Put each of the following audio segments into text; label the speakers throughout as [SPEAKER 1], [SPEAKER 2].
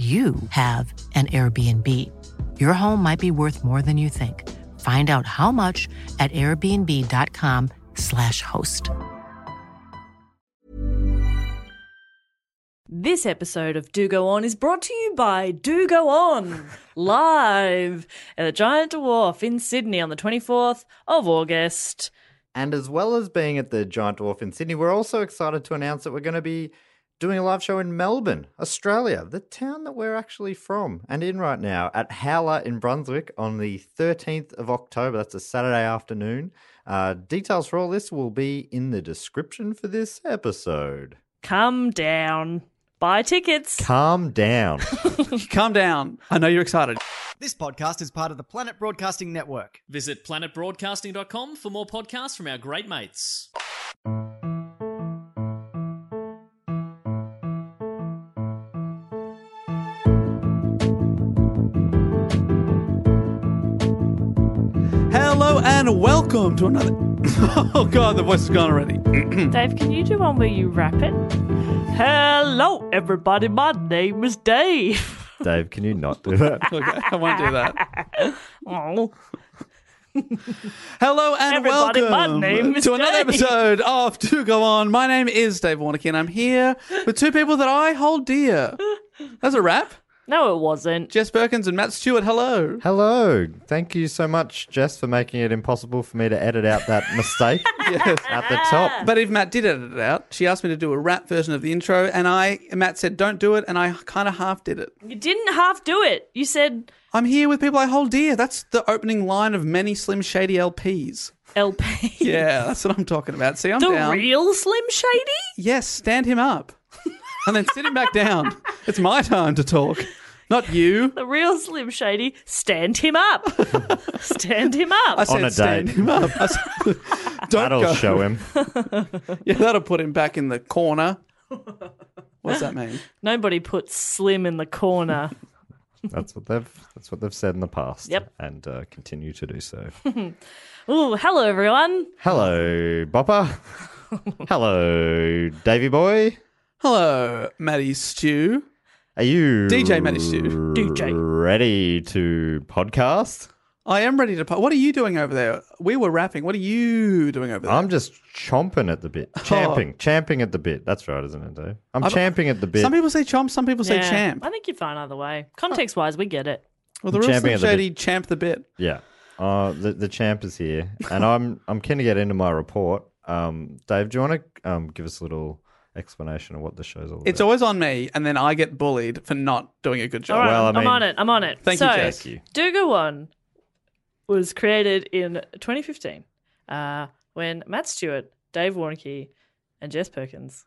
[SPEAKER 1] you have an Airbnb. Your home might be worth more than you think. Find out how much at airbnb.com/slash host.
[SPEAKER 2] This episode of Do Go On is brought to you by Do Go On live at the Giant Dwarf in Sydney on the 24th of August.
[SPEAKER 3] And as well as being at the Giant Dwarf in Sydney, we're also excited to announce that we're going to be doing a live show in Melbourne, Australia, the town that we're actually from and in right now at Howler in Brunswick on the 13th of October. That's a Saturday afternoon. Uh, details for all this will be in the description for this episode.
[SPEAKER 2] Come down, buy tickets.
[SPEAKER 3] Calm down.
[SPEAKER 4] Calm down. I know you're excited.
[SPEAKER 5] This podcast is part of the Planet Broadcasting Network.
[SPEAKER 6] Visit planetbroadcasting.com for more podcasts from our great mates.
[SPEAKER 4] Hello and welcome to another. oh god, the voice is gone already.
[SPEAKER 2] Dave, can you do one where you rap it? Hello, everybody. My name is Dave.
[SPEAKER 3] Dave, can you not do that?
[SPEAKER 4] Okay, I won't do that.
[SPEAKER 2] Oh,
[SPEAKER 4] Hello and
[SPEAKER 2] Everybody, my
[SPEAKER 4] welcome
[SPEAKER 2] name is
[SPEAKER 4] to another
[SPEAKER 2] Dave.
[SPEAKER 4] episode of To Go On. My name is Dave Warnicky and I'm here with two people that I hold dear. That's a wrap.
[SPEAKER 2] no, it wasn't.
[SPEAKER 4] Jess Perkins and Matt Stewart. Hello.
[SPEAKER 3] Hello. Thank you so much, Jess, for making it impossible for me to edit out that mistake
[SPEAKER 4] Yes.
[SPEAKER 3] at the top.
[SPEAKER 4] But if Matt did edit it out, she asked me to do a rap version of the intro, and I Matt said don't do it, and I kind of half did it.
[SPEAKER 2] You didn't half do it. You said
[SPEAKER 4] I'm here with people I hold dear. That's the opening line of many Slim Shady LPs.
[SPEAKER 2] LP.
[SPEAKER 4] Yeah, that's what I'm talking about. See, I'm
[SPEAKER 2] The
[SPEAKER 4] down.
[SPEAKER 2] real Slim Shady?
[SPEAKER 4] yes, stand him up, and then sit him back down. It's my time to talk, not you.
[SPEAKER 2] The real Slim Shady, stand him up. stand him up.
[SPEAKER 4] I said
[SPEAKER 3] On a
[SPEAKER 4] stand
[SPEAKER 3] date.
[SPEAKER 4] him up. I said, don't
[SPEAKER 3] That'll
[SPEAKER 4] go.
[SPEAKER 3] show him.
[SPEAKER 4] Yeah, that'll put him back in the corner. What's that mean?
[SPEAKER 2] Nobody puts Slim in the corner.
[SPEAKER 3] That's what they've that's what they've said in the past.
[SPEAKER 2] Yep.
[SPEAKER 3] And uh, continue to do so.
[SPEAKER 2] Ooh, hello everyone.
[SPEAKER 3] Hello, Bopper. Hello, Davy Boy.
[SPEAKER 4] Hello, Maddie Stew.
[SPEAKER 3] Are you
[SPEAKER 4] DJ Matty Stew.
[SPEAKER 2] DJ.
[SPEAKER 3] ready to podcast?
[SPEAKER 4] I am ready to. Po- what are you doing over there? We were rapping. What are you doing over there?
[SPEAKER 3] I'm just chomping at the bit.
[SPEAKER 4] Oh.
[SPEAKER 3] Champing. Champing at the bit. That's right, isn't it, Dave? I'm champing at the bit.
[SPEAKER 4] some people say chomp, some people say
[SPEAKER 2] Yeah,
[SPEAKER 4] champ.
[SPEAKER 2] I think you're fine either way. Context wise, we get it.
[SPEAKER 4] Well, the real
[SPEAKER 3] Champing
[SPEAKER 4] Slim
[SPEAKER 3] at the
[SPEAKER 4] Shady champ the bit.
[SPEAKER 3] Yeah. Uh, the, the champ is here. And I'm I'm keen to get into my report. Um, Dave, do you want to um, give us a little explanation of what the show's all about?
[SPEAKER 4] It's always on me, and then I get bullied for not doing a good job.
[SPEAKER 2] All right,
[SPEAKER 3] Well, I
[SPEAKER 2] I'm
[SPEAKER 3] mean-
[SPEAKER 2] on it. I'm on it.
[SPEAKER 4] Thank you,
[SPEAKER 2] so,
[SPEAKER 4] Jess.
[SPEAKER 3] Thank you.
[SPEAKER 2] Do Go On was created in 2015 uh, when Matt Stewart, Dave Warnke, and Jess Perkins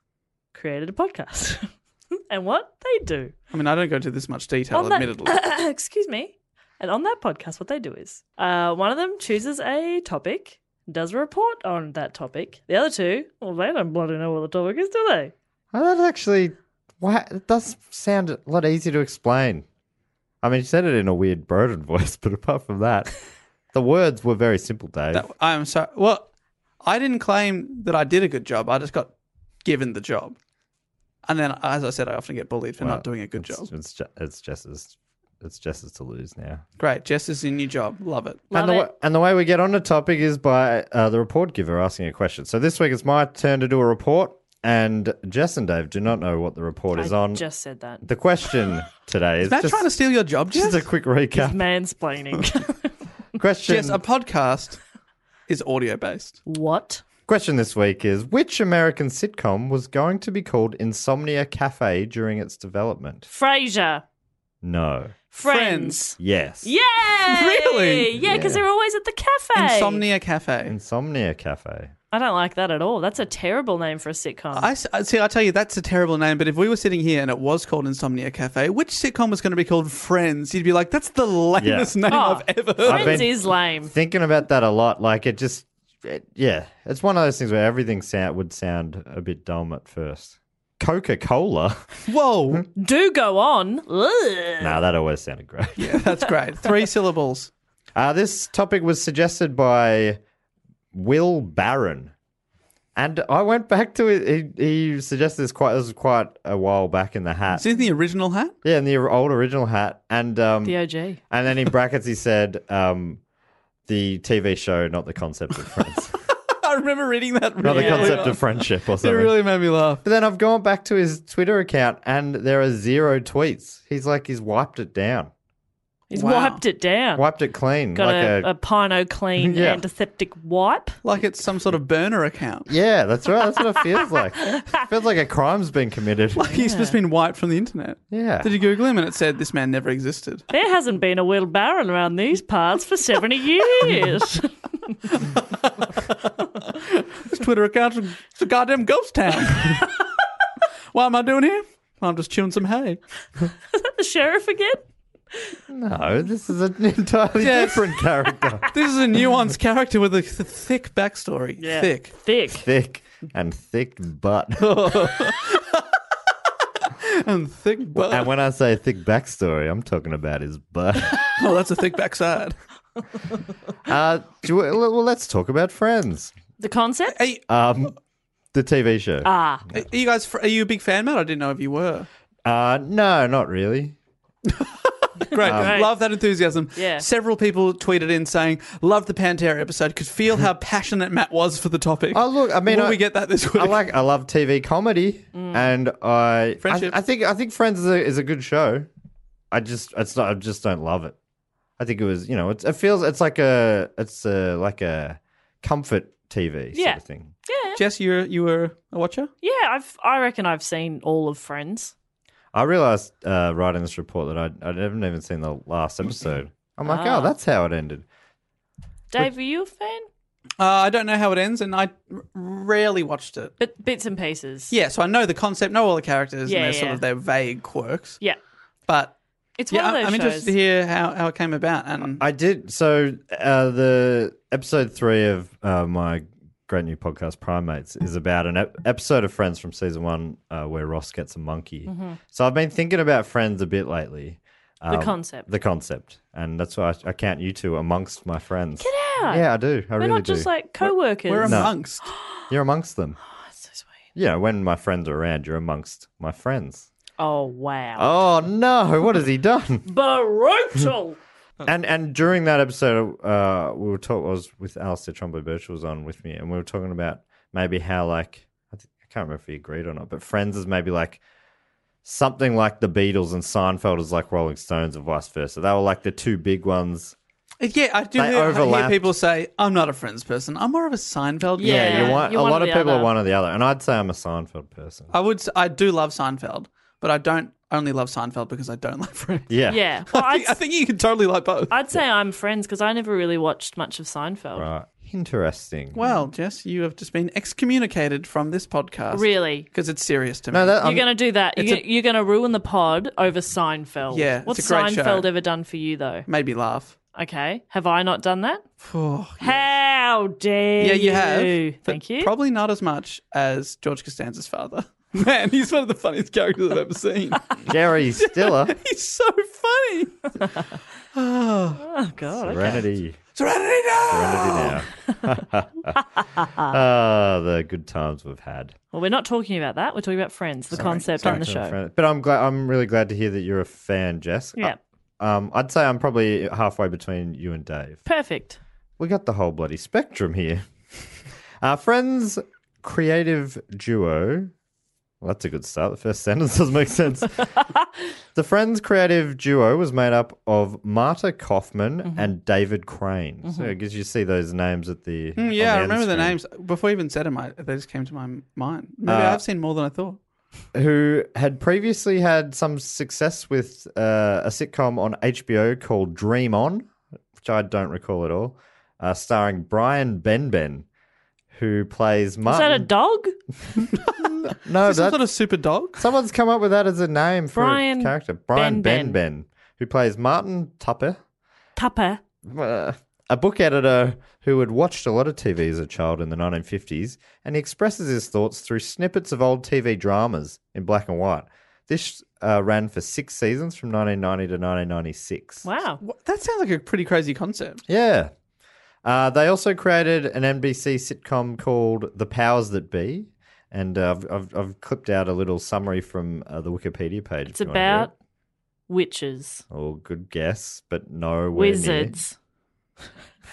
[SPEAKER 2] created a podcast. and what they do.
[SPEAKER 4] I mean, I don't go into this much detail,
[SPEAKER 2] that-
[SPEAKER 4] admittedly.
[SPEAKER 2] excuse me. And on that podcast, what they do is uh, one of them chooses a topic, does a report on that topic. The other two, well, they don't bloody know what the topic is, do they?
[SPEAKER 3] Oh, that actually, wow, it does sound a lot easier to explain. I mean, she said it in a weird Broden voice, but apart from that, the words were very simple, Dave.
[SPEAKER 4] That, I'm sorry. Well, I didn't claim that I did a good job. I just got given the job. And then, as I said, I often get bullied for
[SPEAKER 3] Well,
[SPEAKER 4] not doing a good
[SPEAKER 3] it's,
[SPEAKER 4] job.
[SPEAKER 3] It's, ju- it's Jess's. It's Jess's to lose now.
[SPEAKER 4] Great. Jess is in your job. Love it.
[SPEAKER 2] Love
[SPEAKER 3] and, the
[SPEAKER 2] it.
[SPEAKER 3] Way, and the way we get on to topic is by uh, the report giver asking a question. So this week it's my turn to do a report, and Jess and Dave do not know what the report is
[SPEAKER 2] I
[SPEAKER 3] on.
[SPEAKER 2] just said that.
[SPEAKER 3] The question today is,
[SPEAKER 4] Matt
[SPEAKER 3] just,
[SPEAKER 4] trying to steal your job,
[SPEAKER 3] just
[SPEAKER 4] Jess?
[SPEAKER 3] a quick recap.
[SPEAKER 2] Mansplaining.
[SPEAKER 3] question,
[SPEAKER 4] Jess, a podcast is audio based.
[SPEAKER 2] what?
[SPEAKER 3] question this week is which American sitcom was going to be called Insomnia Cafe during its development?
[SPEAKER 2] Frasier.
[SPEAKER 3] No.
[SPEAKER 2] Friends.
[SPEAKER 3] Yes.
[SPEAKER 2] Yay!
[SPEAKER 4] Really?
[SPEAKER 2] Yeah, because
[SPEAKER 3] Yeah.
[SPEAKER 2] they're always at the cafe.
[SPEAKER 4] Insomnia Cafe.
[SPEAKER 3] Insomnia Cafe.
[SPEAKER 2] I don't like that at all. That's a terrible name for a sitcom.
[SPEAKER 4] I s- I- see. I tell you, that's a terrible name. But if we were sitting here and it was called Insomnia Cafe, which sitcom was going to be called Friends? You'd be like, "That's the lamest name
[SPEAKER 2] Oh,
[SPEAKER 4] I've ever heard."
[SPEAKER 2] Friends
[SPEAKER 3] I've been-
[SPEAKER 2] is lame.
[SPEAKER 3] Thinking about that a lot, like it just, it, yeah, it's one of those things where everything sound, would sound a bit dumb at first. Coca Cola?
[SPEAKER 4] Whoa,
[SPEAKER 2] Do go on. Ugh.
[SPEAKER 3] nah, that always sounded great.
[SPEAKER 4] yeah, that's great. Three syllables.
[SPEAKER 3] Uh, this topic was suggested by Will Barron. And I went back to it. He, he suggested this quite this was quite a while back in the hat.
[SPEAKER 4] Is it the original hat?
[SPEAKER 3] Yeah, in the old original hat. And um,
[SPEAKER 2] The OG.
[SPEAKER 3] and then in brackets he said um, the TV show, not the concept of friends,
[SPEAKER 4] I remember reading
[SPEAKER 3] not
[SPEAKER 4] that.
[SPEAKER 3] the
[SPEAKER 4] really
[SPEAKER 3] concept
[SPEAKER 4] well.
[SPEAKER 3] of friendship or
[SPEAKER 4] It
[SPEAKER 3] something.
[SPEAKER 4] really made me laugh.
[SPEAKER 3] But then I've gone back to his Twitter account, and there are zero tweets. He's like he's wiped it down,
[SPEAKER 2] He's
[SPEAKER 4] Wow.
[SPEAKER 2] wiped it down.
[SPEAKER 3] wiped it clean,
[SPEAKER 2] Got
[SPEAKER 3] like
[SPEAKER 2] a, a, Pino Clean
[SPEAKER 3] Yeah.
[SPEAKER 2] antiseptic wipe.
[SPEAKER 4] Like it's some sort of burner account.
[SPEAKER 3] Yeah, that's right. That's what it feels like. It feels like a crime's been committed.
[SPEAKER 4] Like he's just been wiped from the internet.
[SPEAKER 3] Yeah.
[SPEAKER 4] Did you Google him and it said this man never existed?
[SPEAKER 2] There hasn't been a Will Barron around these parts for 70 years.
[SPEAKER 4] His Twitter account is a goddamn ghost town. what am I doing here? I'm just chewing some hay.
[SPEAKER 2] the sheriff again?
[SPEAKER 3] No, this is an entirely
[SPEAKER 4] Yes.
[SPEAKER 3] different character.
[SPEAKER 4] This is a nuanced character with a th- thick backstory. Thick.
[SPEAKER 2] Thick.
[SPEAKER 3] thick and thick butt.
[SPEAKER 4] And thick butt.
[SPEAKER 3] and when I say thick backstory, I'm talking about his butt.
[SPEAKER 4] oh, that's a thick backside.
[SPEAKER 3] Uh, do we, well, let's talk about Friends,
[SPEAKER 2] The concept?
[SPEAKER 4] Hey,
[SPEAKER 3] um, the TV show.
[SPEAKER 2] Ah,
[SPEAKER 4] are you guys, fr- are you a big fan, Matt? I didn't know if you were.
[SPEAKER 3] Uh, no, not really.
[SPEAKER 2] Great.
[SPEAKER 4] Great. Um, Love that enthusiasm.
[SPEAKER 2] Yeah.
[SPEAKER 4] Several people tweeted in saying, love the Pantera episode. Could feel how passionate Matt was for the topic.
[SPEAKER 3] Oh, look, I mean,
[SPEAKER 4] Will
[SPEAKER 3] I-
[SPEAKER 4] we get that this week?
[SPEAKER 3] I like, I love TV comedy,
[SPEAKER 2] Mm.
[SPEAKER 3] and I, I,
[SPEAKER 4] Friendship.
[SPEAKER 3] I think, I think Friends is a, is a good show. I just, it's not, I just don't love it. I think it was, you know, it's, it feels, it's like a, it's a, like a comfort TV
[SPEAKER 2] Yeah.
[SPEAKER 3] sort of thing.
[SPEAKER 4] Jess, you you were a watcher?
[SPEAKER 2] yeah. I've I reckon I've seen all of Friends.
[SPEAKER 3] I realized uh, writing this report that I, I haven't even seen the last episode. I'm like,
[SPEAKER 2] Ah.
[SPEAKER 3] oh, that's how it ended.
[SPEAKER 2] Dave, are you a fan?
[SPEAKER 4] Uh, I don't know how it ends, and I r- rarely watched it.
[SPEAKER 2] But bits and pieces.
[SPEAKER 4] Yeah, so I know the concept, know all the characters,
[SPEAKER 2] Yeah,
[SPEAKER 4] and their
[SPEAKER 2] yeah.
[SPEAKER 4] sort of their vague quirks.
[SPEAKER 2] Yeah.
[SPEAKER 4] But
[SPEAKER 2] It's
[SPEAKER 4] yeah,
[SPEAKER 2] one
[SPEAKER 4] I-
[SPEAKER 2] of
[SPEAKER 4] I'm
[SPEAKER 2] those
[SPEAKER 4] interested
[SPEAKER 2] shows.
[SPEAKER 4] to hear how, how it came about. And
[SPEAKER 3] I did. So uh, the episode three of uh, my great new podcast, Primates, is about an ep- episode of Friends from season one uh, where Ross gets a monkey.
[SPEAKER 2] Mm-hmm.
[SPEAKER 3] So I've been thinking about Friends a bit lately.
[SPEAKER 2] the concept.
[SPEAKER 3] Um, The concept, and that's why I, I count you two amongst my friends. Get
[SPEAKER 2] out.
[SPEAKER 3] Yeah, I do. I
[SPEAKER 2] We're
[SPEAKER 3] really
[SPEAKER 2] not
[SPEAKER 3] do.
[SPEAKER 2] just like co-workers.
[SPEAKER 4] we're
[SPEAKER 3] No.
[SPEAKER 4] amongst.
[SPEAKER 3] you're amongst them.
[SPEAKER 2] so sweet.
[SPEAKER 3] Yeah, when my friends are around, you're amongst my friends.
[SPEAKER 2] Oh wow.
[SPEAKER 3] Oh no! What has he done?
[SPEAKER 2] Brutal.
[SPEAKER 3] And and during that episode, uh, we were talk. I was with Alistair Trombley Birchall was on with me, and we were talking about maybe how like I, th- I can't remember if he agreed or not, but Friends is maybe like something like the Beatles and Seinfeld is like Rolling Stones and vice versa. They were like the two big ones.
[SPEAKER 4] Yeah, I do
[SPEAKER 3] They
[SPEAKER 4] hear, I hear
[SPEAKER 3] overlapped.
[SPEAKER 4] people say, I'm not a Friends person. I'm more of a Seinfeld
[SPEAKER 2] Yeah.
[SPEAKER 4] guy."
[SPEAKER 3] you want
[SPEAKER 2] you're
[SPEAKER 3] a
[SPEAKER 2] one
[SPEAKER 3] lot
[SPEAKER 2] or
[SPEAKER 3] of
[SPEAKER 2] the
[SPEAKER 3] people are
[SPEAKER 2] other.
[SPEAKER 3] one or the other, and I'd say I'm a Seinfeld person.
[SPEAKER 4] I would. s- I do love Seinfeld, but I don't only love Seinfeld because I don't like Friends.
[SPEAKER 3] yeah,
[SPEAKER 2] Yeah. Well,
[SPEAKER 4] I,
[SPEAKER 2] I'd,
[SPEAKER 4] think, I think you can totally like both.
[SPEAKER 2] I'd say I'm Friends because I never really watched much of Seinfeld.
[SPEAKER 3] right. Interesting.
[SPEAKER 4] well, Jess, you have just been excommunicated from this podcast.
[SPEAKER 2] Really.
[SPEAKER 4] Because it's serious to me.
[SPEAKER 3] no, that,
[SPEAKER 2] You're
[SPEAKER 3] I'm,
[SPEAKER 2] going to do that. You're,
[SPEAKER 4] Um, it's a-
[SPEAKER 2] gonna- you're going to ruin the pod over Seinfeld.
[SPEAKER 4] Yeah, it's
[SPEAKER 2] What's
[SPEAKER 4] a great show.
[SPEAKER 2] Seinfeld ever done for you, though?
[SPEAKER 4] made me laugh.
[SPEAKER 2] Okay. Have I not done that?
[SPEAKER 4] Oh,
[SPEAKER 2] How dare
[SPEAKER 4] Yeah, you have. but
[SPEAKER 2] Thank you.
[SPEAKER 4] Probably not as much as George Costanza's father. Man, he's one of the funniest characters I've ever seen.
[SPEAKER 3] Jerry Stiller.
[SPEAKER 4] he's so funny.
[SPEAKER 2] Oh god. okay.
[SPEAKER 3] Serenity.
[SPEAKER 4] Serenity now!
[SPEAKER 3] Serenity now. ah, the good times we've had.
[SPEAKER 2] Well, we're not talking about that. We're talking about friends, the concept on the
[SPEAKER 3] Sorry,
[SPEAKER 2] show.
[SPEAKER 3] friend. But I'm glad. I'm really glad to hear that you're a fan, Jess.
[SPEAKER 2] Yeah.
[SPEAKER 3] Uh, um, I'd say I'm probably halfway between you and Dave.
[SPEAKER 2] Perfect.
[SPEAKER 3] We got the whole bloody spectrum here. Our friends, creative duo. Well, that's a good start. The first sentence doesn't make sense. the Friends creative duo was made up of Marta Kaufman
[SPEAKER 4] Mm-hmm.
[SPEAKER 3] and David Crane. So I guess you see those names at the. on
[SPEAKER 4] Mm,
[SPEAKER 3] the
[SPEAKER 4] yeah, I
[SPEAKER 3] end
[SPEAKER 4] remember the
[SPEAKER 3] screen.
[SPEAKER 4] names before you even said them. I, they just came to my m- mind. Maybe
[SPEAKER 3] Uh,
[SPEAKER 4] I've seen more than I thought.
[SPEAKER 3] who had previously had some success with uh, a sitcom on HBO called Dream On, which I don't recall at all, uh, starring Brian Benben, who plays
[SPEAKER 2] Is that a
[SPEAKER 3] Martin.
[SPEAKER 2] dog?
[SPEAKER 3] no,
[SPEAKER 4] Is this some
[SPEAKER 3] that,
[SPEAKER 4] sort of super dog?
[SPEAKER 3] someone's come up with that as a name for
[SPEAKER 2] Brian
[SPEAKER 3] a character. Brian
[SPEAKER 2] Benben.
[SPEAKER 3] Benben, who plays Martin Tupper,
[SPEAKER 2] Tupper.
[SPEAKER 3] uh, a book editor who had watched a lot of TV as a child in the 1950s, and he expresses his thoughts through snippets of old TV dramas in black and white. This uh, ran for six seasons from 1990 to 1996.
[SPEAKER 2] Wow.
[SPEAKER 4] What? That sounds like a pretty crazy concept.
[SPEAKER 3] Yeah. Uh, they also created an NBC sitcom called The Powers That Be. And uh, I've, I've, I've clipped out a little summary from uh, the Wikipedia page.
[SPEAKER 2] It's
[SPEAKER 3] if you wanna hear
[SPEAKER 2] about witches,
[SPEAKER 3] it. Oh, good guess, but no.
[SPEAKER 2] wizards.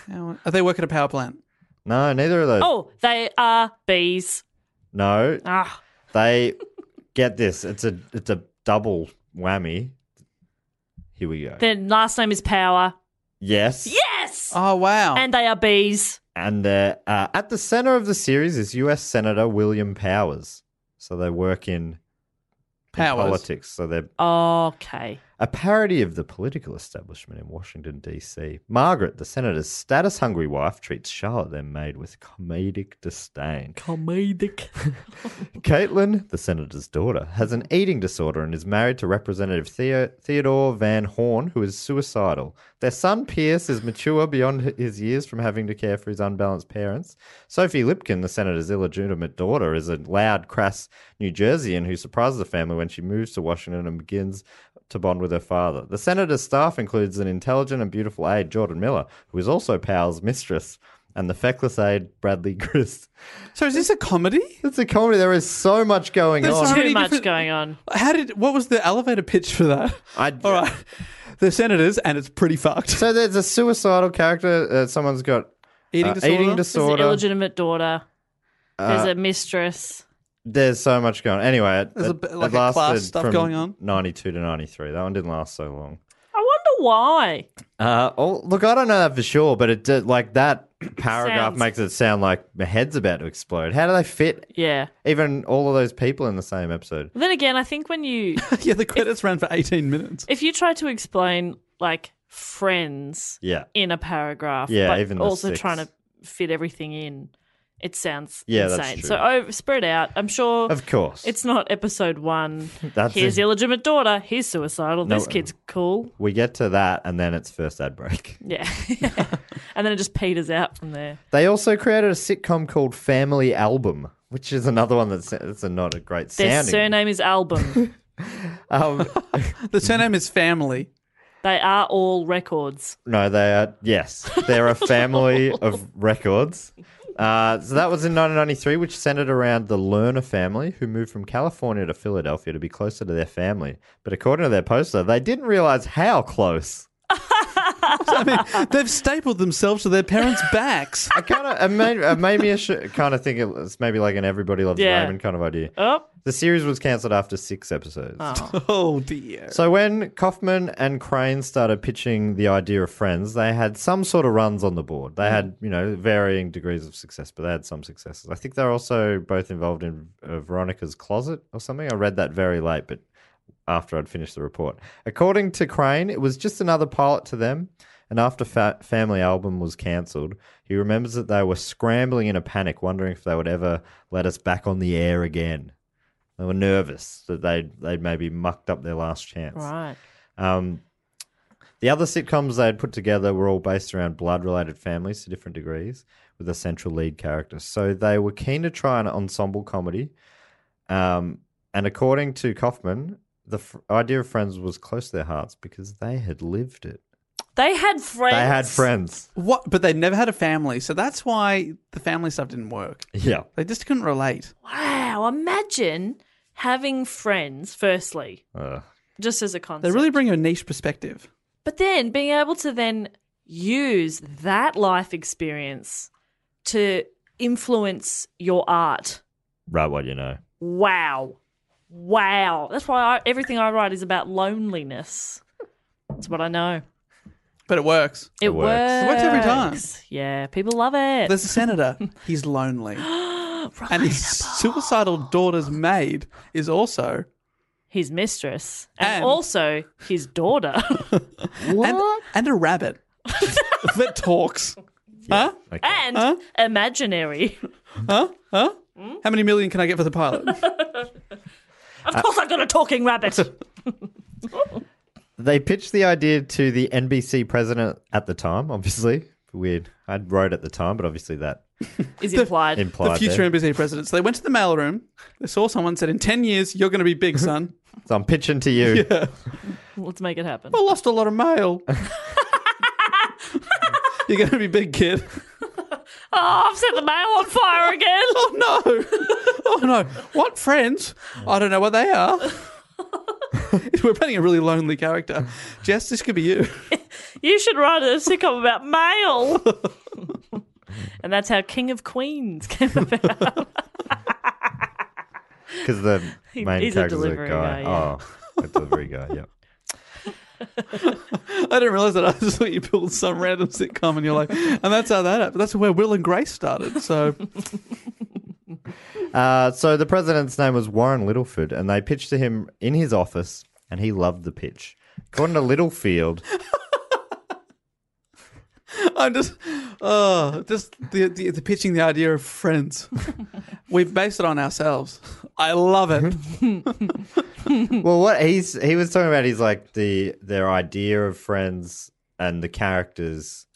[SPEAKER 4] How- Are they work at a power plant?
[SPEAKER 3] No, neither of those.
[SPEAKER 2] Oh, they are bees.
[SPEAKER 3] No,
[SPEAKER 2] Ah,
[SPEAKER 3] They get this. It's a it's a double whammy. Here we go.
[SPEAKER 2] their last name is Power.
[SPEAKER 3] yes.
[SPEAKER 2] Yes,
[SPEAKER 4] Oh wow!
[SPEAKER 2] and they are bees.
[SPEAKER 3] And uh, uh, at the center of the series is U.S. Senator William Powers. So they work in, in
[SPEAKER 4] Powers.
[SPEAKER 3] politics. So they're
[SPEAKER 2] Okay.
[SPEAKER 3] a parody of the political establishment in Washington D.C. Margaret, the senator's status-hungry wife, treats Charlotte, their maid, with comedic disdain.
[SPEAKER 2] Comedic.
[SPEAKER 3] Caitlin, the senator's daughter, has an eating disorder and is married to Representative Theo- Theodore Van Horn, who is suicidal. Their son Pierce is mature beyond h- his years from having to care for his unbalanced parents. Sophie Lipkin, the senator's illegitimate daughter, is a loud, crass New Jerseyan who surprises the family when she moves to Washington and begins to bond with her father. The senator's staff includes an intelligent and beautiful aide, Jordan Miller, who is also Powell's mistress, and the feckless aide, Bradley Grist.
[SPEAKER 4] so is this a comedy?
[SPEAKER 3] It's a comedy. There is so much going
[SPEAKER 4] There's
[SPEAKER 3] on.
[SPEAKER 4] so many
[SPEAKER 2] Too much
[SPEAKER 4] different-
[SPEAKER 2] going on.
[SPEAKER 4] How did? What was the elevator pitch for that?
[SPEAKER 3] I-
[SPEAKER 4] All right, the senators, and it's pretty fucked.
[SPEAKER 3] So there's a suicidal character. Uh, someone's got
[SPEAKER 4] Eating
[SPEAKER 3] uh,
[SPEAKER 4] disorder.
[SPEAKER 3] Eating
[SPEAKER 2] There's an
[SPEAKER 3] disorder.
[SPEAKER 2] illegitimate daughter. There's
[SPEAKER 3] Uh,
[SPEAKER 2] a mistress.
[SPEAKER 3] There's so much going. on. Anyway, it,
[SPEAKER 4] There's a
[SPEAKER 3] it-
[SPEAKER 4] bit
[SPEAKER 3] it
[SPEAKER 4] like a class
[SPEAKER 3] lasted
[SPEAKER 4] stuff
[SPEAKER 3] from
[SPEAKER 4] going on.
[SPEAKER 3] 92 to 93. That one didn't last so long.
[SPEAKER 2] I wonder why.
[SPEAKER 3] Uh, oh, look, I don't know that for sure, but it did, like that paragraph
[SPEAKER 2] Sounds-
[SPEAKER 3] makes it sound like my head's about to explode. How do they fit
[SPEAKER 2] Yeah.
[SPEAKER 3] even all of those people in the same episode?
[SPEAKER 2] Then again, I think when you
[SPEAKER 4] yeah, the credits ran for eighteen minutes.
[SPEAKER 2] if you try to explain like friends
[SPEAKER 3] Yeah,
[SPEAKER 2] in a paragraph,
[SPEAKER 3] Yeah,
[SPEAKER 2] but
[SPEAKER 3] even the
[SPEAKER 2] also
[SPEAKER 3] six.
[SPEAKER 2] trying to fit everything in, it sounds
[SPEAKER 3] Yeah,
[SPEAKER 2] insane.
[SPEAKER 3] that's true.
[SPEAKER 2] So over, spread out. I'm sure
[SPEAKER 3] of course.
[SPEAKER 2] it's not episode one.
[SPEAKER 3] That's
[SPEAKER 2] Here's
[SPEAKER 3] it.
[SPEAKER 2] illegitimate daughter. He's suicidal.
[SPEAKER 3] No.
[SPEAKER 2] This kid's cool.
[SPEAKER 3] we get to that, and then it's first ad break.
[SPEAKER 2] Yeah, and then it just peters out from there.
[SPEAKER 3] They also created a sitcom called Family Album, which is another one that's it's a not a great
[SPEAKER 2] Their
[SPEAKER 3] sounding.
[SPEAKER 2] surname is Album.
[SPEAKER 3] Um,
[SPEAKER 4] The surname is Family.
[SPEAKER 2] they are all records.
[SPEAKER 3] no, they are yes, they're a family of records. Uh, so that was in 1993, which centered around the Lerner family, who moved from California to Philadelphia to be closer to their family. But according to their poster, they didn't realize how close.
[SPEAKER 4] I mean, they've stapled themselves to their parents' backs.
[SPEAKER 3] I kind of, it made, it made me kind of think it's maybe like an everybody loves
[SPEAKER 2] Yeah.
[SPEAKER 3] Raymond kind of idea.
[SPEAKER 2] Oh,
[SPEAKER 3] The series was cancelled after six episodes.
[SPEAKER 4] Oh dear.
[SPEAKER 3] So when Kaufman and Crane started pitching the idea of Friends, they had some sort of runs on the board. They had, you know, varying degrees of success, but they had some successes. I think they're also both involved in uh, Veronica's Closet or something. I read that very late, but after I'd finished the report. According to Crane, it was just another pilot to them. And after fa- Family Album was cancelled, he remembers that they were scrambling in a panic, wondering if they would ever let us back on the air again. They were nervous that they'd, they'd maybe mucked up their last chance.
[SPEAKER 2] right.
[SPEAKER 3] Um, the other sitcoms they had put together were all based around blood related families to different degrees with a central lead character. So they were keen to try an ensemble comedy. Um, and according to Kaufman, the f- idea of friends was close to their hearts because they had lived it.
[SPEAKER 2] They had friends.
[SPEAKER 3] They had friends.
[SPEAKER 4] What? But they never had a family, so that's why the family stuff didn't work.
[SPEAKER 3] Yeah.
[SPEAKER 4] They just couldn't relate.
[SPEAKER 2] Wow. Imagine having friends, firstly,
[SPEAKER 3] Uh,
[SPEAKER 2] just as a concept.
[SPEAKER 4] They really bring a niche perspective.
[SPEAKER 2] But then being able to then use that life experience to influence your art.
[SPEAKER 3] right, what you know.
[SPEAKER 2] Wow. Wow. That's why I, everything I write is about loneliness. That's what I know.
[SPEAKER 4] But it works.
[SPEAKER 2] It,
[SPEAKER 3] It works.
[SPEAKER 2] works.
[SPEAKER 3] It
[SPEAKER 4] works every time.
[SPEAKER 2] Yeah, people love it.
[SPEAKER 4] There's a senator. He's lonely.
[SPEAKER 2] Right.
[SPEAKER 4] And his suicidal daughter's maid is also.
[SPEAKER 2] his mistress and,
[SPEAKER 4] And-
[SPEAKER 2] also his daughter.
[SPEAKER 4] And, and a rabbit that talks. Huh?
[SPEAKER 3] Okay.
[SPEAKER 2] and
[SPEAKER 4] Huh?
[SPEAKER 2] imaginary.
[SPEAKER 4] Huh? Huh? How many million can I get for the pilot?
[SPEAKER 2] Of course I've got a talking rabbit.
[SPEAKER 3] They pitched the idea to the NBC president at the time, obviously. Weird. I wrote at the time, but obviously that
[SPEAKER 2] Is implied.
[SPEAKER 3] implied
[SPEAKER 4] the future
[SPEAKER 3] there.
[SPEAKER 4] NBC president. So they went to the mailroom. They saw someone said, "In ten years, you're going to be big, son."
[SPEAKER 3] So I'm pitching to you.
[SPEAKER 2] Let's make it happen. Oh,
[SPEAKER 4] I lost a lot of mail. you're going to be big, kid.
[SPEAKER 2] Oh, I've set the mail on fire again.
[SPEAKER 4] Oh no! Oh no! What friends? I don't know what they are. We're playing a really lonely character. Jess, this could be you.
[SPEAKER 2] You should write a sitcom about mail. and that's how King of Queens came about.
[SPEAKER 3] Because the
[SPEAKER 2] He-
[SPEAKER 3] main
[SPEAKER 2] he's a
[SPEAKER 3] character's a,
[SPEAKER 2] delivery
[SPEAKER 3] guy.
[SPEAKER 2] guy, yeah.
[SPEAKER 3] Oh, a delivery guy. Yep.
[SPEAKER 4] I didn't realize that. I just thought you built some random sitcom, and you're like, and that's how that happened. That's where Will and Grace started. So
[SPEAKER 3] Uh, so the president's name was Warren Littleford, and they pitched to him in his office, and he loved the pitch. According to Littlefield,
[SPEAKER 4] I'm just, uh, just the, the, the pitching the idea of friends. We've based it on ourselves. I love it.
[SPEAKER 2] Mm-hmm.
[SPEAKER 3] well, what he's he was talking about, he's like the their idea of friends and the characters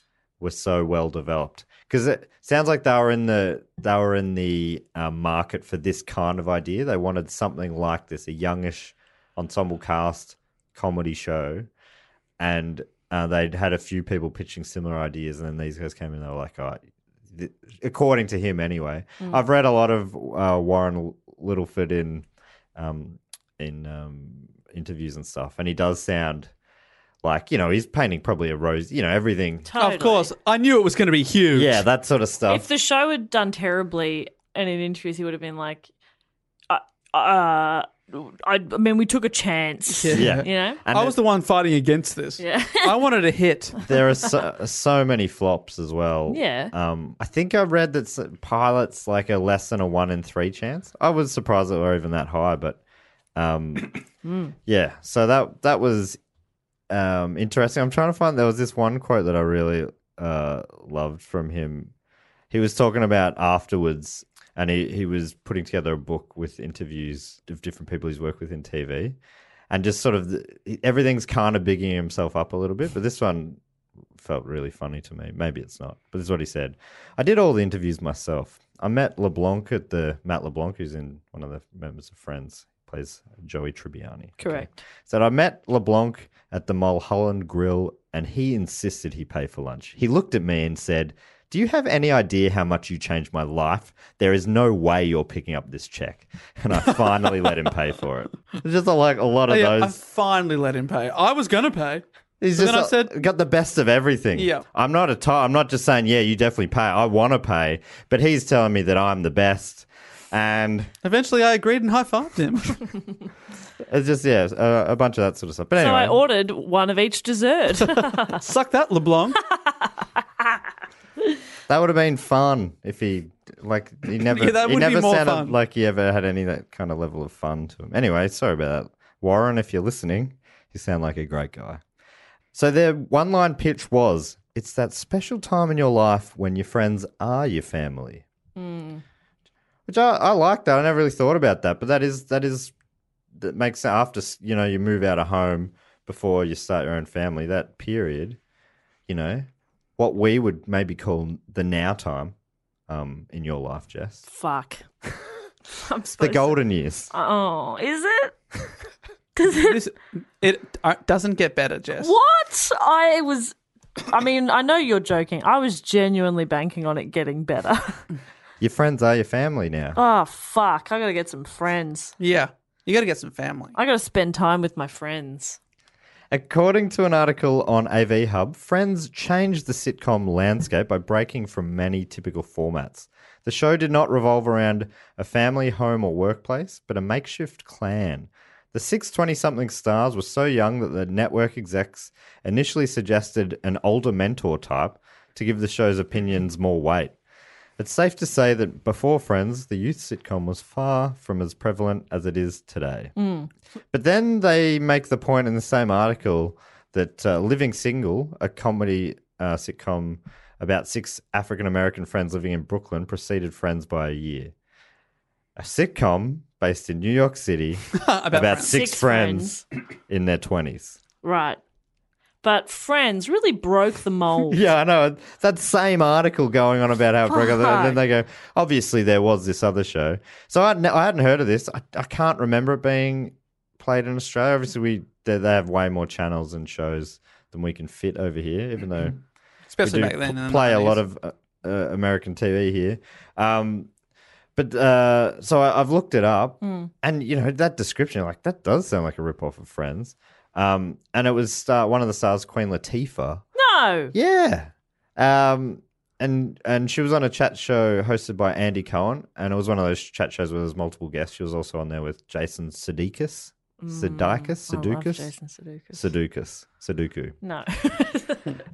[SPEAKER 3] were so well developed because it sounds like they were in the they were in the uh, market for this kind of idea. They wanted something like this, a youngish ensemble cast comedy show, and uh, they'd had a few people pitching similar ideas, and then these guys came in. and They were like, "Oh, th- according to him, anyway." I've read a lot of uh, Warren Littleford in um, in um, interviews and stuff, and he does sound like you know he's painting probably a rose, you know everything.
[SPEAKER 2] Totally.
[SPEAKER 4] Of course, I knew it was going to be huge.
[SPEAKER 3] Yeah, that sort of
[SPEAKER 2] If
[SPEAKER 3] stuff.
[SPEAKER 2] the show had done terribly and in interviews, he would have been like, uh, uh, I, I mean, we took a chance.
[SPEAKER 3] yeah.
[SPEAKER 2] You know?
[SPEAKER 3] And
[SPEAKER 4] I was the one fighting against this.
[SPEAKER 2] Yeah.
[SPEAKER 4] I wanted a hit.
[SPEAKER 3] there are so, so many flops as well.
[SPEAKER 2] Yeah.
[SPEAKER 3] Um, I think I read that s- pilots like a less than a one in three chance. I was surprised that were even that high, but um, yeah. So that that was um, interesting. I'm trying to find there was this one quote that I really uh, loved from him. He was talking about afterwards, and he, he was putting together a book with interviews of different people he's worked with in TV, and just sort of the, everything's kind of bigging himself up a little bit. But this one felt really funny to me. Maybe it's not, but this is what he said. I did all the interviews myself. I met LeBlanc at the Matt LeBlanc, who's in one of the members of Friends, plays Joey Tribbiani.
[SPEAKER 2] Correct.
[SPEAKER 3] Said I met LeBlanc at the Mulholland Grill, and he insisted he pay for lunch. He looked at me and said, "Do you have any idea how much you changed my life? There is no way you're picking up this check." And I finally let him pay for it. It's just like a lot of
[SPEAKER 4] Yeah, I
[SPEAKER 3] those.
[SPEAKER 4] finally let him pay. I was going to pay.
[SPEAKER 3] He's
[SPEAKER 4] But
[SPEAKER 3] just
[SPEAKER 4] then I
[SPEAKER 3] uh, got the best of everything.
[SPEAKER 4] Yeah.
[SPEAKER 3] I'm not a t- I'm not just saying, yeah, you definitely pay. I want to pay, but he's telling me that I'm the best, and
[SPEAKER 4] Eventually, I agreed and high fived him.
[SPEAKER 3] it's just yeah, a, a bunch of that sort of stuff. But
[SPEAKER 2] So
[SPEAKER 3] anyway,
[SPEAKER 2] I ordered one of each dessert.
[SPEAKER 4] Suck that, LeBlanc.
[SPEAKER 3] that would have been fun if he like he never
[SPEAKER 4] Yeah, that
[SPEAKER 3] he
[SPEAKER 4] would be
[SPEAKER 3] never
[SPEAKER 4] more
[SPEAKER 3] sounded
[SPEAKER 4] fun.
[SPEAKER 3] like he ever had any of that kind of level of fun to him. Anyway, sorry about that, Warren. If you're listening, you sound like a great guy. So their one line pitch was, "It's that special time in your life when your friends are your family." Which I, I like that. I never really thought about that, but that is that is that makes sense. after you know you move out of home before you start your own family. That period, you know, what we would maybe call the now time um, in your life, Jess,
[SPEAKER 2] Fuck. I'm
[SPEAKER 3] the
[SPEAKER 2] supposed
[SPEAKER 3] golden years.
[SPEAKER 2] Oh, is it?
[SPEAKER 7] Does it?
[SPEAKER 4] This, it uh, doesn't get better, Jess.
[SPEAKER 2] What? I was. I mean, I know you're joking. I was genuinely banking on it getting better.
[SPEAKER 3] Your friends are your family now.
[SPEAKER 2] oh, fuck. I gotta get some friends.
[SPEAKER 4] Yeah. You got to get some family.
[SPEAKER 2] I gotta spend time with my friends.
[SPEAKER 3] According to an article on AV Hub, Friends changed the sitcom landscape by breaking from many typical formats. The show did not revolve around a family, home, or workplace, but a makeshift clan. The six 20 something stars were so young that the network execs initially suggested an older mentor type to give the show's opinions more weight. It's safe to say that before Friends, the youth sitcom was far from as prevalent as it is today. But then they make the point in the same article that uh, Living Single, a comedy uh, sitcom about six African American friends living in Brooklyn, preceded Friends by a year. A sitcom based in New York City about,
[SPEAKER 4] friends.
[SPEAKER 3] six,
[SPEAKER 2] Six
[SPEAKER 3] friends, in their 20s.
[SPEAKER 2] Right. But friends really broke the mold.
[SPEAKER 3] Yeah, I know. That same article going on about how it broke up. And then
[SPEAKER 2] Fuck.
[SPEAKER 3] they go, obviously, there was this other show. So I, hadn't- I hadn't heard of this. I, I can't remember it being played in Australia. Obviously, we they, they have way more channels and shows than we can fit over here, even though
[SPEAKER 4] Mm-hmm. Especially
[SPEAKER 3] we
[SPEAKER 4] back
[SPEAKER 3] do
[SPEAKER 4] then. in
[SPEAKER 3] p-
[SPEAKER 4] the
[SPEAKER 3] play a
[SPEAKER 4] 90s.
[SPEAKER 3] lot of uh, uh, American TV here. Um, but uh, so I, I've looked it up,
[SPEAKER 4] Hmm.
[SPEAKER 3] and you know that description, like that does sound like a ripoff of Friends. Um, and it was star, one of the stars, Queen Latifah.
[SPEAKER 2] No.
[SPEAKER 3] Yeah. Um, and and she was on a chat show hosted by Andy Cohen, and it was one of those chat shows where there's multiple guests. She was also on there with Jason Sudeikis, Sudeikis,
[SPEAKER 2] Mm, I love
[SPEAKER 3] Sudeikis,
[SPEAKER 2] Jason Sudeikis.
[SPEAKER 3] Sudeikis, Sudoku.
[SPEAKER 2] no.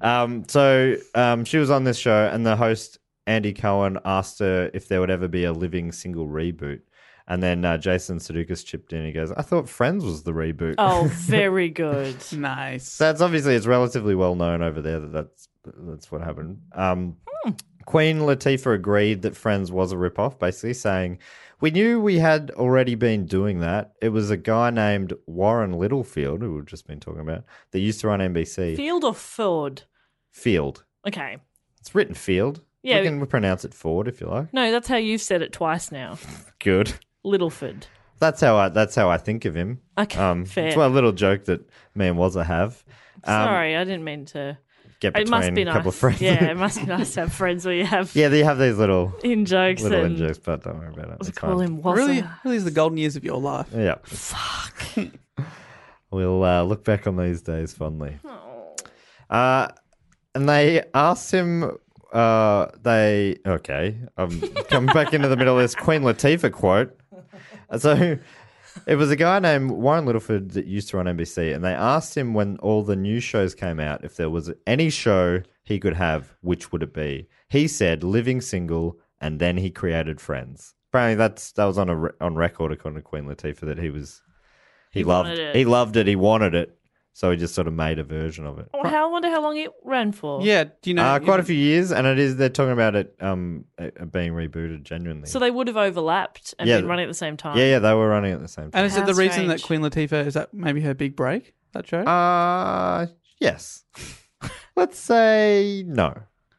[SPEAKER 3] Um, so um, she was on this show, and the host Andy Cohen asked her if there would ever be a living single reboot. And then uh, Jason Sudeikis chipped in. He goes, "I thought Friends was the reboot."
[SPEAKER 2] oh, very good.
[SPEAKER 4] Nice.
[SPEAKER 3] So that's obviously it's relatively well known over there that that's that's what happened. Um,
[SPEAKER 2] Hmm.
[SPEAKER 3] Queen Latifah agreed that Friends was a ripoff, basically saying, "We knew we had already been doing that. It was a guy named Warren Littlefield, who we've just been talking about, that used to run NBC.
[SPEAKER 2] Field or Ford?
[SPEAKER 3] Field.
[SPEAKER 2] Okay.
[SPEAKER 3] It's written Field.
[SPEAKER 2] Yeah.
[SPEAKER 3] we can pronounce it Ford if you like.
[SPEAKER 2] No, that's how you've said it twice now.
[SPEAKER 3] Good.
[SPEAKER 2] Littleford.
[SPEAKER 3] That's how I. That's how I think of him. Um,
[SPEAKER 2] Okay, Uh, fair.
[SPEAKER 3] It's my little joke that me and Wazza have. Um,
[SPEAKER 2] Sorry, I didn't mean to.
[SPEAKER 3] Get between
[SPEAKER 2] It must be
[SPEAKER 3] a
[SPEAKER 2] nice.
[SPEAKER 3] couple of friends.
[SPEAKER 2] Yeah, it must be nice to have friends where you have
[SPEAKER 3] yeah, they have these little
[SPEAKER 2] in jokes
[SPEAKER 3] little
[SPEAKER 2] and
[SPEAKER 3] in jokes, but don't worry about it.
[SPEAKER 2] Let's
[SPEAKER 3] It's
[SPEAKER 2] call
[SPEAKER 3] fine.
[SPEAKER 2] him Wazza.
[SPEAKER 4] Really, really is the golden years of your life.
[SPEAKER 3] Yeah. Fuck. we'll uh, look back on these days fondly. Uh, and they asked him. Uh, they okay. I'm coming back into the middle of this Queen Latifah quote. So it was a guy named Warren Littleford that used to run NBC, and they asked him when all the new shows came out if there was any show he could have, which would it be? He said Living Single, and then he created Friends. Apparently, that's that was on a re- on record according to Queen Latifah that he was he, loved
[SPEAKER 2] wanted it.
[SPEAKER 3] he loved it, he wanted it, so he just sort of made a version of it.
[SPEAKER 2] Oh, how, I wonder how long it ran for.
[SPEAKER 4] Yeah. Do you know?
[SPEAKER 3] uh, quite a few years, and it is they're talking about it um it, it being rebooted genuinely.
[SPEAKER 2] So they would have overlapped and
[SPEAKER 3] Yeah.
[SPEAKER 2] been running at the same time.
[SPEAKER 3] yeah, yeah, they were running at the same time.
[SPEAKER 4] And is it
[SPEAKER 2] How
[SPEAKER 4] the reason that
[SPEAKER 2] strange.
[SPEAKER 4] Queen Latifah is that maybe her big break? That show.
[SPEAKER 3] Uh yes. Let's say no.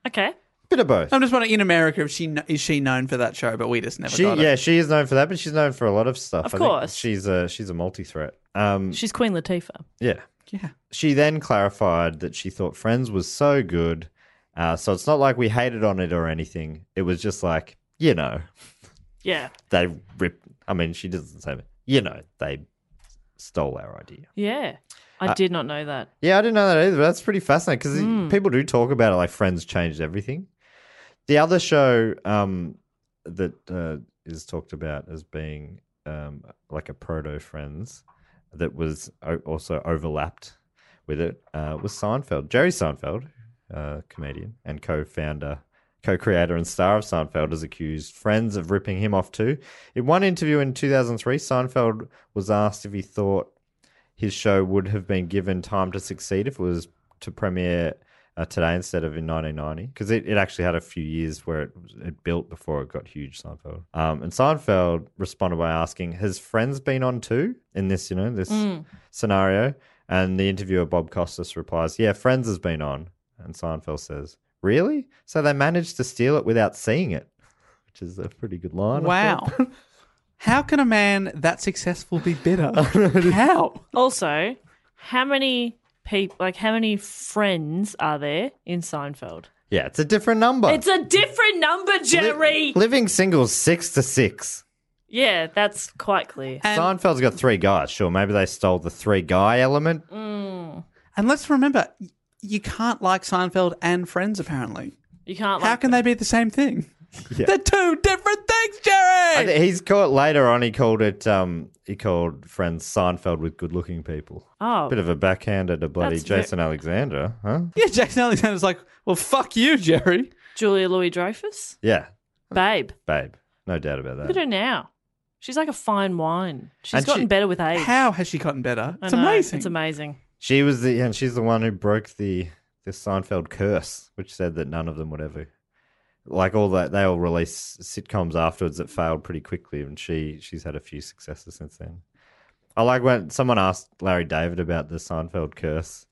[SPEAKER 2] Okay.
[SPEAKER 3] Bit of both.
[SPEAKER 4] I'm just wondering in America if she kn- is she known for that show, but we just never
[SPEAKER 3] she
[SPEAKER 4] got it.
[SPEAKER 3] yeah, she is known for that, but she's known for a lot of stuff.
[SPEAKER 2] Of
[SPEAKER 3] I think
[SPEAKER 2] course.
[SPEAKER 3] she's a she's a multi threat. Um
[SPEAKER 2] She's Queen Latifah.
[SPEAKER 3] yeah.
[SPEAKER 4] Yeah.
[SPEAKER 3] She then clarified that she thought Friends was so good. Uh, so it's not like we hated on it or anything. It was just like, you know,
[SPEAKER 2] Yeah.
[SPEAKER 3] they rip I mean, she doesn't say you know, they stole our idea.
[SPEAKER 2] Yeah. I
[SPEAKER 3] Uh,
[SPEAKER 2] did not know that.
[SPEAKER 3] Yeah, I didn't know that either. But that's pretty fascinating because people do talk about it like Friends changed everything. The other show um, that uh, is talked about as being um, like a proto Friends that was o- also overlapped with it uh, was Seinfeld. Jerry Seinfeld, uh, comedian and co-founder, co-creator and star of Seinfeld, is accused friends of ripping him off too. In one interview in 2003, Seinfeld was asked if he thought his show would have been given time to succeed if it was to premiere uh, today instead of in 1990 because it, it actually had a few years where it, was- it built before it got huge Seinfeld um, and Seinfeld responded by asking has Friends been on too in this you know this scenario and the interviewer Bob Costas replies yeah Friends has been on and Seinfeld says really so they managed to steal it without seeing it which is a pretty good line I thought.
[SPEAKER 4] Wow. How can a man that successful be bitter? How?
[SPEAKER 2] Also, how many people, like how many friends are there in Seinfeld?
[SPEAKER 3] Yeah, it's a different number.
[SPEAKER 2] It's a different number, Jerry.
[SPEAKER 3] Living singles six to six.
[SPEAKER 2] yeah, that's quite clear.
[SPEAKER 4] And,
[SPEAKER 3] Seinfeld's got three guys. Sure, maybe they stole the three guy element.
[SPEAKER 2] Mm.
[SPEAKER 4] and let's remember, y- you can't like Seinfeld and Friends, apparently.
[SPEAKER 2] You can't.
[SPEAKER 4] How
[SPEAKER 2] like
[SPEAKER 4] can
[SPEAKER 2] them.
[SPEAKER 4] they be the same thing?
[SPEAKER 3] Yeah.
[SPEAKER 4] They're two different things, Jerry!
[SPEAKER 3] I think He's caught later on. He called it. Um, he called friends Seinfeld with good-looking people.
[SPEAKER 2] Oh,
[SPEAKER 3] Bit of a backhander to bloody
[SPEAKER 2] That's ve-
[SPEAKER 3] Jason Alexander, huh?
[SPEAKER 4] yeah, Jackson Alexander's like, well, fuck you, Jerry.
[SPEAKER 2] Julia Louis Dreyfus,
[SPEAKER 3] Yeah,
[SPEAKER 2] babe.
[SPEAKER 3] babe, no doubt about
[SPEAKER 2] Look at her
[SPEAKER 3] that.
[SPEAKER 2] now. She's like a fine wine. She's
[SPEAKER 3] And
[SPEAKER 2] gotten
[SPEAKER 3] she-
[SPEAKER 2] better with age.
[SPEAKER 4] How has she gotten better?
[SPEAKER 2] I
[SPEAKER 4] It's
[SPEAKER 2] know,
[SPEAKER 4] amazing.
[SPEAKER 2] It's amazing.
[SPEAKER 3] She was the and she's the one who broke the the Seinfeld curse, which said that none of them would ever, like all that they all release sitcoms afterwards that failed pretty quickly, and she she's had a few successes since then. I like when someone asked Larry David about the Seinfeld curse,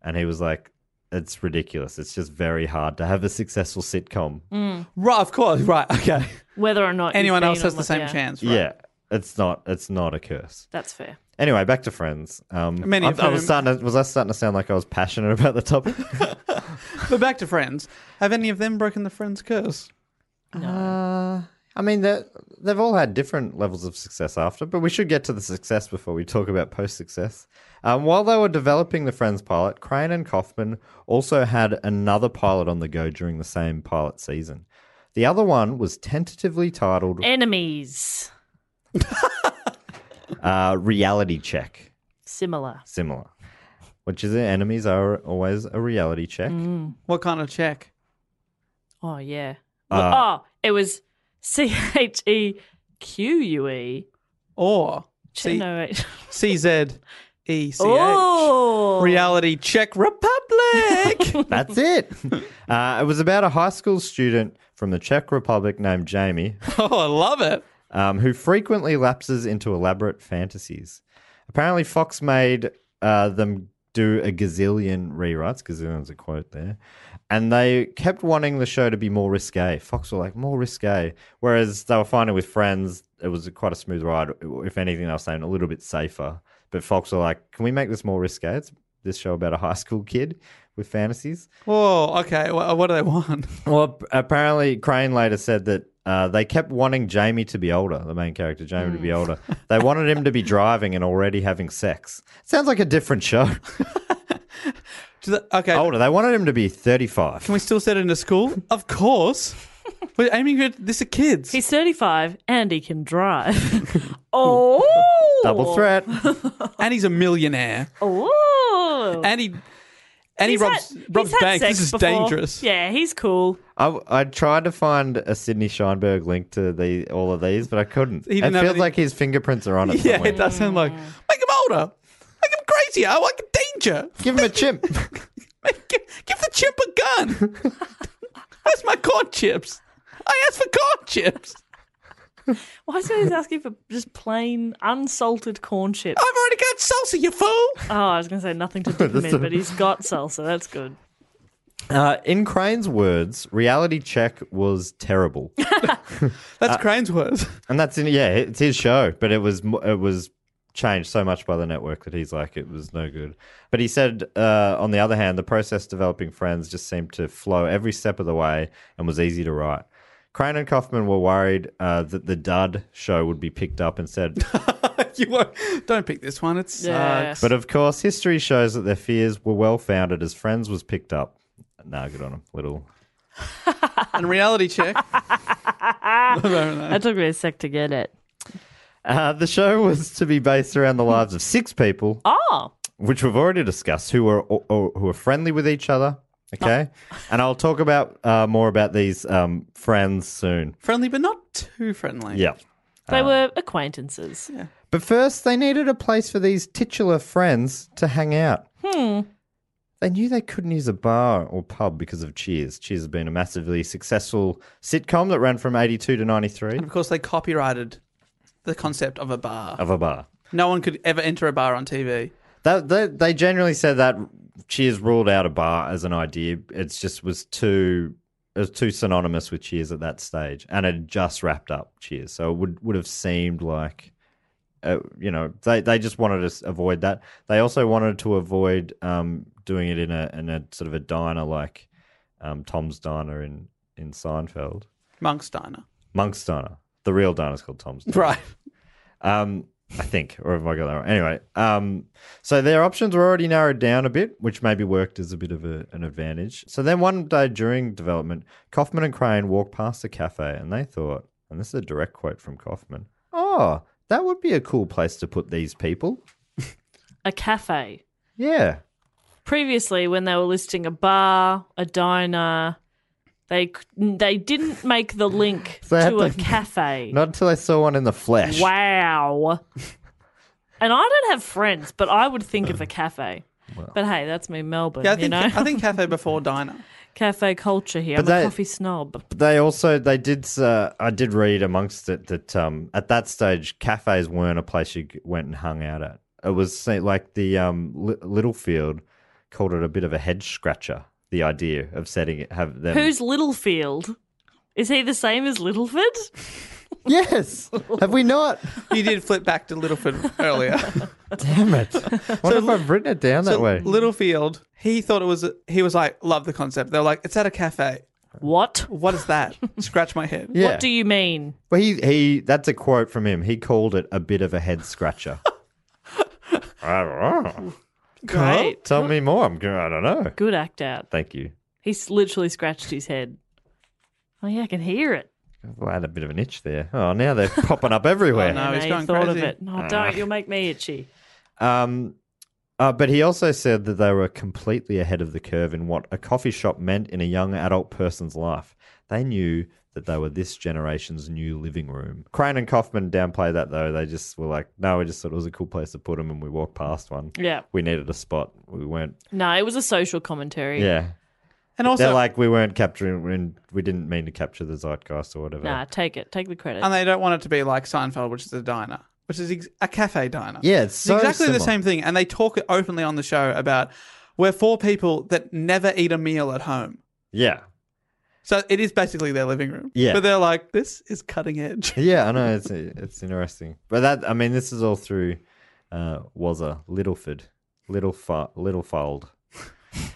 [SPEAKER 3] and he was like, "It's ridiculous. It's just very hard to have a successful sitcom."
[SPEAKER 4] Right, of course. Right, okay.
[SPEAKER 2] Whether or not you've
[SPEAKER 4] Anyone
[SPEAKER 2] been
[SPEAKER 4] else has
[SPEAKER 2] on
[SPEAKER 4] the same
[SPEAKER 2] yeah,
[SPEAKER 4] chance, right?
[SPEAKER 3] Yeah, it's not. It's not a curse.
[SPEAKER 2] That's fair.
[SPEAKER 3] Anyway, back to friends. Um,
[SPEAKER 4] Many
[SPEAKER 3] I,
[SPEAKER 4] of
[SPEAKER 3] I was
[SPEAKER 4] whom-
[SPEAKER 3] starting. To, was I starting to sound like I was passionate about the topic?
[SPEAKER 4] But back to Friends. Have any of them broken the Friends curse?
[SPEAKER 3] uh, I mean, they're- they've all had different levels of success after, but we should get to the success before we talk about post-success. Um, while they were developing the Friends pilot, Crane and Kaufman also had another pilot on the go during the same pilot season. The other one was tentatively titled
[SPEAKER 2] Enemies,
[SPEAKER 3] uh, "Reality Check."
[SPEAKER 2] similar.
[SPEAKER 3] Similar, which is enemies are always a reality check.
[SPEAKER 4] What kind of check?
[SPEAKER 2] Oh yeah.
[SPEAKER 3] Uh,
[SPEAKER 2] oh, it was C H E Q U E.
[SPEAKER 4] Or C-
[SPEAKER 2] No, wait.
[SPEAKER 4] CZECH.
[SPEAKER 2] Oh,
[SPEAKER 4] Reality Czech Republic.
[SPEAKER 3] That's it. Uh, it was about a high school student from the Czech Republic named Jamie
[SPEAKER 4] oh, I love it.
[SPEAKER 3] um, who frequently lapses into elaborate fantasies. Apparently, Fox made uh, them do a gazillion rewrites. Gazillion's a quote there. And they kept wanting the show to be more risque. Fox were like, more risque. Whereas they were finding with Friends, it was quite a smooth ride. If anything, they were saying a little bit safer. But Fox were like, can we make this more risque? It's this show about a high school kid with fantasies.
[SPEAKER 4] Oh, okay. Wha what do they want?
[SPEAKER 3] Well, ap- apparently, Crane later said that uh, they kept wanting Jamie to be older, the main character, Jamie to be
[SPEAKER 4] Mm.
[SPEAKER 3] older. They wanted him to be driving and already having sex. Sounds like a different show.
[SPEAKER 4] Do they- okay.
[SPEAKER 3] older. They wanted him to be 35.
[SPEAKER 4] Can we still set it in a school? of course. We're aiming at this at kids.
[SPEAKER 2] he's thirty-five and he can drive. oh,
[SPEAKER 3] Double threat.
[SPEAKER 4] and he's a millionaire.
[SPEAKER 2] Oh,
[SPEAKER 4] And he and
[SPEAKER 2] He's
[SPEAKER 4] he robs
[SPEAKER 2] had-
[SPEAKER 4] robs
[SPEAKER 2] he's had
[SPEAKER 4] banks.
[SPEAKER 2] sex
[SPEAKER 4] This is
[SPEAKER 2] before.
[SPEAKER 4] dangerous.
[SPEAKER 2] Yeah, he's cool.
[SPEAKER 3] I, I tried to find a Sydney Sheinberg link to the all of these, but I couldn't.
[SPEAKER 4] He
[SPEAKER 3] it
[SPEAKER 4] didn't have
[SPEAKER 3] feels
[SPEAKER 4] any-
[SPEAKER 3] like his fingerprints are on it.
[SPEAKER 4] Yeah,
[SPEAKER 3] somewhere.
[SPEAKER 4] it does sound like make him older. Make him crazier. I like danger.
[SPEAKER 3] Give him a chimp.
[SPEAKER 4] Make, give, give the chip a gun. Where's my corn chips? I asked for corn chips.
[SPEAKER 2] Why is he always asking for just plain unsalted corn chips?
[SPEAKER 4] I've already got salsa, you fool.
[SPEAKER 2] Oh, I was going to say nothing to dip him in, but he's got salsa. That's good.
[SPEAKER 3] uh, in Crane's words, reality check was terrible.
[SPEAKER 4] That's
[SPEAKER 2] Uh,
[SPEAKER 4] Crane's words.
[SPEAKER 3] And that's in yeah, it's his show, but it was mo- it was changed so much by the network that he's like it was no good. But he said, uh, on the other hand, the process developing Friends just seemed to flow every step of the way and was easy to write. Crane and Kaufman were worried uh, that the Dud show would be picked up and said,
[SPEAKER 4] you won't. Don't pick this one. It's uh,
[SPEAKER 2] Yeah.
[SPEAKER 3] but of course, history shows that their fears were well founded as Friends was picked up. Nah, good on him, little.
[SPEAKER 4] and reality check.
[SPEAKER 2] That took me a sec to get it.
[SPEAKER 3] Uh, the show was to be based around the lives of six people
[SPEAKER 2] Oh,
[SPEAKER 3] which we've already discussed, who are or, or, who are friendly with each other. Okay, and I'll talk about uh, more about these um, friends soon.
[SPEAKER 4] friendly, but not too friendly.
[SPEAKER 3] Yeah,
[SPEAKER 2] they
[SPEAKER 3] Ah.
[SPEAKER 2] were acquaintances.
[SPEAKER 3] but first they needed a place for these titular friends to hang out. Hmm. They knew they couldn't use a bar or pub because of Cheers. Cheers has been a massively successful sitcom that ran from eighty two to ninety three
[SPEAKER 4] And of course, they copyrighted the concept of a bar.
[SPEAKER 3] of a bar.
[SPEAKER 4] No one could ever enter a bar on TV.
[SPEAKER 3] That, they, they generally said that Cheers ruled out a bar as an idea. It's just was too it was too synonymous with Cheers at that stage, and it just wrapped up Cheers, so it would would have seemed like, uh, you know, they they just wanted to s- avoid that. They also wanted to avoid um, doing it in a in a sort of a diner like um, Tom's Diner in in Seinfeld,
[SPEAKER 4] Monk's Diner.
[SPEAKER 3] Monk's Diner. The real diner's called Tom's Diner.
[SPEAKER 4] Right.
[SPEAKER 3] Um, I think, or have I got that wrong? Anyway, um, so their options were already narrowed down a bit, which maybe worked as a bit of a, an advantage. So then one day during development, Kaufman and Crane walked past the cafe and they thought, and this is a direct quote from Kaufman, oh, that would be a cool place to put these people.
[SPEAKER 2] A cafe.
[SPEAKER 3] Yeah.
[SPEAKER 2] Previously, when they were listing a bar, a diner, they c- they didn't make the link
[SPEAKER 3] So they had
[SPEAKER 2] to a
[SPEAKER 3] to-
[SPEAKER 2] cafe.
[SPEAKER 3] Not until I saw one in the flesh.
[SPEAKER 2] Wow. and I don't have friends, but I would think of a cafe. But hey, that's me, Melbourne.
[SPEAKER 4] Yeah, I
[SPEAKER 2] you
[SPEAKER 4] think
[SPEAKER 2] know,
[SPEAKER 4] I think cafe before diner.
[SPEAKER 2] cafe culture here.
[SPEAKER 3] But
[SPEAKER 2] I'm
[SPEAKER 3] that-
[SPEAKER 2] a coffee snob.
[SPEAKER 3] But They also they did. Uh, I did read amongst it that um, at that stage, cafes weren't a place you g- went and hung out at. It was say, like the um, Li- Littlefield called it a bit of a head scratcher. The idea of setting it, have them.
[SPEAKER 2] Who's Littlefield? Is he the same as Littleford?
[SPEAKER 3] yes? Have we not?
[SPEAKER 4] You did flip back to Littleford earlier.
[SPEAKER 3] Damn it! I wonder if I've written it down that
[SPEAKER 4] So
[SPEAKER 3] way.
[SPEAKER 4] Littlefield, he thought it was. He was like, love the concept. They're like, it's at a cafe.
[SPEAKER 2] What?
[SPEAKER 4] What is that? Scratch my head.
[SPEAKER 3] yeah.
[SPEAKER 2] What do you mean?
[SPEAKER 3] Well, he he. That's a quote from him. He called it a bit of a head scratcher. I don't know.
[SPEAKER 2] Great.
[SPEAKER 3] Tell me more. I'm. go- I don't know.
[SPEAKER 2] Good act out.
[SPEAKER 3] Thank you.
[SPEAKER 2] He's literally scratched his head. Oh yeah, I can hear it.
[SPEAKER 3] Well, I had a bit of an itch there. Oh, now they're popping up everywhere.
[SPEAKER 4] no. Oh, he's
[SPEAKER 2] I
[SPEAKER 4] going
[SPEAKER 2] thought of
[SPEAKER 4] crazy.
[SPEAKER 2] it. No, don't. You'll make me itchy.
[SPEAKER 3] Um, uh, but he also said that they were completely ahead of the curve in what a coffee shop meant in a young adult person's life. They knew that they were this generation's new living room. Crane and Kaufman downplay that though. They just were like, no, we just thought it was a cool place to put them and we walked past one.
[SPEAKER 2] Yeah.
[SPEAKER 3] We needed a spot. We weren't.
[SPEAKER 2] No, it was a social commentary.
[SPEAKER 3] Yeah.
[SPEAKER 4] And also,
[SPEAKER 3] They're like, we weren't capturing, we- we didn't mean to capture the zeitgeist or whatever.
[SPEAKER 2] Nah, take it. Take the credit.
[SPEAKER 4] and they don't want it to be like Seinfeld, which is a diner, which is ex- a cafe diner.
[SPEAKER 3] Yeah, it's so
[SPEAKER 4] exactly the
[SPEAKER 3] similar.
[SPEAKER 4] same thing. And they talk openly on the show about we're four people that never eat a meal at home.
[SPEAKER 3] Yeah.
[SPEAKER 4] So it is basically their living room.
[SPEAKER 3] Yeah.
[SPEAKER 4] But they're like, this is cutting edge.
[SPEAKER 3] Yeah, I know it's it's interesting, but that I mean, this is all through uh, Wazza Littleford, Littlefa- Littlefold.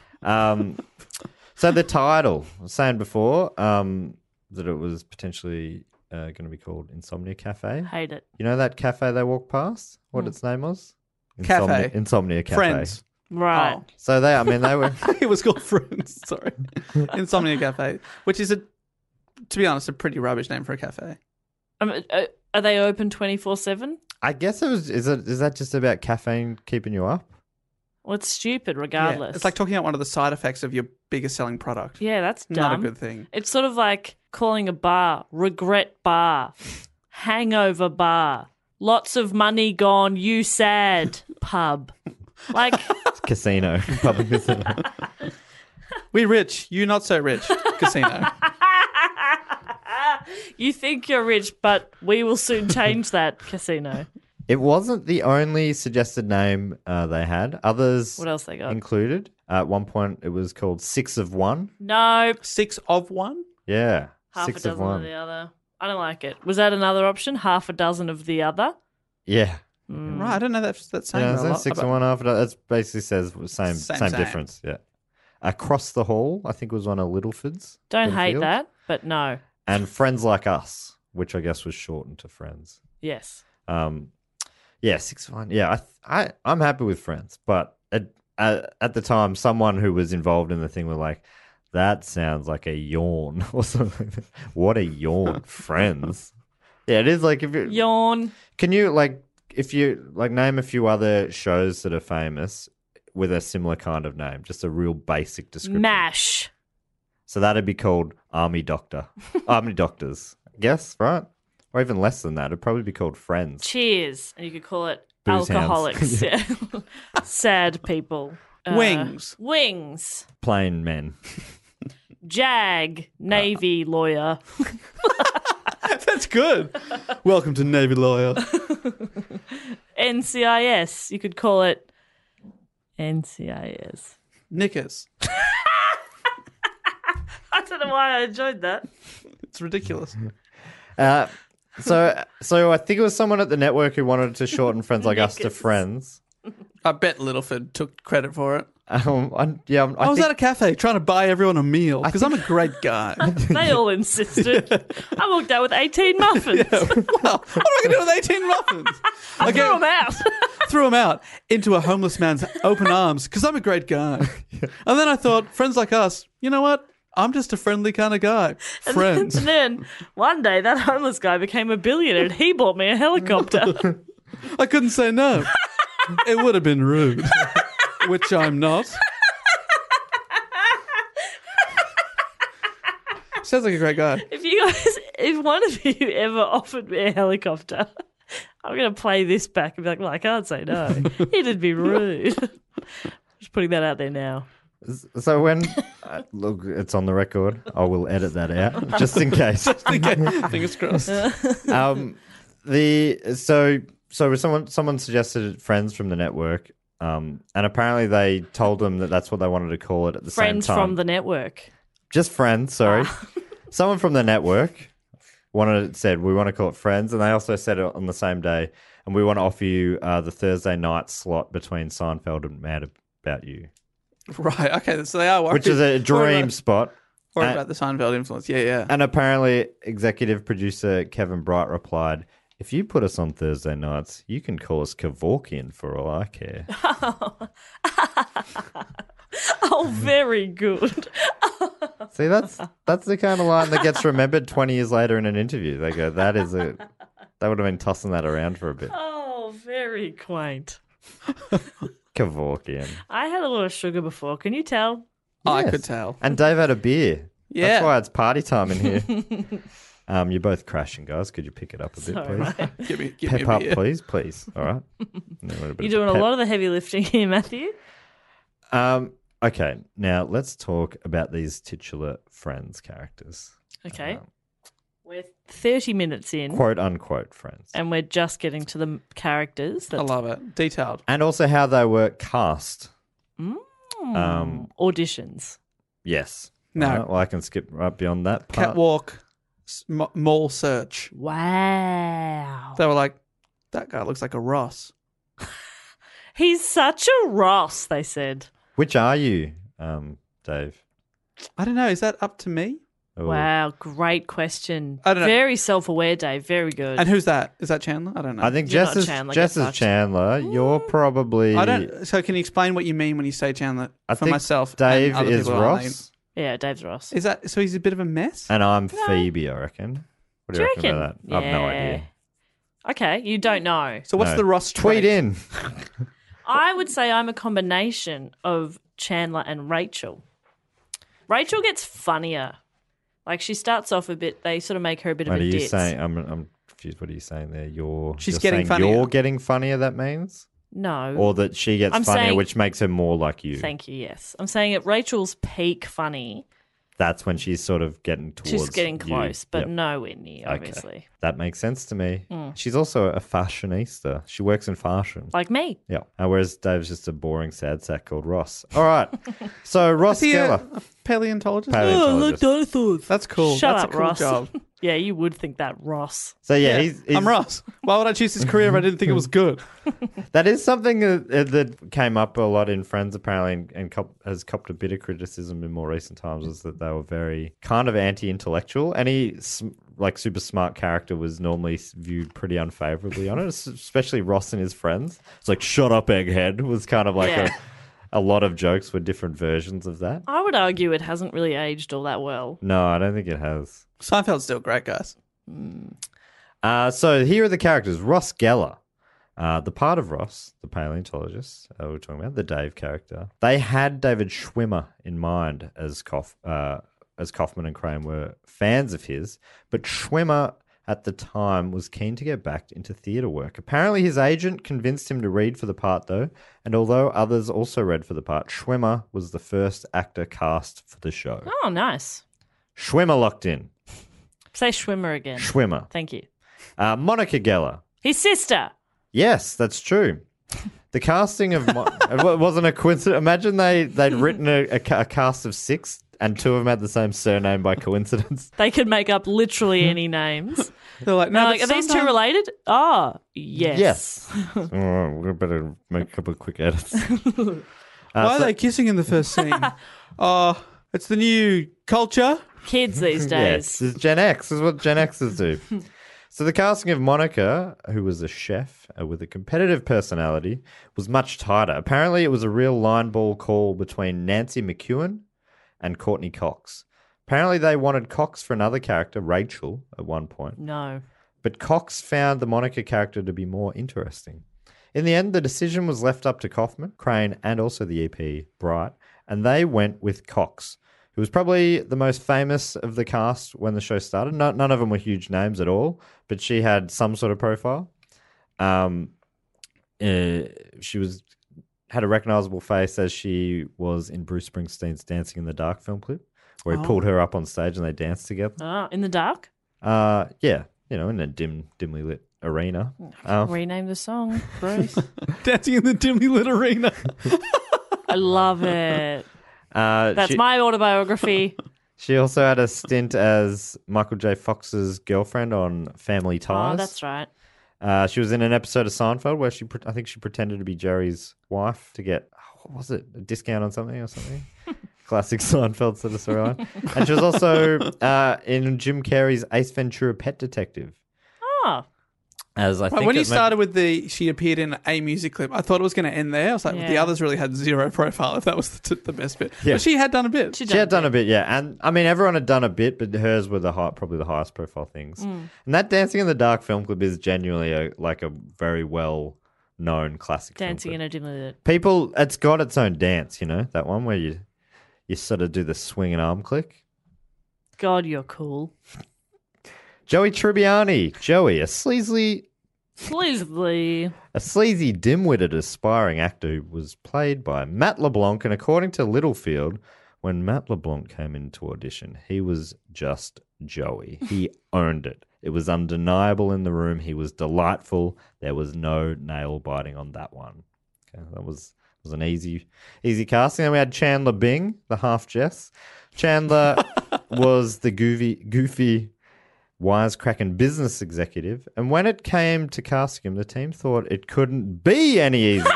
[SPEAKER 3] Um, so the title, I was saying before um, that it was potentially uh, going to be called Insomnia Cafe.
[SPEAKER 2] Hate it.
[SPEAKER 3] You know that cafe they walked past? What its name was?
[SPEAKER 4] Hmm. Cafe.
[SPEAKER 3] Insomnia, Insomnia Cafe.
[SPEAKER 4] Friends.
[SPEAKER 2] Right.
[SPEAKER 4] Oh.
[SPEAKER 3] So they, I mean, they were.
[SPEAKER 4] it was called Friends. Sorry. Insomnia Cafe, which is a, to be honest, a pretty rubbish name for a cafe.
[SPEAKER 2] Um, uh, are they open 24 7?
[SPEAKER 3] I guess it was. Is it? Is that just about caffeine keeping you up?
[SPEAKER 2] Well, it's stupid
[SPEAKER 4] Yeah.
[SPEAKER 2] regardless.
[SPEAKER 4] It's like talking about one of the side effects of your biggest selling product.
[SPEAKER 2] Yeah, that's dumb.
[SPEAKER 4] Not a good thing.
[SPEAKER 2] It's sort of like calling a bar regret bar, hangover bar, lots of money gone, you sad pub. Like,
[SPEAKER 3] It's casino, public casino.
[SPEAKER 4] We rich, you not so rich. Casino.
[SPEAKER 2] you think you're rich, but we will soon change that casino.
[SPEAKER 3] It wasn't the only suggested name uh, they had. Others
[SPEAKER 2] What else Uh, they got?
[SPEAKER 3] included. at one point, it was called Six of One.
[SPEAKER 2] Nope.
[SPEAKER 4] Six of one.
[SPEAKER 3] Yeah,
[SPEAKER 2] Half
[SPEAKER 3] Six
[SPEAKER 2] a
[SPEAKER 3] of
[SPEAKER 2] dozen of,
[SPEAKER 3] One.
[SPEAKER 2] the other. I don't like it. Was that another option? Half a dozen of the other?
[SPEAKER 3] Yeah,
[SPEAKER 2] Mm.
[SPEAKER 4] Right. I don't know that that saying.
[SPEAKER 3] yeah.
[SPEAKER 4] a
[SPEAKER 3] Isn't it
[SPEAKER 4] lot,
[SPEAKER 3] six
[SPEAKER 4] but-
[SPEAKER 3] of one half? a do- That's basically says same same,
[SPEAKER 4] Same, same.
[SPEAKER 3] difference. Yeah. Across the hall, I think was one of Littleford's.
[SPEAKER 2] Don't hate
[SPEAKER 3] Littlefield.
[SPEAKER 2] that, but no.
[SPEAKER 3] And Friends Like Us, which I guess was shortened to Friends.
[SPEAKER 2] Yes.
[SPEAKER 3] Um, yeah, six of one. Yeah, I, th- I, I'm happy with friends, but at, at at the time, someone who was involved in the thing were like, "That sounds like a yawn or something." what a yawn, friends. Yeah, it is like if you
[SPEAKER 2] Yawn.
[SPEAKER 3] can you like if you like name a few other shows that are famous with a similar kind of name, just a real basic description.
[SPEAKER 2] Mash.
[SPEAKER 3] So that'd be called Army Doctor, Army Doctors. Guess right, or even less than that. It'd probably be called Friends.
[SPEAKER 2] Cheers. And you could call it
[SPEAKER 3] Booze hounds.
[SPEAKER 2] alcoholics. Yeah. Sad people. Uh,
[SPEAKER 4] Wings.
[SPEAKER 2] Wings.
[SPEAKER 3] Plain men.
[SPEAKER 2] Jag. Navy lawyer.
[SPEAKER 4] That's good. Welcome to Navy Lawyer.
[SPEAKER 2] NCIS. You could call it NCIS.
[SPEAKER 4] Knickers.
[SPEAKER 2] I don't know why I enjoyed that.
[SPEAKER 4] It's ridiculous.
[SPEAKER 3] Uh, so, so I think it was someone at the network who wanted to shorten friends like us to
[SPEAKER 2] Knickers.
[SPEAKER 3] friends.
[SPEAKER 4] I bet Littleford took credit for it.
[SPEAKER 3] Um, I, yeah, I'm- I,
[SPEAKER 4] I, Oh, was
[SPEAKER 3] think-
[SPEAKER 4] at a cafe trying to buy everyone a meal because I'm a great guy.
[SPEAKER 2] They all insisted. I walked out with 18 muffins.
[SPEAKER 4] well, what am I going to do with 18 muffins? I
[SPEAKER 2] Throw 'em out.
[SPEAKER 4] threw him out into a homeless man's open arms because I'm a great guy. And then I thought, friends like us, you know what? I'm just a friendly kind of guy. Friends.
[SPEAKER 2] and then one day that homeless guy became a billionaire and he bought me a helicopter.
[SPEAKER 4] I couldn't say no. It would have been rude, which I'm not. Sounds like a great guy.
[SPEAKER 2] if you guys, if one of you ever offered me a helicopter, I'm going to play this back and be like, well, I can't say no. It'd be rude. Just putting that out there now.
[SPEAKER 3] so when uh, look, it's on the record. I will edit that out just in case.
[SPEAKER 4] Okay, Fingers crossed.
[SPEAKER 3] um, the so so someone someone suggested friends from the network, um, and apparently they told them that that's what they wanted to call it at the
[SPEAKER 2] Friends
[SPEAKER 3] same time.
[SPEAKER 2] from the network.
[SPEAKER 3] just friends. Sorry, someone from the network wanted said we want to call it friends, and they also said it on the same day. And we want to offer you uh, the Thursday night slot between Seinfeld and Mad About You,
[SPEAKER 4] Right. Okay. So they are worried.
[SPEAKER 3] which is a
[SPEAKER 4] Worried
[SPEAKER 3] dream Uh,
[SPEAKER 4] about,
[SPEAKER 3] spot.
[SPEAKER 4] worried about the Seinfeld influence. Yeah. Yeah.
[SPEAKER 3] And apparently, executive producer Kevin Bright replied, "If you put us on Thursday nights, you can call us Kevorkian for all I care."
[SPEAKER 2] Oh, very good.
[SPEAKER 3] See, that's that's the kind of line that gets remembered twenty years later in an interview. They go, "That is a." They would have been tossing that around for a bit.
[SPEAKER 2] Oh, very quaint.
[SPEAKER 3] Kevorkian.
[SPEAKER 2] I had a lot of sugar before. Can you tell?
[SPEAKER 4] I
[SPEAKER 3] Yes.
[SPEAKER 4] could tell.
[SPEAKER 3] And Dave had a beer.
[SPEAKER 4] Yeah.
[SPEAKER 3] That's why it's party time in here. um, you're both crashing, guys. Could you pick it up a bit, please?
[SPEAKER 4] Give me, give me
[SPEAKER 3] Pep
[SPEAKER 4] a
[SPEAKER 3] up,
[SPEAKER 4] beer.
[SPEAKER 3] please, please. All right. No, we're bit
[SPEAKER 2] You're
[SPEAKER 3] of
[SPEAKER 2] doing a
[SPEAKER 3] pep.
[SPEAKER 2] lot of the heavy lifting here, Matthew.
[SPEAKER 3] Um, okay, now let's talk about these titular friends characters,
[SPEAKER 2] Okay. we're 30 minutes in
[SPEAKER 3] quote unquote friends,
[SPEAKER 2] and we're just getting to the m- characters.
[SPEAKER 4] I
[SPEAKER 2] That
[SPEAKER 4] love it. Detailed.
[SPEAKER 3] and also how they were cast. Um,
[SPEAKER 2] Hmm, auditions.
[SPEAKER 3] yes.
[SPEAKER 4] No.
[SPEAKER 3] All right, well, I can skip right beyond that part.
[SPEAKER 4] Catwalk, s- m- mall search.
[SPEAKER 2] Wow.
[SPEAKER 4] They were like, that guy looks like a Ross.
[SPEAKER 2] He's such a Ross, they said.
[SPEAKER 3] Which are you, um, Dave?
[SPEAKER 4] I don't know. Is that up to me?
[SPEAKER 3] Or-
[SPEAKER 2] Wow, great question.
[SPEAKER 4] Oh. I don't know.
[SPEAKER 2] Very self aware, Dave. Very good.
[SPEAKER 4] And who's that? Is that Chandler? I don't know.
[SPEAKER 3] Uh, I think
[SPEAKER 2] You're
[SPEAKER 3] Jess
[SPEAKER 2] not
[SPEAKER 3] is
[SPEAKER 2] Chandler,
[SPEAKER 3] Jess
[SPEAKER 2] get
[SPEAKER 3] is
[SPEAKER 2] fucked.
[SPEAKER 3] Chandler. You're probably.
[SPEAKER 4] I don't. So can you explain what you mean when you say Chandler?
[SPEAKER 3] I
[SPEAKER 4] for
[SPEAKER 3] think
[SPEAKER 4] myself, and
[SPEAKER 3] Dave
[SPEAKER 4] other
[SPEAKER 3] is
[SPEAKER 4] people I know.
[SPEAKER 3] Ross, Uh,
[SPEAKER 2] yeah, Dave's Ross.
[SPEAKER 4] Is that so? He's a bit of a mess.
[SPEAKER 3] and I'm Phoebe. I reckon. What do,
[SPEAKER 2] Do
[SPEAKER 3] you
[SPEAKER 2] you
[SPEAKER 3] reckon, about
[SPEAKER 2] reckon?
[SPEAKER 3] that? I've no
[SPEAKER 2] Yeah.
[SPEAKER 3] idea.
[SPEAKER 2] Okay, you don't know.
[SPEAKER 4] So what's
[SPEAKER 3] No.
[SPEAKER 4] the Ross
[SPEAKER 3] Tweet
[SPEAKER 4] trait?
[SPEAKER 3] in.
[SPEAKER 2] I would say I'm a combination of Chandler and Rachel. Rachel gets funnier. Like she starts off a bit, they sort of make her a bit
[SPEAKER 3] What
[SPEAKER 2] of
[SPEAKER 3] are
[SPEAKER 2] a
[SPEAKER 3] you
[SPEAKER 2] ditz.
[SPEAKER 3] saying? I'm, I'm confused. What are you saying there? You're
[SPEAKER 4] She's
[SPEAKER 3] you're
[SPEAKER 4] getting
[SPEAKER 3] saying
[SPEAKER 4] funnier.
[SPEAKER 3] You're getting funnier. That means,
[SPEAKER 2] No.
[SPEAKER 3] or that she gets
[SPEAKER 2] I'm
[SPEAKER 3] funnier,
[SPEAKER 2] saying-
[SPEAKER 3] which makes her more like you.
[SPEAKER 2] Thank you. Yes, I'm saying at Rachel's peak funny,
[SPEAKER 3] That's when she's sort of getting towards.
[SPEAKER 2] she's getting
[SPEAKER 3] you.
[SPEAKER 2] close, but
[SPEAKER 3] Yep.
[SPEAKER 2] nowhere near.
[SPEAKER 3] Okay.
[SPEAKER 2] Obviously, Hmm.
[SPEAKER 3] that makes sense to me. She's also a fashionista. She works in fashion.
[SPEAKER 2] like me.
[SPEAKER 3] yeah. Uh, whereas Dave's just a boring sad sack called Ross. All right. so Ross
[SPEAKER 4] Is he a,
[SPEAKER 3] Geller.
[SPEAKER 4] a paleontologist?
[SPEAKER 3] paleontologist.
[SPEAKER 2] dinosaurs.
[SPEAKER 4] That's cool.
[SPEAKER 2] Shut
[SPEAKER 4] That's
[SPEAKER 2] up,
[SPEAKER 4] a cool
[SPEAKER 2] Ross.
[SPEAKER 4] job.
[SPEAKER 2] yeah, you would think that, Ross.
[SPEAKER 3] So yeah,
[SPEAKER 4] Yeah,
[SPEAKER 3] he's, he's
[SPEAKER 4] I'm Ross. Why would I choose this career if I didn't think it was good?
[SPEAKER 3] That is something uh, uh, that came up a lot in Friends, apparently, and, and cop, has copped a bit of criticism in more recent times. Was that they were very kind of anti-intellectual. Any s like super smart character was normally s- viewed pretty unfavorably on it, es- especially Ross and his friends. It's like "shut up, egghead" was kind of like
[SPEAKER 2] Yeah.
[SPEAKER 3] a, a lot of jokes were different versions of that.
[SPEAKER 2] I would argue it hasn't really aged all that well.
[SPEAKER 3] No, I don't think it has.
[SPEAKER 4] Seinfeld's still great, guys.
[SPEAKER 3] Uh, so here are the characters: Ross Geller, uh, the part of Ross, the paleontologist uh, we are talking about, the Dave character. They had David Schwimmer in mind as Kauf, uh, as Kaufman and Crane were fans of his, but Schwimmer at the time was keen to get back into theatre work. Apparently, his agent convinced him to read for the part, though, and although others also read for the part, Schwimmer was the first actor cast for the show.
[SPEAKER 2] Oh, nice.
[SPEAKER 3] Schwimmer locked in.
[SPEAKER 2] Say Schwimmer again.
[SPEAKER 3] Schwimmer.
[SPEAKER 2] Thank you.
[SPEAKER 3] Uh, Monica Geller.
[SPEAKER 2] His sister.
[SPEAKER 3] Yes, that's true. The casting of Mo- it wa- wasn't a coincidence. Imagine they they'd written a, a, ca- a cast of six and two of them had the same surname by coincidence.
[SPEAKER 2] They could make up literally any names.
[SPEAKER 4] They're like, no,
[SPEAKER 2] Now,
[SPEAKER 4] but
[SPEAKER 2] like, are these two
[SPEAKER 4] sometime-
[SPEAKER 2] related? Ah, yes.
[SPEAKER 3] oh, we better make a couple of quick edits. Uh,
[SPEAKER 4] Why are
[SPEAKER 3] so-
[SPEAKER 4] they kissing in the first scene? oh, it's the new culture.
[SPEAKER 2] Kids these
[SPEAKER 3] Yes,
[SPEAKER 2] days.
[SPEAKER 3] it's Gen X is what Gen Xers do. so the casting of Monica, who was a chef uh, with a competitive personality, was much tighter. Apparently, it was a real line ball call between Nancy McEwen and Courtney Cox. Apparently, they wanted Cox for another character, Rachel, at one point
[SPEAKER 2] No.
[SPEAKER 3] E Um, uh,
[SPEAKER 2] Ah, in the dark?
[SPEAKER 3] Uh, yeah, you know, in a dim, dimly lit arena.
[SPEAKER 2] Mm.
[SPEAKER 4] Oh.
[SPEAKER 3] Um,
[SPEAKER 2] Rename the song, Bruce.
[SPEAKER 4] Dancing in the dimly lit arena.
[SPEAKER 2] I love it.
[SPEAKER 3] uh,
[SPEAKER 2] That's
[SPEAKER 3] she,
[SPEAKER 2] my autobiography.
[SPEAKER 3] she also had a stint as Michael J. Fox's girlfriend on Family Ties.
[SPEAKER 2] Oh, that's right.
[SPEAKER 3] Uh, she was in an episode of Seinfeld where she, pre- I think, she pretended to be Jerry's wife to get oh, what was it, a discount on something or something. Classic Seinfeld sort of storyline. and she was also uh, in Jim Carrey's Ace Ventura: Pet Detective.
[SPEAKER 2] Ah,
[SPEAKER 3] As I
[SPEAKER 4] Right,
[SPEAKER 3] think
[SPEAKER 4] when
[SPEAKER 3] it
[SPEAKER 4] you
[SPEAKER 3] may-
[SPEAKER 4] started with the, she appeared in a music clip. I thought it was going to end there. I was like, the
[SPEAKER 2] Yeah.
[SPEAKER 4] others really had zero profile. If that was the, the best bit,
[SPEAKER 3] Yeah.
[SPEAKER 4] but she had done a bit.
[SPEAKER 2] she
[SPEAKER 3] She had done a bit, yeah. And I mean, everyone had done a bit, but hers were the high, probably the highest profile things.
[SPEAKER 2] Mm.
[SPEAKER 3] And that Dancing in the Dark film clip is genuinely a, like a very well known classic.
[SPEAKER 2] dancing in
[SPEAKER 3] film clip.
[SPEAKER 2] a dimly lit.
[SPEAKER 3] People, it's got its own dance, you know, that one where you you sort of do the swing and arm click.
[SPEAKER 2] God, you're cool.
[SPEAKER 3] Joey Tribbiani, Joey, a sleazy,
[SPEAKER 2] Sleazily.
[SPEAKER 3] a sleazy, dim-witted, aspiring actor who was played by Matt LeBlanc, and according to Littlefield. When Matt LeBlanc came in to audition, he was just Joey. He owned it. It was undeniable in the room. He was delightful. There was no nail biting on that one. Okay, that was was an easy easy casting. Then we had Chandler Bing, the half Jess. Chandler was the goofy goofy wisecracking business executive, and when it came to casting him, the team thought it couldn't be any easier.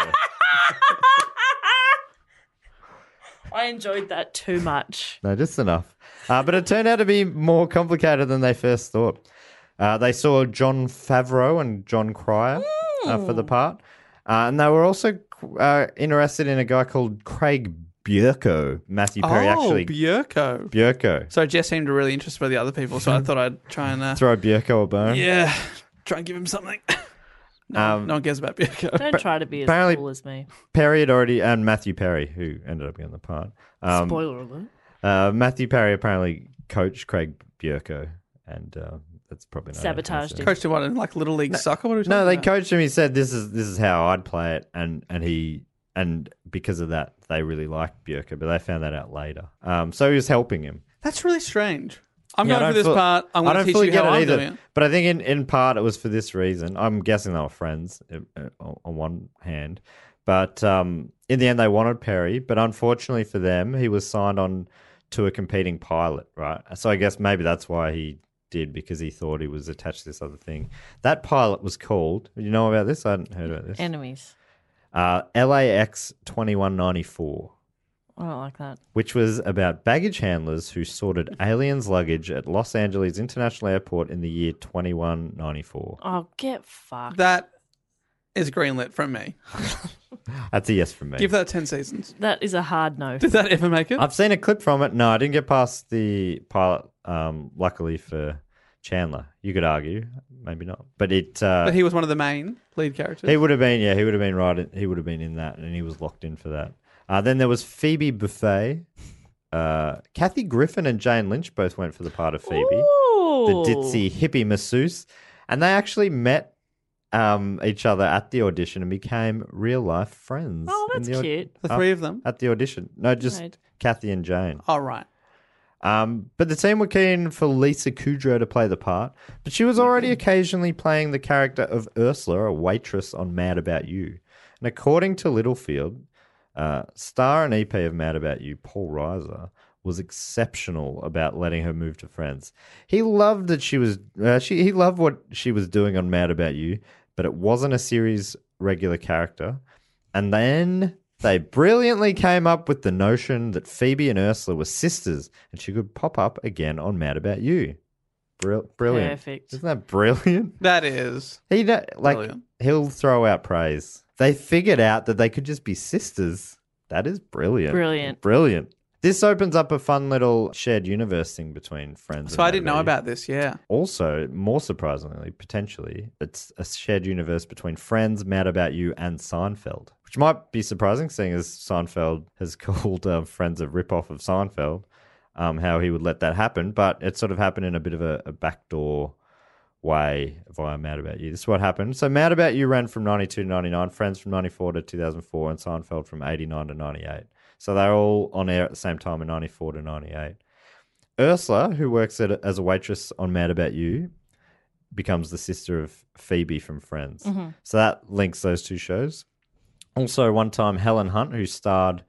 [SPEAKER 2] I enjoyed that too much.
[SPEAKER 3] No, just enough. Uh, but it turned out to be more complicated than they first thought. Uh, they saw John Favreau and John Cryer uh, for
[SPEAKER 4] Mm.
[SPEAKER 3] the part. Uh, and they were also uh, interested in a guy called Craig Bierko. Matthew Perry
[SPEAKER 4] oh,
[SPEAKER 3] actually.
[SPEAKER 4] Bjorko.
[SPEAKER 3] Bierko.
[SPEAKER 4] So Jess seemed really interested by the other people, so I thought I'd try and uh,
[SPEAKER 3] Throw Bierko a bone.
[SPEAKER 4] yeah, try and give him something. no,
[SPEAKER 3] Um,
[SPEAKER 4] no one cares about Bjorko.
[SPEAKER 2] Don't try to be as
[SPEAKER 3] apparently-
[SPEAKER 2] cool as me.
[SPEAKER 3] Perry had already, and Matthew Perry, who ended up getting the part. Um,
[SPEAKER 2] Spoiler alert.
[SPEAKER 3] uh, Matthew Perry apparently coached Craig Bierko, and uh, that's probably not
[SPEAKER 2] Sabotaged him.
[SPEAKER 4] Coached him what in like little league soccer. What are we
[SPEAKER 3] No,
[SPEAKER 4] talking
[SPEAKER 3] they
[SPEAKER 4] about?
[SPEAKER 3] coached him. He said, "This is this is how I'd play it," and and he and because of that, they really liked Bjerker, but they found that out later. Um, so he was helping him.
[SPEAKER 4] That's really strange. I'm
[SPEAKER 3] Yeah, I
[SPEAKER 4] going
[SPEAKER 3] don't
[SPEAKER 4] for this
[SPEAKER 3] fully-
[SPEAKER 4] part. I'm
[SPEAKER 3] I don't
[SPEAKER 4] going to teach
[SPEAKER 3] fully
[SPEAKER 4] you
[SPEAKER 3] get
[SPEAKER 4] how
[SPEAKER 3] it
[SPEAKER 4] I'm
[SPEAKER 3] either.
[SPEAKER 4] doing it.
[SPEAKER 3] But I think in, in part it was for this reason. I'm guessing they were friends uh, uh, on one hand, but um, in the end they wanted Perry. But unfortunately for them, he was signed on to a competing pilot, right? So I guess maybe that's why he did because he thought he was attached to this other thing. That pilot was called. You know about this? I hadn't heard about this.
[SPEAKER 2] Enemies.
[SPEAKER 3] uh, LAX 2194,
[SPEAKER 2] I don't like that.
[SPEAKER 3] which was about baggage handlers who sorted aliens' luggage at Los Angeles International Airport in the year 2194.
[SPEAKER 2] Oh, get fucked.
[SPEAKER 4] That is greenlit from me.
[SPEAKER 3] That's a yes from me.
[SPEAKER 4] Give that ten seasons.
[SPEAKER 2] that is a hard no.
[SPEAKER 4] Did that ever make it?
[SPEAKER 3] I've seen a clip from it. No, I didn't get past the pilot, um, luckily for Chandler. You could argue, maybe not. But it. Uh,
[SPEAKER 4] but he was one of the main lead characters.
[SPEAKER 3] He would have been, yeah, he would have been right. In, he would have been in that, and he was locked in for that. Uh, then there was Phoebe Buffet. Uh, Kathy Griffin and Jane Lynch both went for the part of Phoebe, the
[SPEAKER 2] Ooh.
[SPEAKER 3] ditzy hippie masseuse, and they actually met um, each other at the audition and became real life friends.
[SPEAKER 2] Oh,
[SPEAKER 3] in
[SPEAKER 2] that's
[SPEAKER 3] the au-
[SPEAKER 2] cute.
[SPEAKER 4] the three of them.
[SPEAKER 3] At the audition, no, just
[SPEAKER 2] Right.
[SPEAKER 3] Kathy and Jane.
[SPEAKER 4] All right.
[SPEAKER 3] Um, but the team were keen for Lisa Kudrow to play the part, but she was already occasionally playing the character of Ursula, a waitress on Mad About You. And E according to Littlefield, uh, star and EP of Mad About You, Paul Reiser, was exceptional about letting her move to France. He loved that she was uh, she he loved what she was doing on Mad About You, but it wasn't a series regular character. And then they brilliantly came up with the notion that Phoebe and Ursula were sisters and she could pop up again on Mad About You. Brill- brilliant.
[SPEAKER 2] Perfect.
[SPEAKER 3] Isn't that brilliant?
[SPEAKER 4] That is.
[SPEAKER 3] He do- like
[SPEAKER 4] Brilliant.
[SPEAKER 3] he'll throw out praise. They figured out that they could just be sisters. That is brilliant.
[SPEAKER 2] Brilliant.
[SPEAKER 3] Brilliant. This opens up a fun little shared universe thing between friends.
[SPEAKER 4] So
[SPEAKER 3] and
[SPEAKER 4] I didn't know
[SPEAKER 3] Nobody.
[SPEAKER 4] about this. Yeah.
[SPEAKER 3] Also, more surprisingly, potentially, it's a shared universe between Friends, Mad About You, and Seinfeld, which might be surprising, seeing as Seinfeld has called uh, Friends a ripoff of Seinfeld, um, how he would let that happen. But it sort of happened in a bit of a, a backdoor way via Mad About You. This is what happened. So Mad About You ran from 92 to 99, Friends from 94 to 2004, and Seinfeld from 89 to 98. So they're all on air at the same time in 94 to 98. Ursula, who works at, as a waitress on Mad About You, becomes the sister of Phoebe from Friends.
[SPEAKER 2] Mm-hmm.
[SPEAKER 3] So that links those two shows. Also, one time Helen Hunt, who starred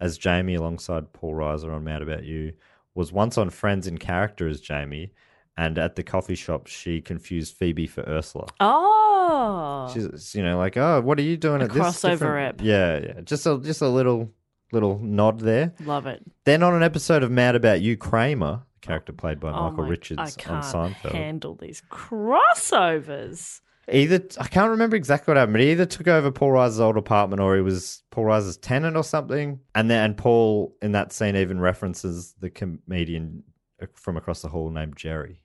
[SPEAKER 3] as Jamie alongside Paul Reiser on Mad About You, was once on Friends in character as Jamie, and at the coffee shop she confused Phoebe for Ursula.
[SPEAKER 2] Oh.
[SPEAKER 3] She's you know like, oh, what are you doing
[SPEAKER 2] A
[SPEAKER 3] at this
[SPEAKER 2] crossover
[SPEAKER 3] different-"
[SPEAKER 2] rep.
[SPEAKER 3] Yeah, yeah, just a just a little little nod there.
[SPEAKER 2] Love it.
[SPEAKER 3] Then on an episode of Mad About You, Kramer, the character played by
[SPEAKER 2] Oh
[SPEAKER 3] Michael
[SPEAKER 2] my-
[SPEAKER 3] Richards
[SPEAKER 2] I
[SPEAKER 3] on
[SPEAKER 2] can't
[SPEAKER 3] Seinfeld,
[SPEAKER 2] handle these crossovers.
[SPEAKER 3] either I can't remember exactly what happened. But he either took over Paul Reiser's old apartment, or he was Paul Reiser's tenant, or something. And then and Paul in that scene even references the comedian uh, from across the hall named Jerry.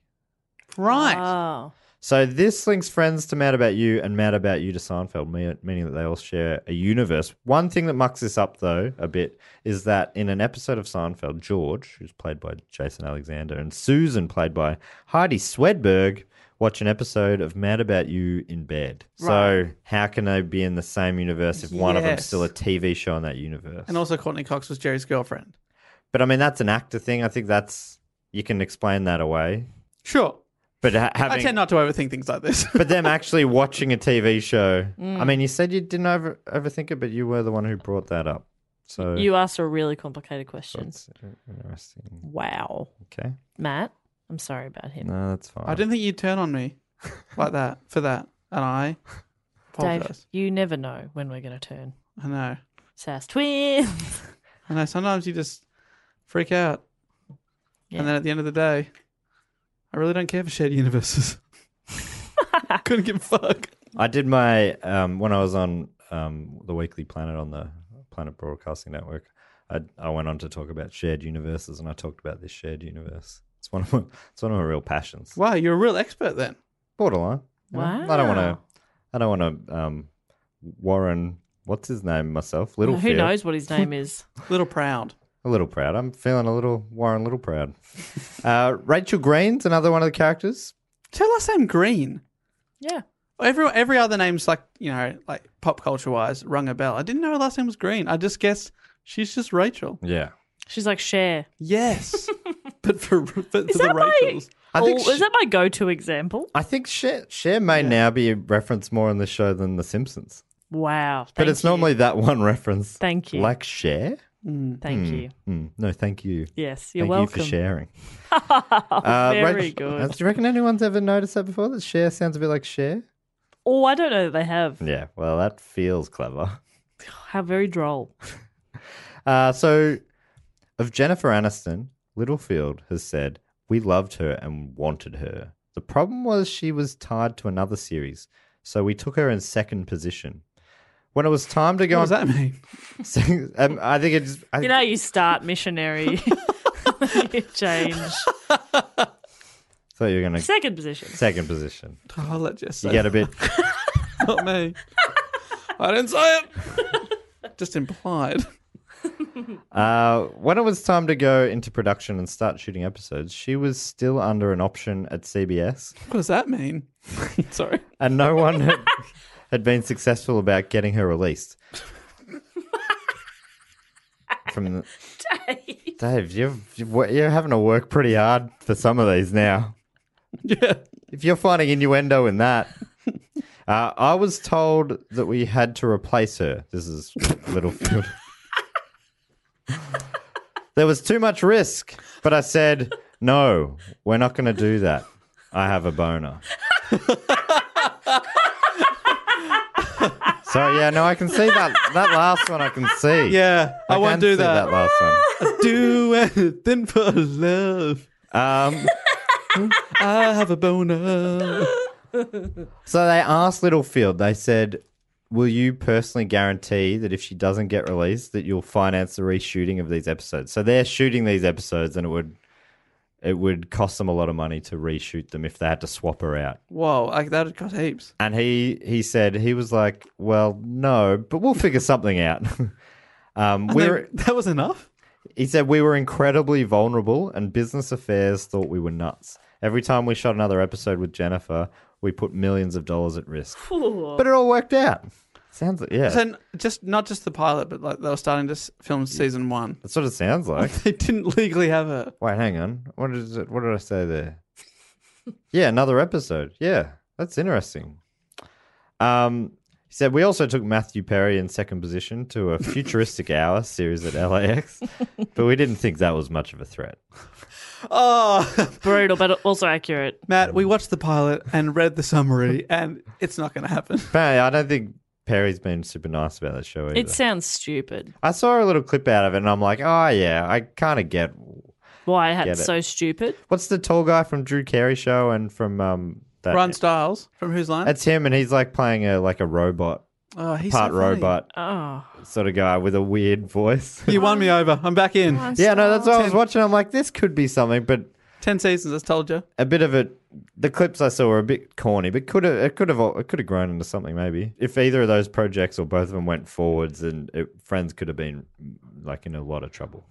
[SPEAKER 4] Right.
[SPEAKER 2] Oh.
[SPEAKER 3] So this links Friends to Mad About You and Mad About You to Seinfeld, me- meaning that they all share a universe. One thing that mucks this up though a bit is that in an episode of Seinfeld, George, who's played by Jason Alexander, and Susan, played by Heidi Swedberg, watch an episode of Mad About You in bed. So how can they be in the same universe if one of them's
[SPEAKER 4] Yes.
[SPEAKER 3] still a TV show in that universe?
[SPEAKER 4] and also, Courtney Cox was Jerry's girlfriend.
[SPEAKER 3] but I mean, that's an actor thing. I think that's you can explain that away.
[SPEAKER 4] Sure.
[SPEAKER 3] But ha- having
[SPEAKER 4] I tend not to overthink things like this.
[SPEAKER 3] but them actually watching a TV show.
[SPEAKER 2] Mm.
[SPEAKER 3] I mean, you said you didn't over overthink it, but you were the one who brought that up. So
[SPEAKER 2] You asked a really complicated question.
[SPEAKER 3] that's interesting.
[SPEAKER 2] Wow.
[SPEAKER 3] Okay,
[SPEAKER 2] Matt, I'm sorry about him.
[SPEAKER 3] no, that's fine.
[SPEAKER 4] I didn't think you'd turn on me like that for that. And I
[SPEAKER 2] Dave,
[SPEAKER 4] apologize.
[SPEAKER 2] you never know when we're going to turn.
[SPEAKER 4] I know.
[SPEAKER 2] Sass twins.
[SPEAKER 4] I know. Sometimes you just freak out.
[SPEAKER 2] Yeah.
[SPEAKER 4] And then at the end of the day, I really don't care for shared universes. Couldn't give a fuck.
[SPEAKER 3] I did my um, when I was on um, the Weekly Planet on the Planet Broadcasting Network. I, I went on to talk about shared universes, and I talked about this shared universe. It's one of my, it's one of my real passions.
[SPEAKER 4] Wow, you're a real expert then.
[SPEAKER 3] Borderline. you know? I don't want
[SPEAKER 2] Wow.
[SPEAKER 3] to. I don't want to. Um, Warren, what's his name? Myself, Little.
[SPEAKER 2] Who knows what his name is?
[SPEAKER 4] Little proud.
[SPEAKER 3] A little proud. I'm feeling a little Warren Little proud. Uh, Rachel Green's another one of the characters.
[SPEAKER 4] Tell us I'm green.
[SPEAKER 2] Yeah.
[SPEAKER 4] Every every other name's like you know like pop culture wise rung a bell. I didn't know her last name was Green. I just guessed she's just Rachel.
[SPEAKER 3] Yeah.
[SPEAKER 2] She's like Cher.
[SPEAKER 4] Yes, but for but
[SPEAKER 2] Is
[SPEAKER 4] for the
[SPEAKER 2] that my-
[SPEAKER 4] Rachels,
[SPEAKER 3] I think
[SPEAKER 2] Oh,
[SPEAKER 3] she-
[SPEAKER 2] is that my go to example?
[SPEAKER 3] I think Cher, Cher may now be referenced more in the show than The Simpsons.
[SPEAKER 2] Wow.
[SPEAKER 3] But
[SPEAKER 2] Thank
[SPEAKER 3] it's
[SPEAKER 2] you.
[SPEAKER 3] normally that one reference.
[SPEAKER 2] Thank you.
[SPEAKER 3] Like Cher?
[SPEAKER 2] Thank you.
[SPEAKER 3] Hmm. no, thank you.
[SPEAKER 2] Yes, you're
[SPEAKER 3] thank
[SPEAKER 2] welcome.
[SPEAKER 3] you
[SPEAKER 2] Oh,
[SPEAKER 3] for sharing.
[SPEAKER 2] Very
[SPEAKER 3] Rach-
[SPEAKER 2] good.
[SPEAKER 3] uh, do you reckon anyone's ever noticed that before? That Cher sounds a bit like Cher?
[SPEAKER 2] Oh, I don't know that they have.
[SPEAKER 3] Yeah, well, that feels clever.
[SPEAKER 2] How very droll.
[SPEAKER 3] Uh, so, of Jennifer Aniston, Littlefield has said, We loved her and wanted her. The problem was she was tied to another series, so we took her in second position. When it was time to go
[SPEAKER 4] what
[SPEAKER 3] on,
[SPEAKER 4] does that mean?
[SPEAKER 3] um, I think it's I,
[SPEAKER 2] You know, you start missionary, you change.
[SPEAKER 3] thought you were going to
[SPEAKER 2] Second position.
[SPEAKER 3] second position.
[SPEAKER 4] Oh, I'll let Jess say
[SPEAKER 3] You get a bit.
[SPEAKER 4] it, not me. I didn't say it. just implied.
[SPEAKER 3] Uh, when it was time to go into production and start shooting episodes, she was still under an option at CBS,
[SPEAKER 4] What does that mean? Sorry.
[SPEAKER 3] and no one had, had been successful about getting her released. From the, Dave, you've, you've wo- you're having to work pretty hard for some of these now.
[SPEAKER 4] Yeah.
[SPEAKER 3] If you're finding innuendo in that, uh, I was told that we had to replace her. This is Littlefield. There was too much risk, but I said, no, we're not going to do that. I have a boner. so yeah, no, I can see that. That last one, I can see.
[SPEAKER 4] Yeah, I,
[SPEAKER 3] can
[SPEAKER 4] won't do
[SPEAKER 3] see
[SPEAKER 4] that.
[SPEAKER 3] That last one.
[SPEAKER 4] do anything for love.
[SPEAKER 3] Um,
[SPEAKER 4] I have a boner.
[SPEAKER 3] so they asked Littlefield. They said, "Will you personally guarantee that if she doesn't get released, that you'll finance the reshooting of these episodes?" So they're shooting these episodes, and it would it would cost them a lot of money to reshoot them if they had to swap her out.
[SPEAKER 4] Whoa, I, that got heaps.
[SPEAKER 3] And he he said he was like, "Well, no, but we'll figure something out." um,
[SPEAKER 4] And
[SPEAKER 3] we're
[SPEAKER 4] they- that was enough.
[SPEAKER 3] He said we were incredibly vulnerable and business affairs thought we were nuts. Every time we shot another episode with Jennifer, we put millions of dollars at risk. But it all worked out. Sounds like, yeah.
[SPEAKER 4] So n- just not just the pilot, but like they were starting to s- film season one.
[SPEAKER 3] That's what it sounds like.
[SPEAKER 4] They didn't legally have her.
[SPEAKER 3] Wait, hang on. What is it? What did I say there? yeah, another episode. Yeah, that's interesting. Um, he said we also took Matthew Perry in second position to a futuristic hour series at LAX, but we didn't think that was much of a threat.
[SPEAKER 4] Oh,
[SPEAKER 2] Brutal, but also accurate.
[SPEAKER 4] Matt, we watched the pilot and read the summary, and it's not going to happen.
[SPEAKER 3] Apparently, I don't think Perry's been super nice about that show either.
[SPEAKER 2] It sounds stupid.
[SPEAKER 3] I saw a little clip out of it, and I'm like, oh yeah, I kind of get
[SPEAKER 2] Why I had
[SPEAKER 3] Get it.
[SPEAKER 2] so stupid?
[SPEAKER 3] what's the tall guy from Drew Carey show and from um that.
[SPEAKER 4] Ron Stiles from Who's Line?
[SPEAKER 3] That's him, and he's like playing a like a robot,
[SPEAKER 4] oh, he's so
[SPEAKER 3] part
[SPEAKER 4] funny.
[SPEAKER 3] robot
[SPEAKER 8] Ah,
[SPEAKER 2] Oh,
[SPEAKER 3] sort of guy with a weird voice.
[SPEAKER 4] You won me over. I'm back in.
[SPEAKER 3] yeah, no, that's what I was watching. I'm like, this could be something, but
[SPEAKER 4] Ten seasons, I told you.
[SPEAKER 3] a bit of it. The clips I saw were a bit corny, but could have it could have it could have grown into something maybe if either of those projects or both of them went forwards, and it, Friends could have been like in a lot of trouble.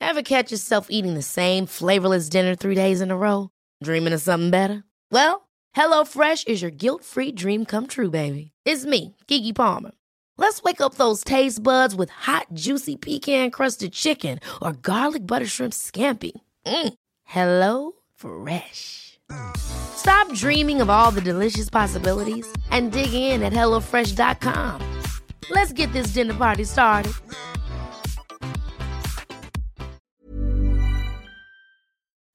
[SPEAKER 9] Ever catch yourself eating the same flavorless dinner three days in a row? Dreaming of something better? Well, HelloFresh is your guilt free dream come true, baby. It's me, Gigi Palmer. Let's wake up those taste buds with hot, juicy pecan crusted chicken or garlic butter shrimp scampi. Mm. Hello Fresh. Stop dreaming of all the delicious possibilities and dig in at HelloFresh.com. Let's get this dinner party started.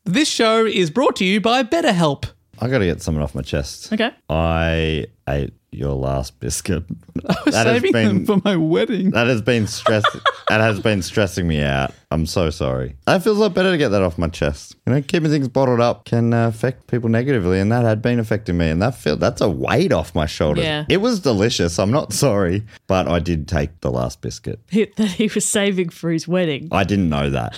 [SPEAKER 7] This show is brought to you by BetterHelp.
[SPEAKER 3] I got to get something off my chest.
[SPEAKER 2] okay.
[SPEAKER 3] I ate your last biscuit.
[SPEAKER 7] I was
[SPEAKER 3] That
[SPEAKER 7] Oh,
[SPEAKER 3] has
[SPEAKER 7] saving them
[SPEAKER 3] been-
[SPEAKER 7] for my wedding.
[SPEAKER 3] That has been stress. that has been stressing me out. I'm so sorry. I feels a lot better to get that off my chest. You know, keeping things bottled up can uh, affect people negatively, and that had been affecting me. And that feel that's a weight off my shoulders.
[SPEAKER 2] Yeah.
[SPEAKER 3] It was delicious. I'm not sorry, but I did take the last biscuit.
[SPEAKER 8] Hit that he was saving for his wedding.
[SPEAKER 3] I didn't know that.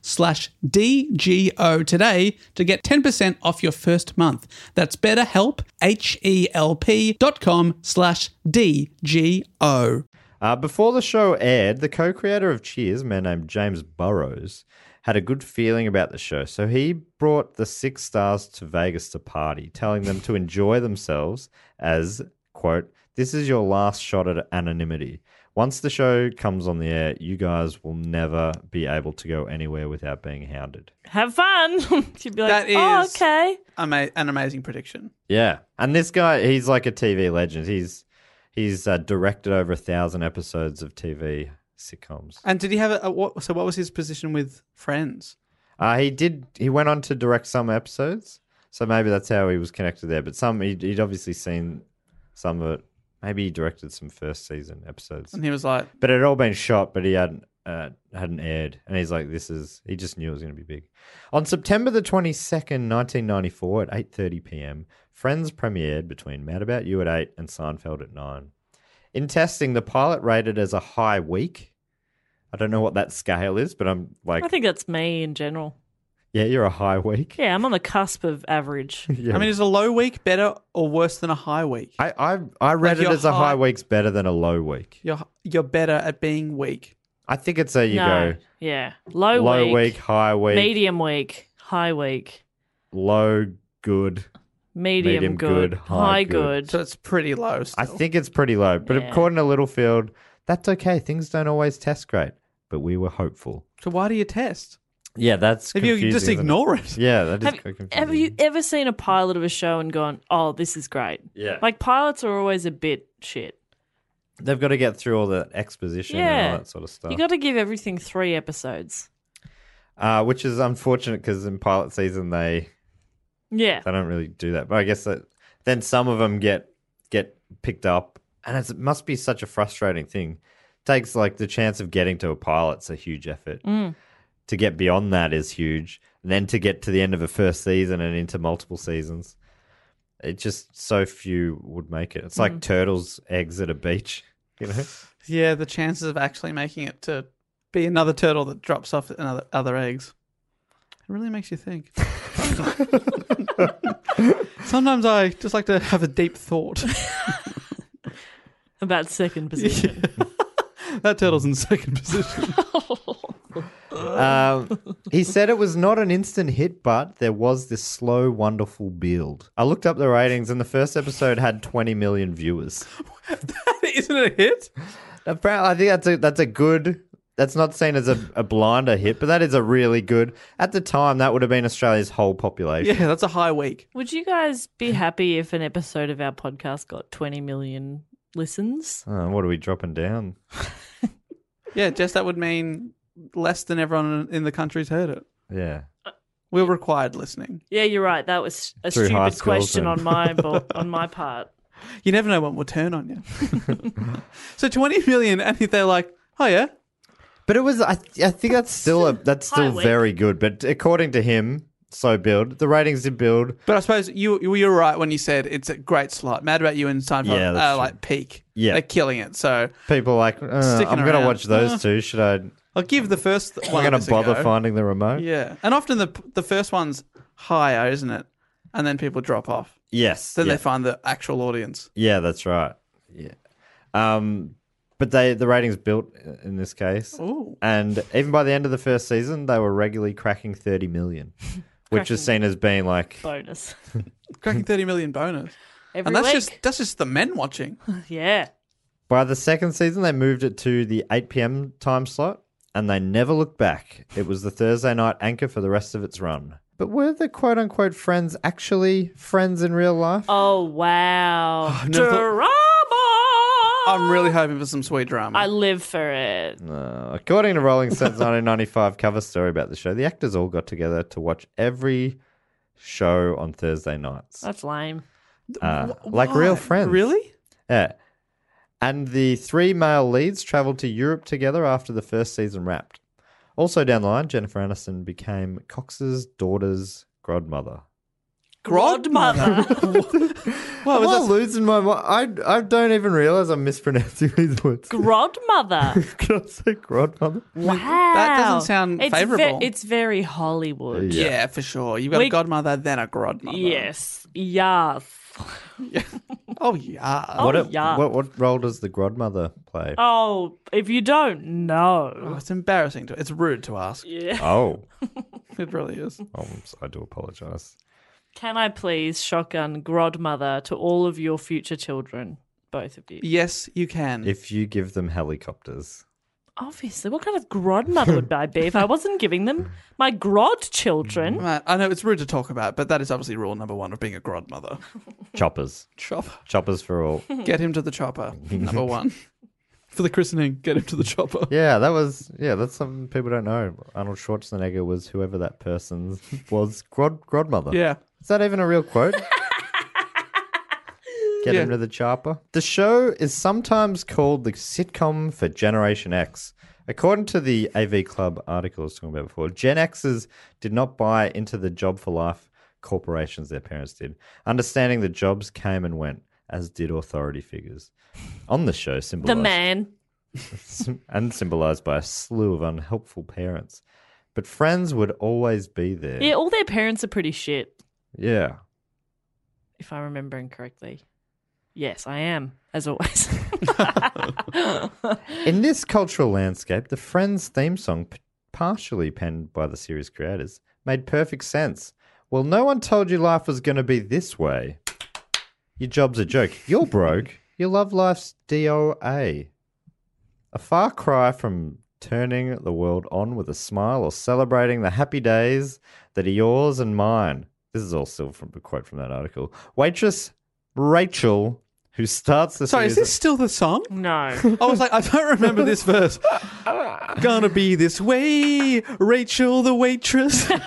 [SPEAKER 7] slash DGO today to get 10% off your first month. That's betterhelp, H-E-L-P dot com slash DGO.
[SPEAKER 3] Uh, before the show aired, the co creator of Cheers, a man named James Burrows, had a good feeling about the show. So he brought the six stars to Vegas to party, telling them to enjoy themselves as, quote, this is your last shot at anonymity. Once the show comes on the air, you guys will never be able to go anywhere without being hounded.
[SPEAKER 2] Have fun. You'd be like,
[SPEAKER 4] That
[SPEAKER 2] oh,
[SPEAKER 4] is-
[SPEAKER 2] okay.
[SPEAKER 4] Ama- an amazing prediction.
[SPEAKER 3] Yeah, and this guy, he's like a TV legend. He's he's uh, directed over a thousand episodes of TV sitcoms.
[SPEAKER 4] And did he have a, a what? So what was his position with Friends?
[SPEAKER 3] Uh, he did. He went on to direct some episodes, so maybe that's how he was connected there. But some he'd, he'd obviously seen some of it. Maybe he directed some first season episodes,
[SPEAKER 4] And he was like,
[SPEAKER 3] but it had all been shot, but he hadn't uh, hadn't aired. And he's like, "This is." He just knew it was going to be big. On September the twenty second, nineteen ninety four, at eight thirty p.m., Friends premiered between Mad About You at eight and Seinfeld at nine. In testing, the pilot rated as a high week. I don't know what that scale is, but I'm like,
[SPEAKER 2] I think that's me in general.
[SPEAKER 3] yeah, you're a high week.
[SPEAKER 2] Yeah, I'm on the cusp of average.
[SPEAKER 3] Yeah.
[SPEAKER 4] I mean, is a low week better or worse than a high week?
[SPEAKER 3] I I, I read it
[SPEAKER 4] your
[SPEAKER 3] as a high
[SPEAKER 4] high-
[SPEAKER 3] week's better than a low week.
[SPEAKER 4] You're you're better at being weak.
[SPEAKER 3] I think it's a you
[SPEAKER 2] no.
[SPEAKER 3] go
[SPEAKER 2] Yeah. Low,
[SPEAKER 3] low week,
[SPEAKER 2] week,
[SPEAKER 3] high week,
[SPEAKER 2] medium week, high week.
[SPEAKER 3] low good,
[SPEAKER 2] medium, good, high good.
[SPEAKER 4] So it's pretty low. Still.
[SPEAKER 3] I think it's pretty low, but
[SPEAKER 2] Yeah.
[SPEAKER 3] according to Littlefield, that's okay. Things don't always test great, but we were hopeful.
[SPEAKER 4] So why do you test?
[SPEAKER 3] Yeah, that's
[SPEAKER 4] If you just
[SPEAKER 3] confusing, isn't
[SPEAKER 4] ignore it.
[SPEAKER 3] Yeah, that is
[SPEAKER 2] Have,
[SPEAKER 3] quite confusing.
[SPEAKER 2] have you ever seen a pilot of a show and gone, "Oh, this is great"?
[SPEAKER 3] Yeah.
[SPEAKER 2] Like pilots are always a bit shit.
[SPEAKER 3] They've got to get through all the exposition and
[SPEAKER 2] yeah,
[SPEAKER 3] all that sort of stuff.
[SPEAKER 2] You got to give everything three episodes.
[SPEAKER 3] uh, which is unfortunate because in pilot season they
[SPEAKER 2] Yeah,
[SPEAKER 3] they don't really do that. But I guess that then some of them get get picked up, and it's, it must be such a frustrating thing. Takes like the chance of getting to a pilot's a huge effort. To get beyond that is huge, and then to get to the end of a first season and into multiple seasons, it just so few would make it. It's like turtles' eggs at a beach, you know.
[SPEAKER 4] Yeah, the chances of actually making it to be another turtle that drops off another other eggs. It really makes you think. Sometimes I just like to have a deep thought.
[SPEAKER 2] about second position.
[SPEAKER 4] that turtle's in second position.
[SPEAKER 3] Um, he said it was not an instant hit, but there was this slow, wonderful build. I looked up the ratings, and the first episode had 20 million viewers.
[SPEAKER 4] Isn't it a hit?
[SPEAKER 3] Apparently, I think that's a that's a good. That's not seen as a, a blinder hit, but that is a really good. At the time, that would have been Australia's whole population.
[SPEAKER 4] Yeah, that's a high week.
[SPEAKER 2] Would you guys be happy if an episode of our podcast got 20 million listens?
[SPEAKER 3] Oh, what are we dropping down?
[SPEAKER 4] Yeah, Jess, that would mean less than everyone in the country's heard it.
[SPEAKER 3] Yeah.
[SPEAKER 4] We're required listening.
[SPEAKER 2] Yeah, you're right. That was a
[SPEAKER 3] Through high
[SPEAKER 2] stupid
[SPEAKER 3] schools
[SPEAKER 2] question
[SPEAKER 3] and-
[SPEAKER 2] on my bo- on my part.
[SPEAKER 4] You never know what will turn on you. so 20 million, and if they're like, oh, yeah,
[SPEAKER 3] But it was. I, I think that's still a that's still
[SPEAKER 2] Highway.
[SPEAKER 3] very good. But according to him, so build the ratings did build.
[SPEAKER 4] But I suppose you you were right when you said it's a great slot. Mad About You and Seinfeld
[SPEAKER 3] Yeah, that's
[SPEAKER 4] are
[SPEAKER 3] true.
[SPEAKER 4] like peak.
[SPEAKER 3] Yeah.
[SPEAKER 4] they're killing it. So
[SPEAKER 3] People are like uh,
[SPEAKER 4] Sticking
[SPEAKER 3] I'm going
[SPEAKER 4] around.
[SPEAKER 3] to watch those
[SPEAKER 4] Uh,
[SPEAKER 3] two. Should I?
[SPEAKER 4] I'll give the first th-
[SPEAKER 3] I'm
[SPEAKER 4] one.
[SPEAKER 3] going
[SPEAKER 4] this
[SPEAKER 3] to
[SPEAKER 4] a
[SPEAKER 3] bother
[SPEAKER 4] go.
[SPEAKER 3] finding the remote.
[SPEAKER 4] Yeah, and often the the first one's higher, isn't it? And then people drop off.
[SPEAKER 3] Yes.
[SPEAKER 4] Then
[SPEAKER 3] yeah.
[SPEAKER 4] they find the actual audience.
[SPEAKER 3] Yeah, that's right. Yeah. Um, but they the ratings built in this case,
[SPEAKER 4] Ooh.
[SPEAKER 3] and even by the end of the first season, they were regularly cracking 30 million, which is seen as being like
[SPEAKER 2] Bonus.
[SPEAKER 4] Cracking thirty million bonus.
[SPEAKER 2] Every
[SPEAKER 4] and that's
[SPEAKER 2] week.
[SPEAKER 4] just that's just the men watching.
[SPEAKER 2] Yeah.
[SPEAKER 3] by the second season they moved it to the 8 p.m. time slot, and they never looked back. It was the Thursday night anchor for the rest of its run. But were the quote unquote friends actually friends in real life?
[SPEAKER 2] Oh wow.
[SPEAKER 4] never thought-
[SPEAKER 2] Drama.
[SPEAKER 4] I'm really hoping for some sweet drama.
[SPEAKER 2] I live for it.
[SPEAKER 3] Uh, according to Rolling Stone's 1995 cover story about the show, the actors all got together to watch every show on Thursday nights,
[SPEAKER 2] That's lame.
[SPEAKER 3] uh, like real
[SPEAKER 4] Why?
[SPEAKER 3] friends.
[SPEAKER 4] Really?
[SPEAKER 3] Yeah. And the three male leads travelled to Europe together after the first season wrapped. Also down the line, Jennifer Aniston became Cox's daughter's godmother.
[SPEAKER 4] Godmother.
[SPEAKER 3] Well,
[SPEAKER 4] Wow,
[SPEAKER 3] was
[SPEAKER 4] was
[SPEAKER 3] I
[SPEAKER 4] that-
[SPEAKER 3] losing my mind? I, I don't even realise I'm mispronouncing these words.
[SPEAKER 2] Godmother.
[SPEAKER 3] Can I say godmother?
[SPEAKER 2] wow.
[SPEAKER 4] That doesn't sound
[SPEAKER 2] it's ve-
[SPEAKER 4] favourable.
[SPEAKER 2] it's very Hollywood.
[SPEAKER 4] yeah. for sure. You've got
[SPEAKER 2] We-
[SPEAKER 4] a godmother, then a godmother.
[SPEAKER 2] Yes. Yes.
[SPEAKER 4] Oh yeah.
[SPEAKER 2] Oh,
[SPEAKER 3] what,
[SPEAKER 2] yeah.
[SPEAKER 3] what, what role does the godmother play?
[SPEAKER 2] Oh, if you don't
[SPEAKER 4] Oh,
[SPEAKER 2] know.
[SPEAKER 4] it's embarrassing to. It's rude to ask.
[SPEAKER 2] Yeah.
[SPEAKER 3] oh.
[SPEAKER 4] It really is.
[SPEAKER 3] Um, so I do apologize.
[SPEAKER 2] Can I please shotgun Grodmother to all of your future children? Both of you.
[SPEAKER 4] Yes, you can.
[SPEAKER 3] If you give them helicopters,
[SPEAKER 2] Obviously, what kind of Grodmother would I be if I wasn't giving them my Grod
[SPEAKER 3] Mm,
[SPEAKER 2] children?
[SPEAKER 4] Right, I know it's rude to talk about, but that is obviously rule number one of being a godmother.
[SPEAKER 3] choppers,
[SPEAKER 4] Chopper.
[SPEAKER 3] choppers for all.
[SPEAKER 4] Get him to the chopper. Number one. For the christening, get him to the chopper.
[SPEAKER 3] Yeah, that was yeah. That's something people don't know. Arnold Schwarzenegger was whoever that person was. Grod Grodmother.
[SPEAKER 4] Yeah.
[SPEAKER 3] Is that even a real quote? Get
[SPEAKER 4] Yeah.
[SPEAKER 3] into the chopper. The show is sometimes called the sitcom for Generation X. According to the AV Club article I was talking about before, Gen Xers did not buy into the job for life corporations their parents did, understanding that jobs came and went, as did authority figures. On the show,
[SPEAKER 2] The
[SPEAKER 3] symbolized
[SPEAKER 2] man.
[SPEAKER 3] and symbolized by a slew of unhelpful parents. But friends would always be there.
[SPEAKER 2] Yeah, all their parents are pretty shit,
[SPEAKER 3] yeah.
[SPEAKER 2] if I'm remembering correctly. Yes, I am, as always.
[SPEAKER 3] In this cultural landscape, the Friends theme song, p- partially penned by the series creators, made perfect sense. Well, no one told you life was going to be this way. Your job's a joke. You're broke. Your love life's DOA. A far cry from turning the world on with a smile or celebrating the happy days that are yours and mine. This is all still from a quote from that article. Waitress Rachel, who starts the
[SPEAKER 4] Sorry, is
[SPEAKER 3] season-
[SPEAKER 4] this still the song?
[SPEAKER 2] No.
[SPEAKER 4] I was like, I don't remember this verse. Gonna be this way, Rachel the waitress. Wait,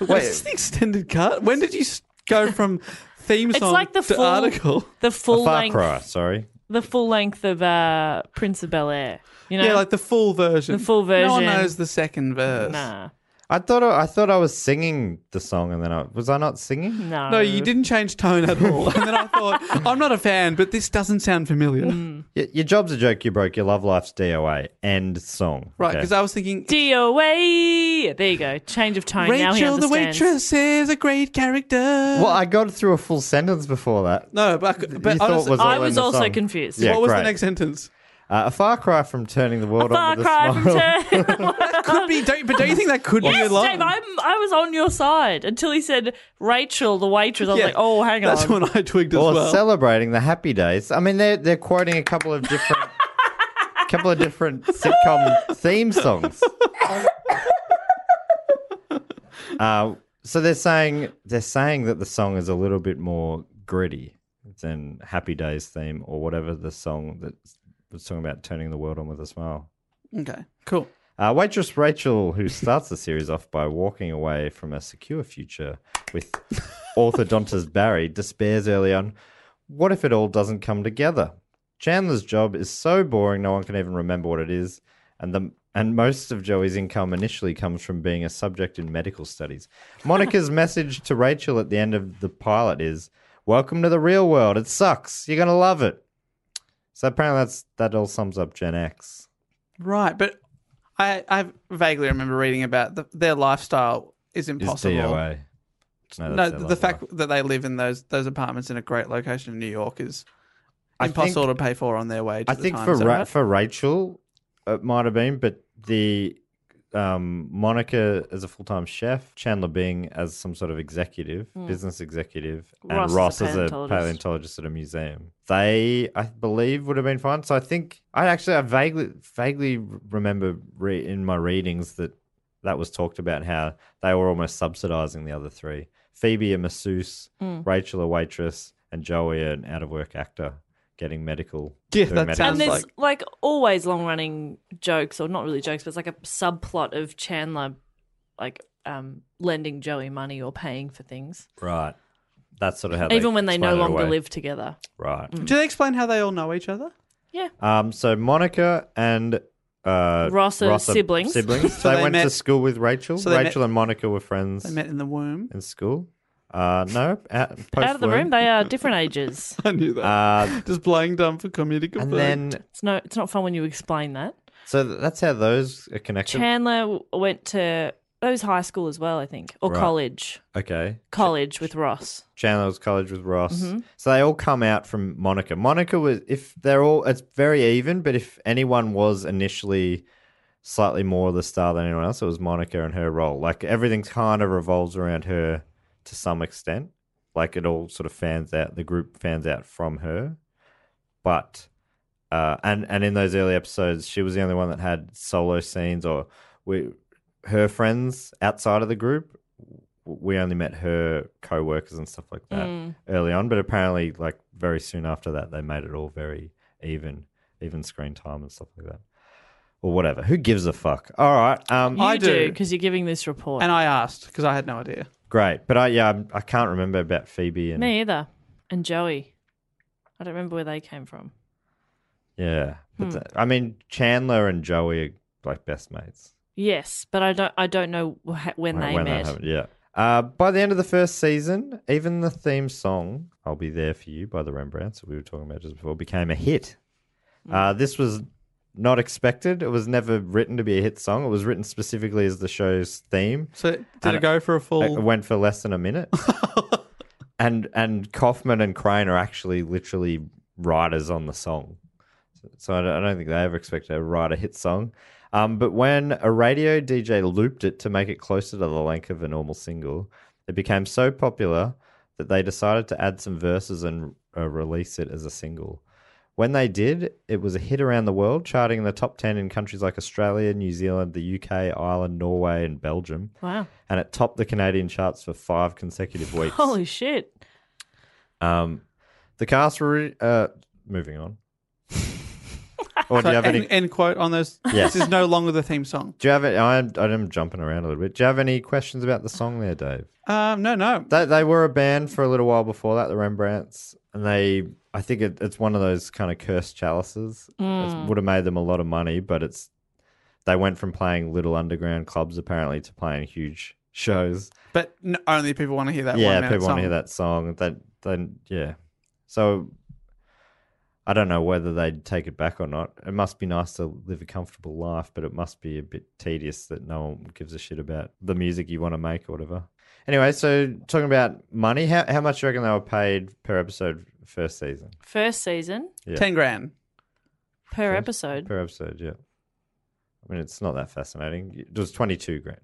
[SPEAKER 4] is this the extended cut? When did you s- go from theme
[SPEAKER 2] It's
[SPEAKER 4] song
[SPEAKER 2] like the
[SPEAKER 4] to
[SPEAKER 2] full-
[SPEAKER 4] article?
[SPEAKER 2] The
[SPEAKER 3] a
[SPEAKER 2] full
[SPEAKER 3] far
[SPEAKER 2] length.
[SPEAKER 3] cry? Sorry,
[SPEAKER 2] The full length of uh, Prince of Bel Air. You know,
[SPEAKER 4] yeah, like the full version.
[SPEAKER 2] the full version.
[SPEAKER 4] No one knows the second verse.
[SPEAKER 2] Nah,
[SPEAKER 3] I thought I, I thought I was singing the song, and then I was I not singing.
[SPEAKER 2] no.
[SPEAKER 4] No, you didn't change tone at all. And then I thought, I'm not a fan, but this doesn't sound familiar.
[SPEAKER 2] Hmm.
[SPEAKER 3] Your, your job's a joke. You broke. Your love life's DOA. End song.
[SPEAKER 4] Right,
[SPEAKER 3] Okay.
[SPEAKER 4] because I was thinking,
[SPEAKER 2] DOA. There you go. Change of tone. now he
[SPEAKER 4] Rachel the
[SPEAKER 2] understands.
[SPEAKER 4] waitress is a great character.
[SPEAKER 3] Well, I got through a full sentence before that.
[SPEAKER 4] no, but, but
[SPEAKER 3] You thought
[SPEAKER 4] honestly,
[SPEAKER 3] was all
[SPEAKER 2] I
[SPEAKER 3] in
[SPEAKER 2] was
[SPEAKER 3] the
[SPEAKER 2] also
[SPEAKER 3] song.
[SPEAKER 2] confused.
[SPEAKER 3] Yeah,
[SPEAKER 4] what was
[SPEAKER 3] great.
[SPEAKER 4] the next sentence?
[SPEAKER 3] Uh, a far cry from turning the world
[SPEAKER 2] Far
[SPEAKER 3] on with a
[SPEAKER 2] cry from
[SPEAKER 3] smile.
[SPEAKER 2] turn.
[SPEAKER 4] Could be, don't, but don't you think that could
[SPEAKER 2] yes,
[SPEAKER 4] be a line?
[SPEAKER 2] Dave, I'm, I was on your side until he said Rachel, the waitress. I was
[SPEAKER 4] Yeah,
[SPEAKER 2] like, oh, hang on.
[SPEAKER 4] That's when I twigged as
[SPEAKER 3] or
[SPEAKER 4] well.
[SPEAKER 3] celebrating the happy days. I mean, they're they're quoting a couple of different, couple of different sitcom theme songs. uh, so they're saying they're saying that the song is a little bit more gritty than Happy Days theme or whatever the song that was talking about turning the world on with a smile.
[SPEAKER 4] okay, cool.
[SPEAKER 3] Uh, waitress Rachel, who starts the series off by walking away from a secure future with orthodontist Barry, despairs early on. What if it all doesn't come together? Chandler's job is so boring, no one can even remember what it is, and the and most of Joey's income initially comes from being a subject in medical studies. Monica's message to Rachel at the end of the pilot is, "Welcome to the real world. It sucks. You're gonna love it." So apparently, that's that all sums up Gen X.
[SPEAKER 4] Right, but I, I vaguely remember reading about the, their lifestyle is
[SPEAKER 3] Is
[SPEAKER 4] impossible.
[SPEAKER 3] DOA.
[SPEAKER 4] No,
[SPEAKER 3] that's their
[SPEAKER 4] the, the
[SPEAKER 3] life.
[SPEAKER 4] fact that they live in those those apartments in a great location in New York is
[SPEAKER 3] I
[SPEAKER 4] impossible to pay for on their way. To
[SPEAKER 3] I
[SPEAKER 4] the
[SPEAKER 3] think
[SPEAKER 4] Times,
[SPEAKER 3] for
[SPEAKER 4] is that
[SPEAKER 3] Ra-
[SPEAKER 4] right?
[SPEAKER 3] for Rachel, it might have been, but the um, Monica as a full time chef, Chandler Bing as some sort of executive, business executive, and
[SPEAKER 2] Ross
[SPEAKER 3] Ross,
[SPEAKER 2] is a
[SPEAKER 3] as a
[SPEAKER 2] paleontologist.
[SPEAKER 3] paleontologist at a museum. They, I believe, would have been fine. So I think I actually I vaguely vaguely remember re- in my readings that that was talked about how they were almost subsidizing the other three: Phoebe a masseuse,
[SPEAKER 2] Mm.
[SPEAKER 3] Rachel a waitress, and Joey an out of work actor. Getting medical,
[SPEAKER 4] Yeah,
[SPEAKER 3] doing
[SPEAKER 4] that
[SPEAKER 3] medical
[SPEAKER 2] and
[SPEAKER 4] sounds
[SPEAKER 2] there's
[SPEAKER 4] like-
[SPEAKER 2] like, always long running jokes, or not really jokes, but it's like a subplot of Chandler like um, lending Joey money or paying for things,
[SPEAKER 3] Right. That's sort of how
[SPEAKER 2] even when they no
[SPEAKER 3] explain it
[SPEAKER 2] longer
[SPEAKER 3] away.
[SPEAKER 2] live together.
[SPEAKER 3] Right.
[SPEAKER 4] Do they explain how they all know each other?
[SPEAKER 3] Um, so Monica and uh,
[SPEAKER 2] Ross are siblings.
[SPEAKER 3] siblings.
[SPEAKER 4] So
[SPEAKER 3] they,
[SPEAKER 4] they
[SPEAKER 3] went to
[SPEAKER 4] met-
[SPEAKER 3] school with Rachel.
[SPEAKER 4] so they met-
[SPEAKER 3] Rachel and Monica were friends
[SPEAKER 4] They met in the womb.
[SPEAKER 3] in school. Uh, no, out, post
[SPEAKER 2] Out of the room, they are different ages.
[SPEAKER 4] I knew that.
[SPEAKER 3] Uh,
[SPEAKER 4] Just playing dumb for comedic
[SPEAKER 3] and
[SPEAKER 4] effect.
[SPEAKER 3] then,
[SPEAKER 2] It's no, it's not fun when you explain that.
[SPEAKER 3] so th- that's how those are connected.
[SPEAKER 2] Chandler w- went to that was high school as well, I think, or
[SPEAKER 3] Right.
[SPEAKER 2] college,
[SPEAKER 3] okay.
[SPEAKER 2] college with Ross.
[SPEAKER 3] Chandler's college with Ross. So they all come out from Monica. Monica was if they're all it's very even, but if anyone was initially slightly more the star than anyone else, it was Monica and her role. Like everything kind of revolves around her to some extent. Like it all sort of fans out the group fans out from her. But uh, and and in those early episodes, she was the only one that had solo scenes, or we, her friends outside of the group. We only met her co-workers and stuff like that early on, but apparently, like very soon after that, they made it all very even, even screen time and stuff like that, or whatever. Who gives a fuck? All right, um,
[SPEAKER 2] You
[SPEAKER 4] I do.
[SPEAKER 2] because you're giving this report.
[SPEAKER 4] and I asked because I had no idea.
[SPEAKER 3] great, but I yeah, I'm, I can't remember about Phoebe and
[SPEAKER 2] Me either, and Joey. I don't remember where they came from.
[SPEAKER 3] yeah, but th- I mean Chandler and Joey are like best mates.
[SPEAKER 2] Yes, but I don't. I don't know wh- when they
[SPEAKER 3] that
[SPEAKER 2] met.
[SPEAKER 3] happened, yeah. Uh, by the end of the first season, even the theme song "I'll Be There for You" by the Rembrandts, that we were talking about just before, became a hit. Uh, this was not expected. It was never written to be a hit song. It was written specifically as the show's theme.
[SPEAKER 4] So did
[SPEAKER 3] And
[SPEAKER 4] it go for a full?
[SPEAKER 3] It went for less than a minute. and and Kaufman and Crane are actually literally writers on the song. So I don't, I don't think they ever expected to write a hit song. Um, but when a radio DJ looped it to make it closer to the length of a normal single, It became so popular that they decided to add some verses and uh, release it as a single. When they did, it was a hit around the world, charting in the top 10 in countries like Australia, New Zealand, the UK, Ireland, Norway, and Belgium.
[SPEAKER 2] Wow.
[SPEAKER 3] And it topped the Canadian charts for five consecutive weeks.
[SPEAKER 2] Holy shit.
[SPEAKER 3] Um, the cast were. re- Uh, moving on. or do you have
[SPEAKER 7] end,
[SPEAKER 3] any.
[SPEAKER 7] end quote on those.
[SPEAKER 3] Yeah.
[SPEAKER 7] This is no longer the theme song.
[SPEAKER 3] Do you have any, I'm, I'm jumping around a little bit. Do you have any questions about the song there, Dave?
[SPEAKER 7] Um, no, no.
[SPEAKER 3] They, they were a band for a little while before that, the Rembrandts, and they. I think it, it's one of those kind of cursed chalices. It would have made them a lot of money, but it's. They went from playing little underground clubs apparently to playing huge shows.
[SPEAKER 7] But n- only people want to hear that.
[SPEAKER 3] yeah,
[SPEAKER 7] one minute
[SPEAKER 3] people want
[SPEAKER 7] song.
[SPEAKER 3] to hear that song. That then yeah, so. I don't know whether they'd take it back or not. It must be nice to live a comfortable life, but it must be a bit tedious that no one gives a shit about the music you want to make or whatever. Anyway, so talking about money, how, how much do you reckon they were paid per episode first season?
[SPEAKER 2] First season
[SPEAKER 3] Yeah,
[SPEAKER 7] Ten grand.
[SPEAKER 2] per
[SPEAKER 3] First-
[SPEAKER 2] episode.
[SPEAKER 3] Per episode, yeah. I mean, it's not that fascinating. It was 22 grand,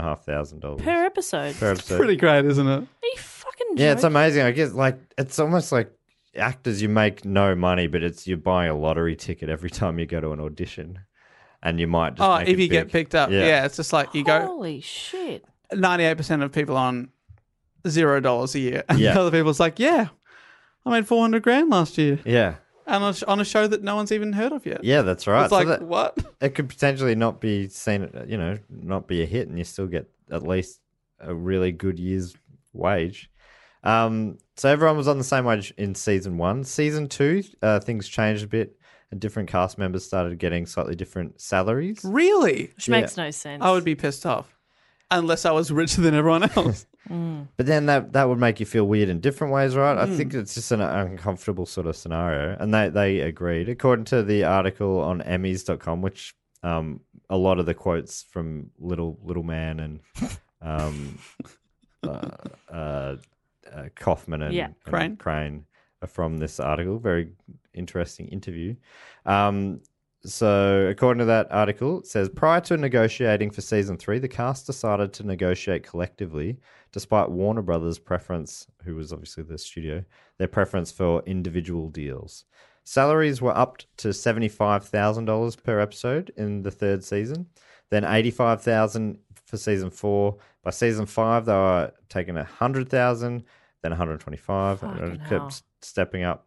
[SPEAKER 3] $22,500
[SPEAKER 2] Per episode.
[SPEAKER 3] per episode.
[SPEAKER 7] Pretty great, isn't it?
[SPEAKER 2] Are you fucking
[SPEAKER 3] Yeah, it's
[SPEAKER 2] joking?
[SPEAKER 3] amazing. I guess like it's almost like actors you make no money, but it's you're buying a lottery ticket every time you go to an audition, and you might just
[SPEAKER 7] Oh,
[SPEAKER 3] make
[SPEAKER 7] if
[SPEAKER 3] it
[SPEAKER 7] you get
[SPEAKER 3] big.
[SPEAKER 7] picked up, yeah. it's just like you go.
[SPEAKER 2] Holy shit.
[SPEAKER 7] Ninety-eight percent of people on zero dollars a year, and
[SPEAKER 3] Yeah.
[SPEAKER 7] the other people's like, yeah, I made four hundred grand last year,
[SPEAKER 3] yeah,
[SPEAKER 7] and on a sh- on a show that no one's even heard of yet.
[SPEAKER 3] yeah, that's right.
[SPEAKER 7] it's
[SPEAKER 3] So
[SPEAKER 7] like
[SPEAKER 3] that-
[SPEAKER 7] what?
[SPEAKER 3] it could potentially not be seen, you know, not be a hit, and you still get at least a really good year's wage. Um, so everyone was on the same wage in season one. Season two, uh, things changed a bit, and different cast members started getting slightly different salaries.
[SPEAKER 7] Really?
[SPEAKER 2] Which makes no sense.
[SPEAKER 7] I would be pissed off, unless I was richer than everyone else.
[SPEAKER 3] But then that that would make you feel weird in different ways, right? I think it's just an uncomfortable sort of scenario. And they, they agreed. According to the article on Emmys.com, which um, a lot of the quotes from Little Little Man and um, uh, uh, uh, Kaufman and,
[SPEAKER 2] Yeah.
[SPEAKER 3] and
[SPEAKER 7] Crane.
[SPEAKER 3] Crane are from this article. Very interesting interview. Um, so, according to that article, it says prior to negotiating for season three, the cast decided to negotiate collectively, despite Warner Brothers' preference, who was obviously the studio, their preference for individual deals. Salaries were upped to $75,000 per episode in the third season, then 85000 for season four. By season five, they were taking 100000 then 125 and
[SPEAKER 2] Fucking
[SPEAKER 3] it
[SPEAKER 2] hell.
[SPEAKER 3] kept stepping up.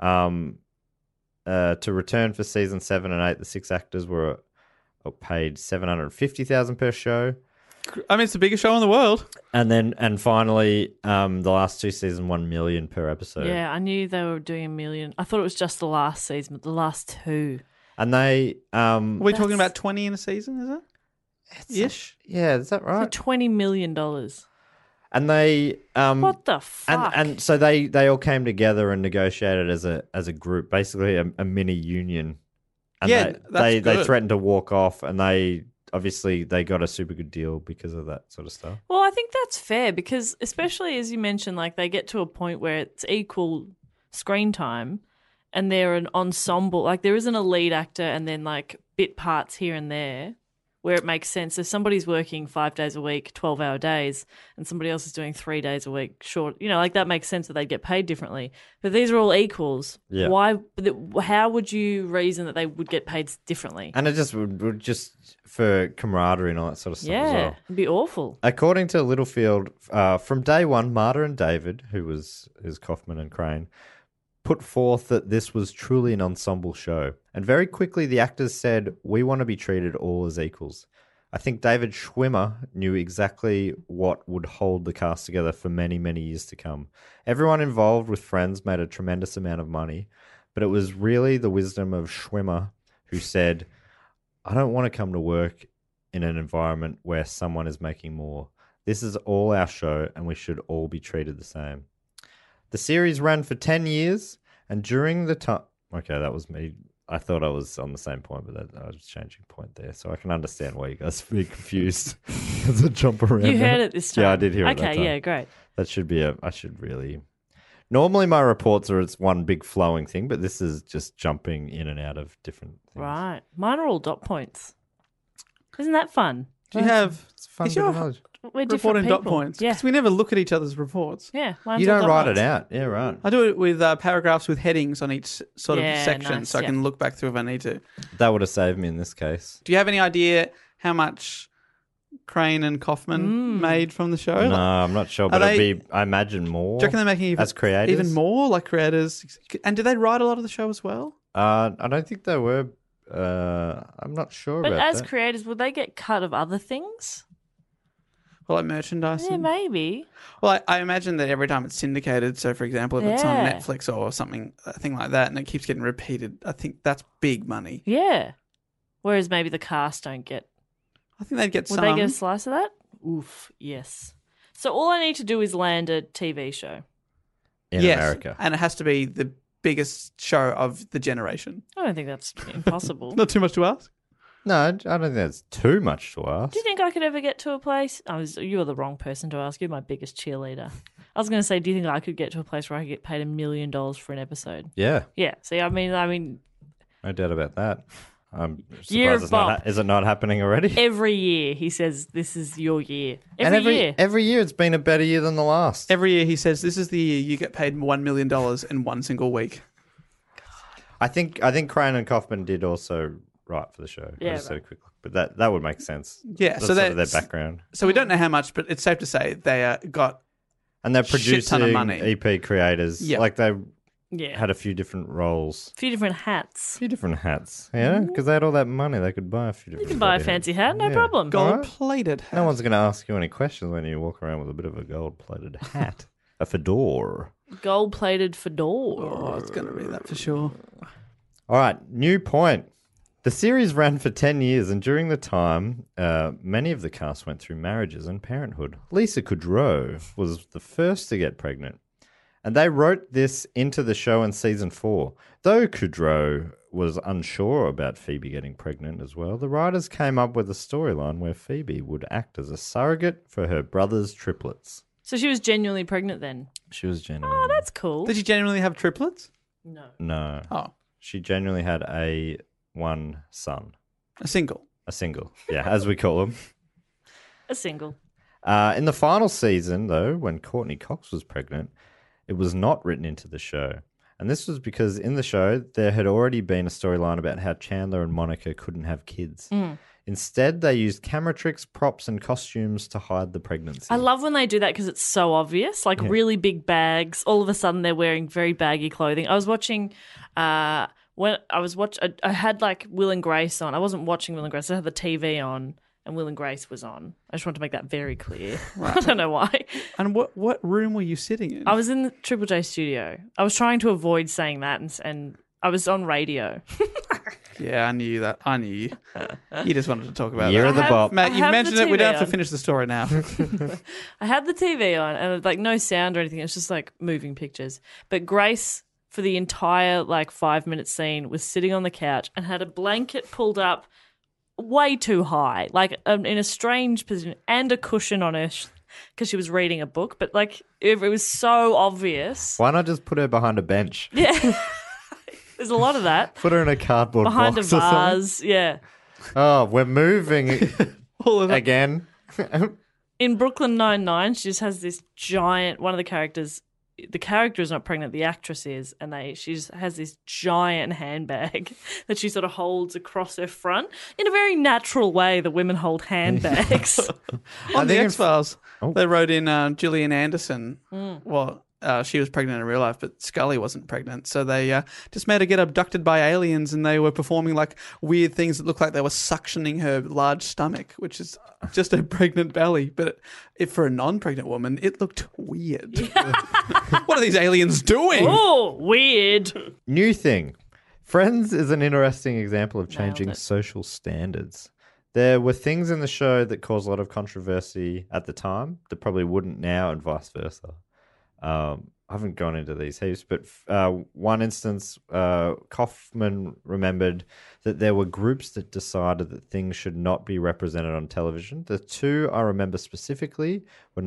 [SPEAKER 3] Um, uh, to return for season seven and eight, the six actors were uh, paid 750000 per show.
[SPEAKER 7] I mean, it's the biggest show in the world.
[SPEAKER 3] And then, and finally, um, the last two season, 1 million per episode.
[SPEAKER 2] Yeah, I knew they were doing a million. I thought it was just the last season, but the last two.
[SPEAKER 3] And they, um,
[SPEAKER 7] Are we talking about twenty in a season? Is it? Ish.
[SPEAKER 3] yeah, is that
[SPEAKER 2] So
[SPEAKER 3] right?
[SPEAKER 2] twenty million dollars.
[SPEAKER 3] and they, um,
[SPEAKER 2] What the
[SPEAKER 3] and
[SPEAKER 2] fuck?
[SPEAKER 3] and so they they all came together and negotiated as a as a group, basically a, a mini union. And
[SPEAKER 7] Yeah,
[SPEAKER 3] they,
[SPEAKER 7] that's
[SPEAKER 3] they they
[SPEAKER 7] good.
[SPEAKER 3] threatened to walk off, and they obviously they got a super good deal because of that sort of stuff.
[SPEAKER 2] well, I think that's fair because, especially as you mentioned, like they get to a point where it's equal screen time, and they're an ensemble. Like there isn't a lead actor and then like bit parts here and there. Where it makes sense. If somebody's working five days a week, 12 hour days, and somebody else is doing three days a week short, you know, like that makes sense that they'd get paid differently. But these are all equals.
[SPEAKER 3] Yeah.
[SPEAKER 2] Why, th- how would you reason that they would get paid differently?
[SPEAKER 3] And it just would, would just for camaraderie and all that sort of stuff.
[SPEAKER 2] yeah.
[SPEAKER 3] as well.
[SPEAKER 2] It'd be awful.
[SPEAKER 3] According to Littlefield, uh, from day one, Marta and David, who was is Kaufman and Crane, put forth that this was truly an ensemble show. And very quickly, the actors said, "We want to be treated all as equals." I think David Schwimmer knew exactly what would hold the cast together for many, many years to come. Everyone involved with Friends made a tremendous amount of money, but it was really the wisdom of Schwimmer who said, I don't want to come to work in an environment where someone is making more. This is all our show, and we should all be treated the same. The series ran for 10 years, and during the time. Okay, that was me. I thought I was on the same point, but that, I was changing point there. So I can understand why you guys be confused as I jump around.
[SPEAKER 2] You heard
[SPEAKER 3] now.
[SPEAKER 2] it this time.
[SPEAKER 3] Yeah, I did hear it.
[SPEAKER 2] okay,
[SPEAKER 3] that time.
[SPEAKER 2] yeah, great.
[SPEAKER 3] That should be a. I should really. Normally, my reports are it's one big flowing thing, but this is just jumping in and out of different things.
[SPEAKER 2] Right. Mine are all dot points. Isn't that fun?
[SPEAKER 7] Do you have?
[SPEAKER 3] It's fun
[SPEAKER 7] is
[SPEAKER 3] bit of
[SPEAKER 7] your
[SPEAKER 3] knowledge.
[SPEAKER 2] we're
[SPEAKER 4] report
[SPEAKER 2] different
[SPEAKER 4] in
[SPEAKER 2] people.
[SPEAKER 4] dot points
[SPEAKER 2] Yeah,
[SPEAKER 4] because we never look at each other's reports.
[SPEAKER 2] yeah. mine's
[SPEAKER 3] you
[SPEAKER 2] all
[SPEAKER 3] don't
[SPEAKER 2] dot
[SPEAKER 3] write
[SPEAKER 2] points.
[SPEAKER 3] it out. Yeah, right.
[SPEAKER 4] I do it with uh, paragraphs with headings on each sort of
[SPEAKER 2] Yeah,
[SPEAKER 4] section,
[SPEAKER 2] nice,
[SPEAKER 4] so I
[SPEAKER 2] yeah.
[SPEAKER 4] can look back through if I need to.
[SPEAKER 3] That would have saved me in this case.
[SPEAKER 4] Do you have any idea how much Crane and
[SPEAKER 2] Hmm.
[SPEAKER 4] Kaufman made from the show?
[SPEAKER 3] No,
[SPEAKER 4] Like,
[SPEAKER 3] I'm not sure, but
[SPEAKER 4] they-
[SPEAKER 3] it'd be, I imagine more.
[SPEAKER 4] do you reckon they're making even,
[SPEAKER 3] as creators?
[SPEAKER 4] even more like creators? And do they write a lot of the show as well?
[SPEAKER 3] Uh, I don't think they were. Uh, I'm not sure
[SPEAKER 2] But
[SPEAKER 3] about
[SPEAKER 2] as
[SPEAKER 3] that.
[SPEAKER 2] creators, would they get cut of other things?
[SPEAKER 4] Or like merchandise?
[SPEAKER 2] Yeah,
[SPEAKER 4] and-
[SPEAKER 2] maybe.
[SPEAKER 4] Well, I, I imagine that every time it's syndicated, so for example, if it's on
[SPEAKER 2] Yeah.
[SPEAKER 4] Netflix or something, a thing like that, and it keeps getting repeated, I think that's big money.
[SPEAKER 2] Yeah. Whereas maybe the cast don't get.
[SPEAKER 4] I think they'd get
[SPEAKER 2] Would
[SPEAKER 4] some.
[SPEAKER 2] they get a slice of that? Oof. Yes. So all I need to do is land a TV show.
[SPEAKER 3] in
[SPEAKER 4] Yes,
[SPEAKER 3] America.
[SPEAKER 4] And it has to be the biggest show of the generation.
[SPEAKER 2] I don't think that's impossible.
[SPEAKER 4] Not too much to ask.
[SPEAKER 3] No, I I don't think that's too much to ask.
[SPEAKER 2] Do you think I could ever get to a place? I was you're the wrong person to ask. You're my biggest cheerleader. I was going to say, do you think I could get to a place where I could get paid a million dollars for an episode?
[SPEAKER 3] Yeah,
[SPEAKER 2] Yeah. See, I mean, I mean,
[SPEAKER 3] no doubt about that. I'm
[SPEAKER 2] Year
[SPEAKER 3] surprised
[SPEAKER 2] of
[SPEAKER 3] it's not.
[SPEAKER 2] Bob.
[SPEAKER 3] ha- Is it not happening already?
[SPEAKER 2] every year he says this is your year. Every,
[SPEAKER 3] and every
[SPEAKER 2] year.
[SPEAKER 3] every year, it's been a better year than the last.
[SPEAKER 4] Every year he says, This is the year you get paid $1 million in one single week.
[SPEAKER 3] I think I think Crane and Kaufman did also write for the show. I
[SPEAKER 2] Yeah,
[SPEAKER 3] just had a quick look, but that that would make sense.
[SPEAKER 4] Yeah,
[SPEAKER 3] That's
[SPEAKER 4] so
[SPEAKER 3] sort of their
[SPEAKER 4] that's-
[SPEAKER 3] background,
[SPEAKER 4] So we don't
[SPEAKER 3] Oh.
[SPEAKER 4] know how much, but it's safe to say they uh, got.
[SPEAKER 3] and they're
[SPEAKER 4] Shit ton
[SPEAKER 3] producing
[SPEAKER 4] of money.
[SPEAKER 3] EP creators.
[SPEAKER 4] Yeah.
[SPEAKER 3] like they
[SPEAKER 2] yeah.
[SPEAKER 3] had a few different roles,
[SPEAKER 2] a few different hats.
[SPEAKER 3] a few different hats. Yeah,
[SPEAKER 4] Mm-hmm.
[SPEAKER 3] because they had all that money, they could buy a few.
[SPEAKER 2] You
[SPEAKER 3] different
[SPEAKER 2] can buy a
[SPEAKER 3] bloody
[SPEAKER 2] fancy
[SPEAKER 3] hats.
[SPEAKER 2] hat, no
[SPEAKER 3] Yeah.
[SPEAKER 2] problem.
[SPEAKER 4] Gold plated.
[SPEAKER 3] No one's going to ask you any questions when you walk around with a bit of a gold-plated hat, a fedora.
[SPEAKER 2] Gold plated fedora.
[SPEAKER 4] Oh, it's going to be that for sure.
[SPEAKER 3] All right, new point. The series ran for 10 years, and during the time, uh, many of the cast went through marriages and parenthood. Lisa Kudrow was the first to get pregnant, and they wrote this into the show in season four. Though Kudrow was unsure about Phoebe getting pregnant as well, the writers came up with a storyline where Phoebe would act as a surrogate for her brother's triplets.
[SPEAKER 2] So she was genuinely pregnant then.
[SPEAKER 3] She was genuine.
[SPEAKER 2] Oh, that's cool.
[SPEAKER 4] Did you genuinely have triplets?
[SPEAKER 2] No.
[SPEAKER 3] No.
[SPEAKER 4] Oh,
[SPEAKER 3] She genuinely had a one son,
[SPEAKER 4] a single.
[SPEAKER 3] a single, yeah, as we call them.
[SPEAKER 2] A single.
[SPEAKER 3] Uh, in the final season, though, when Courtney Cox was pregnant, it was not written into the show. And this was because in the show, there had already been a storyline about how Chandler and Monica couldn't have kids.
[SPEAKER 2] Mm.
[SPEAKER 3] Instead, they used camera tricks, props, and costumes to hide the pregnancy.
[SPEAKER 2] I love when they do that because it's so obvious. Like really big bags. All of a sudden, they're wearing very baggy clothing. I was watching. Uh, when I was watch, I, I had like Will and Grace on. I wasn't watching Will and Grace. I had the TV on, and Will and Grace was on. I just want to make that very clear. I don't know why.
[SPEAKER 4] And what, what room were you sitting in?
[SPEAKER 2] I was in the Triple J studio. I was trying to avoid saying that, and, and I was on radio.
[SPEAKER 4] Yeah, I knew that. I knew you. You just wanted to talk about
[SPEAKER 3] Year
[SPEAKER 4] that.
[SPEAKER 3] of the
[SPEAKER 2] have-
[SPEAKER 3] Bop.
[SPEAKER 4] Matt,
[SPEAKER 2] I
[SPEAKER 4] you
[SPEAKER 2] have the
[SPEAKER 4] mentioned it. We don't
[SPEAKER 2] TV
[SPEAKER 4] have to
[SPEAKER 2] on.
[SPEAKER 4] finish the story now.
[SPEAKER 2] I had the TV on and like no sound or anything. It was just like moving pictures. But Grace, for the entire like five minute scene, was sitting on the couch and had a blanket pulled up way too high, like um, in a strange position, and a cushion on her because she was reading a book. But like it, it was so obvious.
[SPEAKER 3] Why not just put her behind a bench?
[SPEAKER 2] There's a lot of that
[SPEAKER 3] Put her in a cardboard
[SPEAKER 2] behind a
[SPEAKER 3] box or something.
[SPEAKER 2] vase. Yeah.
[SPEAKER 3] Oh, we're moving
[SPEAKER 4] All of it.
[SPEAKER 3] again.
[SPEAKER 2] in Brooklyn Nine Nine, she just has this giant. One of the characters, the character is not pregnant, the actress is, and they she just has this giant handbag that she sort of holds across her front in a very natural way that women hold handbags.
[SPEAKER 4] On the
[SPEAKER 3] think in-
[SPEAKER 4] X Files,
[SPEAKER 3] Oh.
[SPEAKER 4] they wrote in uh, Gillian Anderson.
[SPEAKER 2] Hmm.
[SPEAKER 4] Well, uh, she was pregnant in real life, but Scully wasn't pregnant. So they uh, just made her get abducted by aliens and they were performing like weird things that looked like they were suctioning her large stomach, which is just a pregnant belly. But it, if for a non pregnant woman, it looked weird. what are these aliens doing?
[SPEAKER 2] oh, weird!
[SPEAKER 3] New thing. Friends is an interesting example of changing social standards. There were things in the show that caused a lot of controversy at the time that probably wouldn't now, and vice versa. Um, I haven't gone into these heaps, but uh, one instance, uh, Kaufman remembered that there were groups that decided that things should not be represented on television. The two I remember specifically were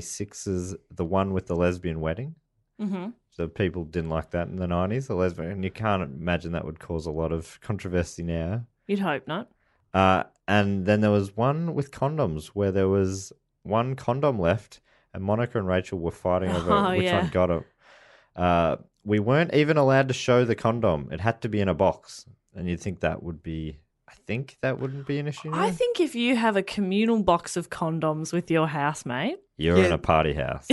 [SPEAKER 3] 1996's The One with the Lesbian Wedding.
[SPEAKER 2] Mm-hmm.
[SPEAKER 3] So people didn't like that in the nineties, the lesbian, and you can't imagine that would cause a lot of controversy now.
[SPEAKER 2] You'd hope not.
[SPEAKER 3] Uh, and then there was one with condoms where there was one condom left, and Monica and Rachel were fighting over
[SPEAKER 2] Oh,
[SPEAKER 3] which
[SPEAKER 2] yeah.
[SPEAKER 3] one got it. Uh, we weren't even allowed to show the condom; it had to be in a box. And you'd think that would be, I think that wouldn't be an issue.
[SPEAKER 2] I
[SPEAKER 3] now.
[SPEAKER 2] think if you have a communal box of condoms with your housemate,
[SPEAKER 3] You're in a party house.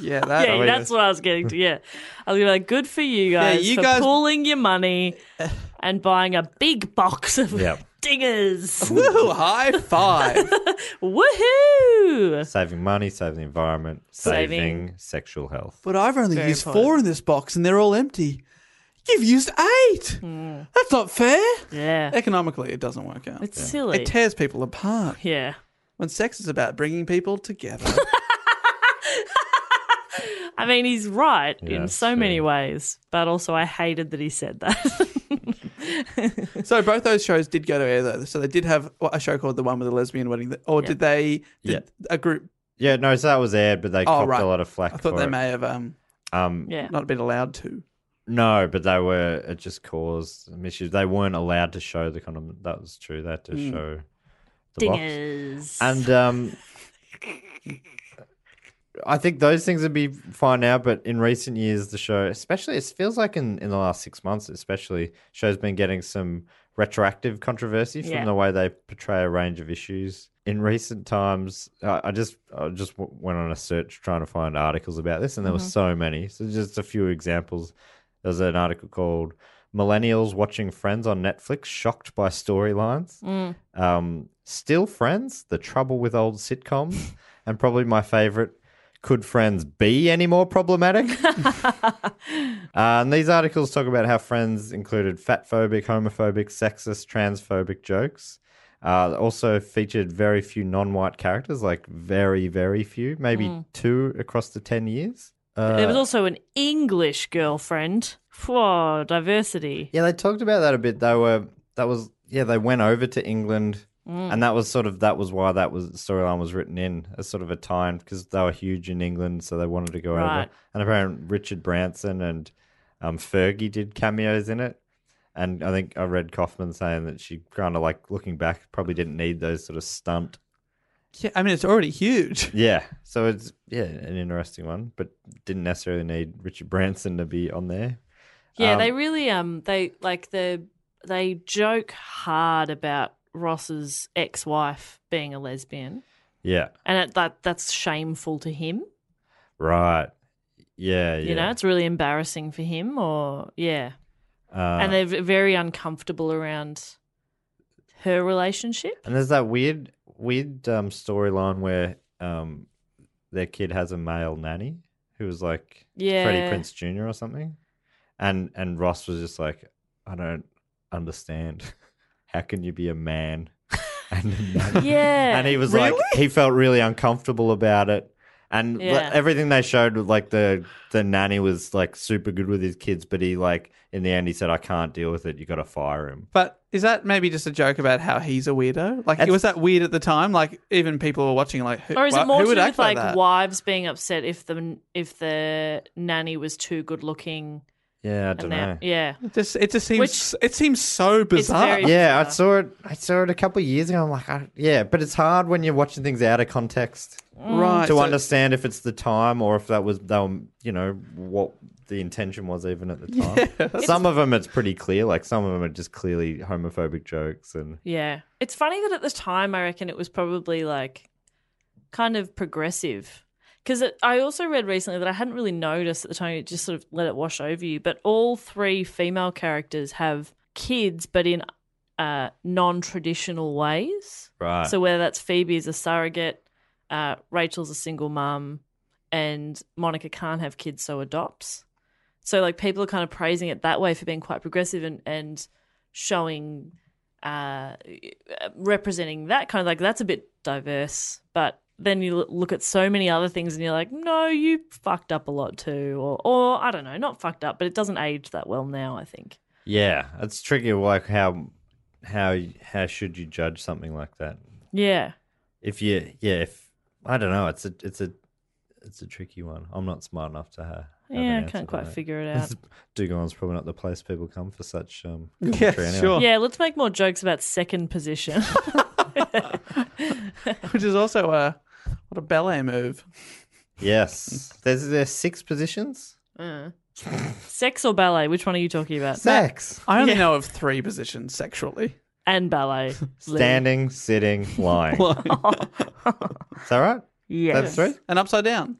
[SPEAKER 4] Yeah, that,
[SPEAKER 2] yeah, that's what I was getting to. Yeah, I was gonna be like, good for you
[SPEAKER 4] Yeah,
[SPEAKER 2] guys
[SPEAKER 4] you
[SPEAKER 2] for
[SPEAKER 4] guys-
[SPEAKER 2] pooling your money and buying a big box of
[SPEAKER 3] Yep.
[SPEAKER 2] dingers.
[SPEAKER 4] Woo, high five.
[SPEAKER 2] Woohoo!
[SPEAKER 3] saving money, saving the environment, saving,
[SPEAKER 2] Saving-
[SPEAKER 3] sexual health.
[SPEAKER 4] But I've only
[SPEAKER 2] Very
[SPEAKER 4] used
[SPEAKER 2] important.
[SPEAKER 4] four in this box and they're all empty. You've used eight.
[SPEAKER 2] Hmm.
[SPEAKER 4] That's not fair.
[SPEAKER 2] Yeah,
[SPEAKER 4] Economically, it doesn't work out.
[SPEAKER 2] it's silly.
[SPEAKER 4] It tears people apart.
[SPEAKER 2] yeah.
[SPEAKER 4] When sex is about bringing people together.
[SPEAKER 2] I mean, he's right
[SPEAKER 3] Yeah,
[SPEAKER 2] in so
[SPEAKER 3] true.
[SPEAKER 2] many ways, but also I hated that he said that.
[SPEAKER 4] so both those shows did go to air though. So they did have a show called The One with the Lesbian Wedding, that- or
[SPEAKER 2] Yeah.
[SPEAKER 4] did they?
[SPEAKER 3] Yeah.
[SPEAKER 4] Did a group.
[SPEAKER 3] Yeah, no, so that was aired, but they
[SPEAKER 4] Oh,
[SPEAKER 3] copped
[SPEAKER 4] right.
[SPEAKER 3] a lot of flack.
[SPEAKER 4] I thought
[SPEAKER 3] for
[SPEAKER 4] they
[SPEAKER 3] it.
[SPEAKER 4] may have um,
[SPEAKER 3] Um,
[SPEAKER 2] yeah.
[SPEAKER 4] not been allowed to.
[SPEAKER 3] No, but they were. It just caused some issues. They weren't allowed to show the condom. That was true. They had to show the box.
[SPEAKER 2] Dingers.
[SPEAKER 3] And um, I think those things would be fine now. But in recent years, the show, especially, it feels like in in the last six months, especially, show's been getting some retroactive controversy from
[SPEAKER 2] Yeah.
[SPEAKER 3] the way they portray a range of issues. In recent times, I, I just I just w- went on a search trying to find articles about this, and there were so many. So just a few examples. There's an article called "Millennials Watching Friends on Netflix Shocked by Storylines." Um, Still Friends, The Trouble with Old Sitcoms, and probably my favorite, Could Friends Be Any More Problematic? Uh, and these articles talk about how friends included fatphobic, homophobic, sexist, transphobic jokes. Uh, also featured very few non-white characters, like very, very few, maybe two across the ten years.
[SPEAKER 2] there was
[SPEAKER 3] Uh,
[SPEAKER 2] also an English girlfriend. Whoa, diversity.
[SPEAKER 3] yeah, they talked about that a bit. They were that was yeah, they went over to England,
[SPEAKER 2] Mm.
[SPEAKER 3] and that was sort of that was why that was storyline was written in as sort of a time because they were huge in England, so they wanted to go over.
[SPEAKER 2] Right.
[SPEAKER 3] And apparently, Richard Branson and um, Fergie did cameos in it. And I think I read Kaufman saying that she kind of like looking back probably didn't need those sort of stunt.
[SPEAKER 4] Yeah, I mean it's already huge.
[SPEAKER 3] Yeah, so it's yeah an interesting one, but didn't necessarily need Richard Branson to be on there.
[SPEAKER 2] Yeah,
[SPEAKER 3] Um,
[SPEAKER 2] they really um they like the they joke hard about Ross's ex-wife being a lesbian,
[SPEAKER 3] Yeah,
[SPEAKER 2] and it, that that's shameful to him.
[SPEAKER 3] right. Yeah, yeah.
[SPEAKER 2] You know, it's really embarrassing for him. Or yeah,
[SPEAKER 3] Uh,
[SPEAKER 2] and they're v- very uncomfortable around her relationship.
[SPEAKER 3] And there's that weird, weird um, storyline where um, their kid has a male nanny who was like Freddie
[SPEAKER 2] Yeah.
[SPEAKER 3] Prince Jr. or something, and and Ross was just like, I don't understand. How can you be a man? And
[SPEAKER 2] Yeah,
[SPEAKER 3] and he was like, he felt really uncomfortable about it. And like,
[SPEAKER 2] Yeah.
[SPEAKER 3] everything they showed was like the the nanny was like super good with his kids, but he like in the end he said, I can't deal with it. You got to fire him.
[SPEAKER 4] But is that maybe just a joke about how he's a weirdo? Like,
[SPEAKER 3] It's-
[SPEAKER 4] was that weird at the time? Like, even people were watching, like, who,
[SPEAKER 2] or is
[SPEAKER 4] wha-
[SPEAKER 2] it more
[SPEAKER 4] who
[SPEAKER 2] to
[SPEAKER 4] would
[SPEAKER 2] do
[SPEAKER 4] act
[SPEAKER 2] with like,
[SPEAKER 4] that?
[SPEAKER 2] wives being upset if the if the nanny was too good looking?
[SPEAKER 3] Yeah, I don't
[SPEAKER 2] And that-
[SPEAKER 3] know.
[SPEAKER 2] yeah,
[SPEAKER 4] It just, it just seems,
[SPEAKER 2] Which-
[SPEAKER 4] it seems so bizarre.
[SPEAKER 2] very-
[SPEAKER 3] Yeah, I
[SPEAKER 2] bizarre.
[SPEAKER 3] saw it. I saw it a couple of years ago. I'm like, I, yeah, but it's hard when you're watching things out of context
[SPEAKER 2] Mm.
[SPEAKER 4] right?
[SPEAKER 3] to
[SPEAKER 4] so-
[SPEAKER 3] understand if it's the time or if that was, they were, you know, what the intention was even at the time. Some of them it's pretty clear. Like some of them are just clearly homophobic jokes, and
[SPEAKER 2] Yeah. It's funny that at the time, I reckon it was probably like kind of progressive. Because I also read recently that I hadn't really noticed at the time, it just sort of let it wash over you. But all three female characters have kids, but in uh, non traditional ways.
[SPEAKER 3] right.
[SPEAKER 2] So whether that's Phoebe is a surrogate, uh, Rachel's a single mum, and Monica can't have kids, so adopts. So like people are kind of praising it that way for being quite progressive and and showing uh, representing that kind of like that's a bit diverse, but. Then you l- look at so many other things and you're like, no, you fucked up a lot too. Or, or I don't know, not fucked up, but it doesn't age that well now, I think.
[SPEAKER 3] yeah, it's tricky. Like how, how, how should you judge something like that?
[SPEAKER 2] Yeah.
[SPEAKER 3] If you, yeah, if I don't know, it's a, it's a, it's a tricky one. I'm not smart enough to have. have an
[SPEAKER 2] Yeah, I
[SPEAKER 3] answer for
[SPEAKER 2] can't quite
[SPEAKER 3] that.
[SPEAKER 2] figure it out.
[SPEAKER 3] Dugon's probably not the place people come for such um
[SPEAKER 4] Yeah,
[SPEAKER 3] commentary anyway.
[SPEAKER 4] sure.
[SPEAKER 2] yeah, let's make more jokes about second position.
[SPEAKER 4] Which is also a
[SPEAKER 7] What a ballet move.
[SPEAKER 3] Yes. There's there's six positions.
[SPEAKER 2] Uh. Sex or ballet? Which one are you talking about?
[SPEAKER 3] Sex.
[SPEAKER 7] I only know of three positions sexually.
[SPEAKER 2] and ballet. Lily.
[SPEAKER 3] Standing, sitting, lying. Is that right?
[SPEAKER 2] Yes.
[SPEAKER 3] That's three?
[SPEAKER 7] And upside down.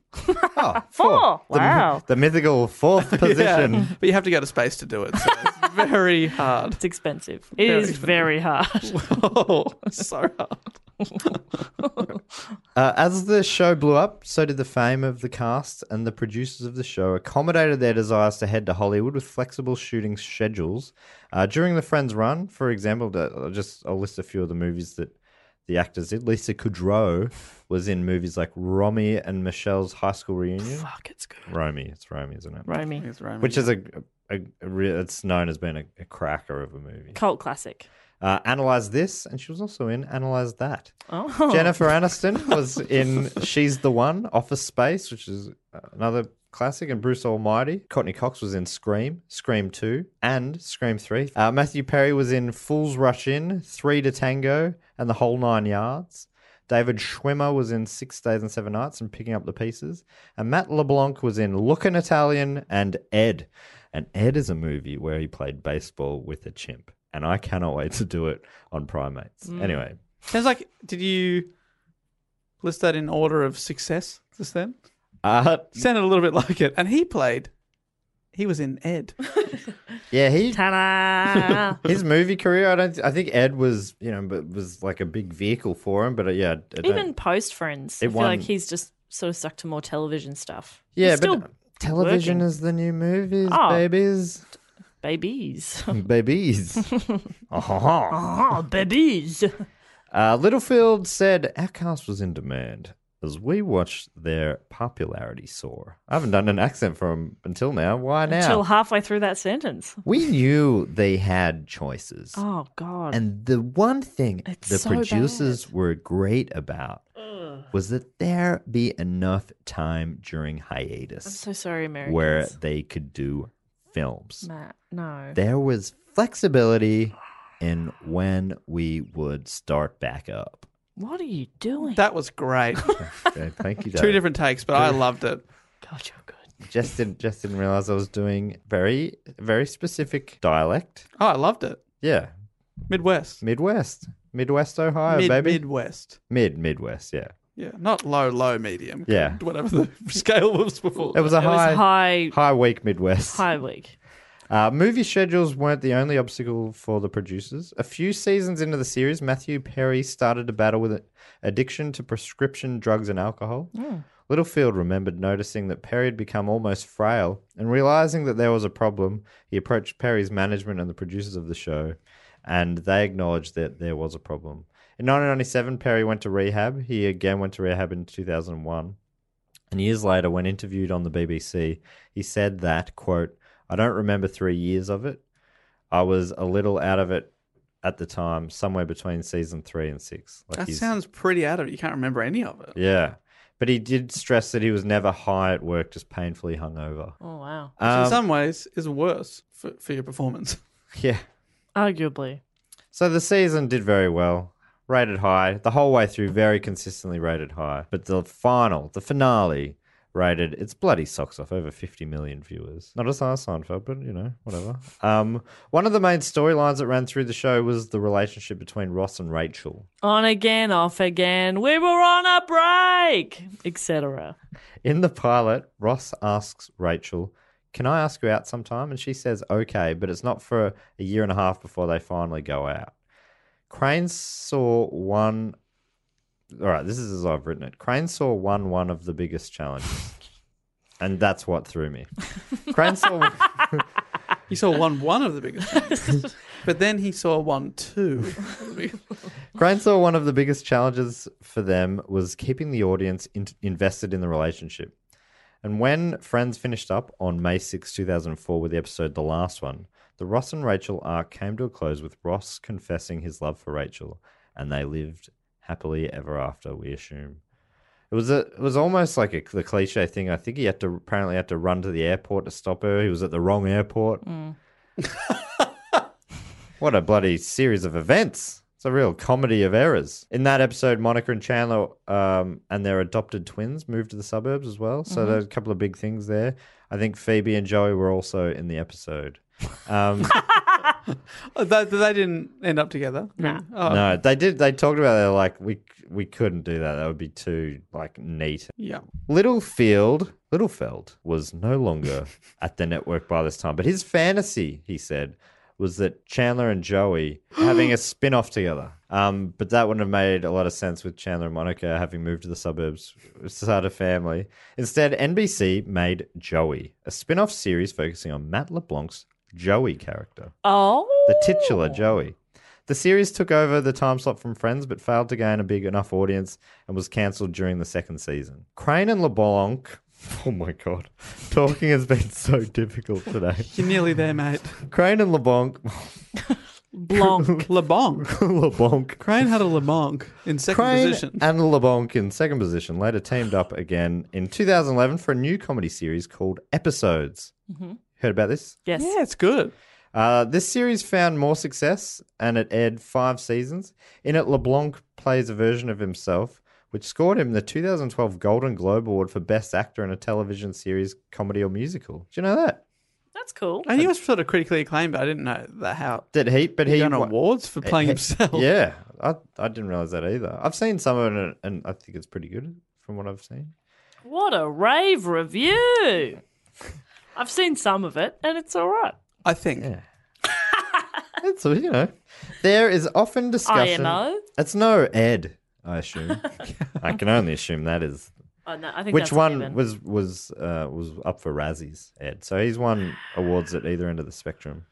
[SPEAKER 3] Oh,
[SPEAKER 2] Four.
[SPEAKER 3] The,
[SPEAKER 2] Wow.
[SPEAKER 3] the mythical fourth position.
[SPEAKER 7] Yeah. But you have to go to space to do it. So it's very hard.
[SPEAKER 2] It's expensive. It
[SPEAKER 7] Very
[SPEAKER 2] is
[SPEAKER 7] expensive.
[SPEAKER 2] very hard.
[SPEAKER 7] Oh, so hard.
[SPEAKER 3] Uh, as the show blew up, so did the fame of the cast, and the producers of the show accommodated their desires to head to Hollywood with flexible shooting schedules. Uh, during the Friends run, for example, the- I'll just I'll list a few of the movies that the actors did. Lisa Kudrow was in movies like Romy and Michelle's High School Reunion.
[SPEAKER 2] Fuck, it's good.
[SPEAKER 3] Romy, it's Romy, isn't it?
[SPEAKER 2] Romy.
[SPEAKER 3] Which is a, a, a re- it's known as being a, a cracker of a movie.
[SPEAKER 2] Cult classic.
[SPEAKER 3] Uh, Analyze this, and she was also in Analyze that.
[SPEAKER 2] Oh.
[SPEAKER 3] Jennifer Aniston was in She's the One, Office Space, which is another classic, and Bruce Almighty. Courtney Cox was in Scream, Scream 2, and Scream 3. Uh, Matthew Perry was in Fools Rush In, Three to Tango, and The Whole Nine Yards. David Schwimmer was in Six Days and Seven Nights and Picking Up the Pieces. And Matt LeBlanc was in Lookin' Italian and Ed. And Ed is a movie where he played baseball with a chimp. And I cannot wait to do it on Primates. Anyway,
[SPEAKER 7] Sounds like, did you list that in order of success just then?
[SPEAKER 3] uh,
[SPEAKER 7] Sounded a little bit like it. And he played, he was in Ed.
[SPEAKER 3] yeah, he
[SPEAKER 2] Ta-da!
[SPEAKER 3] his movie career. I don't. I think Ed was, you know, but was like a big vehicle for him. But uh, yeah, I don't-
[SPEAKER 2] Even post Friends,
[SPEAKER 3] It
[SPEAKER 2] I feel
[SPEAKER 3] won-
[SPEAKER 2] like he's just sort of stuck to more television stuff.
[SPEAKER 3] yeah,
[SPEAKER 2] He's still
[SPEAKER 3] but uh, television
[SPEAKER 2] working.
[SPEAKER 3] is the new movies,
[SPEAKER 2] Oh.
[SPEAKER 3] babies,
[SPEAKER 2] babies.
[SPEAKER 3] babies. uh-huh.
[SPEAKER 2] oh, babies.
[SPEAKER 3] Uh, Littlefield said our cast was in demand as we watched their popularity soar. I haven't done an accent from until now. Why now?
[SPEAKER 2] Until halfway through that sentence.
[SPEAKER 3] we knew they had choices.
[SPEAKER 2] Oh God.
[SPEAKER 3] And the one thing
[SPEAKER 2] It's
[SPEAKER 3] the
[SPEAKER 2] so
[SPEAKER 3] producers were great about was that there be enough time during
[SPEAKER 2] I'm
[SPEAKER 3] hiatus
[SPEAKER 2] so sorry, Americans.
[SPEAKER 3] where they could do films.
[SPEAKER 2] Matt, no.
[SPEAKER 3] There was flexibility in when we would start back up.
[SPEAKER 2] What are you doing?
[SPEAKER 7] That was great.
[SPEAKER 3] Okay, thank you.
[SPEAKER 7] Two
[SPEAKER 3] Dave.
[SPEAKER 7] different takes, but I loved it.
[SPEAKER 2] God, you're good.
[SPEAKER 3] Just didn't just didn't realize I was doing very very specific dialect.
[SPEAKER 7] Oh, I loved it.
[SPEAKER 3] Yeah,
[SPEAKER 7] Midwest.
[SPEAKER 3] Midwest, Midwest Ohio,
[SPEAKER 7] Mid-
[SPEAKER 3] baby.
[SPEAKER 7] Midwest.
[SPEAKER 3] Mid Midwest, yeah.
[SPEAKER 7] Yeah, not low, low, medium.
[SPEAKER 3] Yeah.
[SPEAKER 7] Whatever the scale was before.
[SPEAKER 3] It was a
[SPEAKER 2] It was
[SPEAKER 3] high,
[SPEAKER 2] high
[SPEAKER 3] high week Midwest.
[SPEAKER 2] high week.
[SPEAKER 3] Uh, movie schedules weren't the only obstacle for the producers. A few seasons into the series, Matthew Perry started to battle with addiction to prescription drugs and alcohol. Littlefield remembered noticing that Perry had become almost frail, and realizing that there was a problem, he approached Perry's management and the producers of the show, and they acknowledged that there was a problem. In 1997, Perry went to rehab. He again went to rehab in 2001. And years later, when interviewed on the BBC, he said that, quote, I don't remember three years of it. I was a little out of it at the time, somewhere between season three and six. Like
[SPEAKER 7] That
[SPEAKER 3] he's-
[SPEAKER 7] sounds pretty out of it. You can't remember any of it.
[SPEAKER 3] Yeah. But he did stress that he was never high at work, just painfully hungover.
[SPEAKER 2] Oh wow.
[SPEAKER 7] Which in
[SPEAKER 3] Um,
[SPEAKER 7] some ways is worse for, for your performance.
[SPEAKER 3] yeah.
[SPEAKER 2] Arguably.
[SPEAKER 3] So the season did very well, rated high the whole way through, very consistently rated high. But the final, the finale, rated its bloody socks off over 50 million viewers. Not as high as Seinfeld, but you know, whatever. Um, one of the main storylines that ran through the show was the relationship between Ross and Rachel.
[SPEAKER 2] On again, off again. We were on a break, etc.
[SPEAKER 3] In the pilot, Ross asks Rachel, Can I ask you out sometime? And she says, Okay, but it's not for a year and a half before they finally go out. Crane saw one. All right, this is as I've written it. Crane saw one one of the biggest challenges. And that's what threw me. Crane saw.
[SPEAKER 7] He saw one one of the biggest, ones. but then he saw one two.
[SPEAKER 3] Crane saw one of the biggest challenges for them was keeping the audience in- invested in the relationship. And when Friends finished up on May 6, 2004, with the episode The Last One, the Ross and Rachel arc came to a close with Ross confessing his love for Rachel, and they lived happily ever after, we assume. It was a, it was almost like a, the cliche thing. I think he had to apparently had to run to the airport to stop her. He was at the wrong airport. what a bloody series of events! It's a real comedy of errors. In that episode, Monica and Chandler um, and their adopted twins moved to the suburbs as well. So there's a couple of big things there. I think Phoebe and Joey were also in the episode. Um,
[SPEAKER 7] Oh, They, they didn't end up together.
[SPEAKER 8] Nah.
[SPEAKER 7] Oh,
[SPEAKER 3] No, they did. They talked about it. They're like, we we couldn't do that. That would be too like neat.
[SPEAKER 7] Yeah.
[SPEAKER 3] Littlefield, Littlefeld was no longer at the network by this time, but his fantasy, he said, was that Chandler and Joey having a spin off together. Um, but that wouldn't have made a lot of sense with Chandler and Monica having moved to the suburbs, start a family. Instead, NBC made Joey, a spin off series focusing on Matt LeBlanc's Joey character
[SPEAKER 2] Oh.
[SPEAKER 3] the titular Joey. The series took over the time slot from Friends but failed to gain a big enough audience and was cancelled during the second season. Crane and LeBlanc. Oh my god. Talking has been so difficult today.
[SPEAKER 7] You're nearly there, mate.
[SPEAKER 3] Crane and LeBlanc.
[SPEAKER 2] Blanc.
[SPEAKER 7] LeBonk.
[SPEAKER 3] LeBlanc.
[SPEAKER 7] Crane had a LeBonc in second
[SPEAKER 3] Crane uh,
[SPEAKER 7] position.
[SPEAKER 3] and LeBlanc in second position later teamed up again in 2011 for a new comedy series called Episodes. Heard about this?
[SPEAKER 2] yes.
[SPEAKER 7] yeah, it's good.
[SPEAKER 3] Uh, this series found more success and it aired five seasons. In it, LeBlanc plays a version of himself, which scored him the 2012 Golden Globe Award for Best Actor in a Television Series, Comedy, or Musical. Do you know that?
[SPEAKER 2] That's cool.
[SPEAKER 7] And he was sort of critically acclaimed, but I didn't know that how
[SPEAKER 3] Did he? But
[SPEAKER 7] he,
[SPEAKER 3] Uh, he
[SPEAKER 7] won
[SPEAKER 3] wa-
[SPEAKER 7] awards for playing
[SPEAKER 3] he-
[SPEAKER 7] himself.
[SPEAKER 3] Yeah, I, I didn't realize that either. I've seen some of it and I think it's pretty good from what I've seen.
[SPEAKER 2] What a rave review. I've seen some of it and it's all right.
[SPEAKER 7] I think.
[SPEAKER 3] It's you know, there is often discussion.
[SPEAKER 2] IMO?
[SPEAKER 3] It's no Ed, I assume. I can only assume that is
[SPEAKER 2] Oh, no, I think
[SPEAKER 3] Which
[SPEAKER 2] that's
[SPEAKER 3] one
[SPEAKER 2] given.
[SPEAKER 3] was was uh, was up for Razzies, Ed? So he's won awards at either end of the spectrum.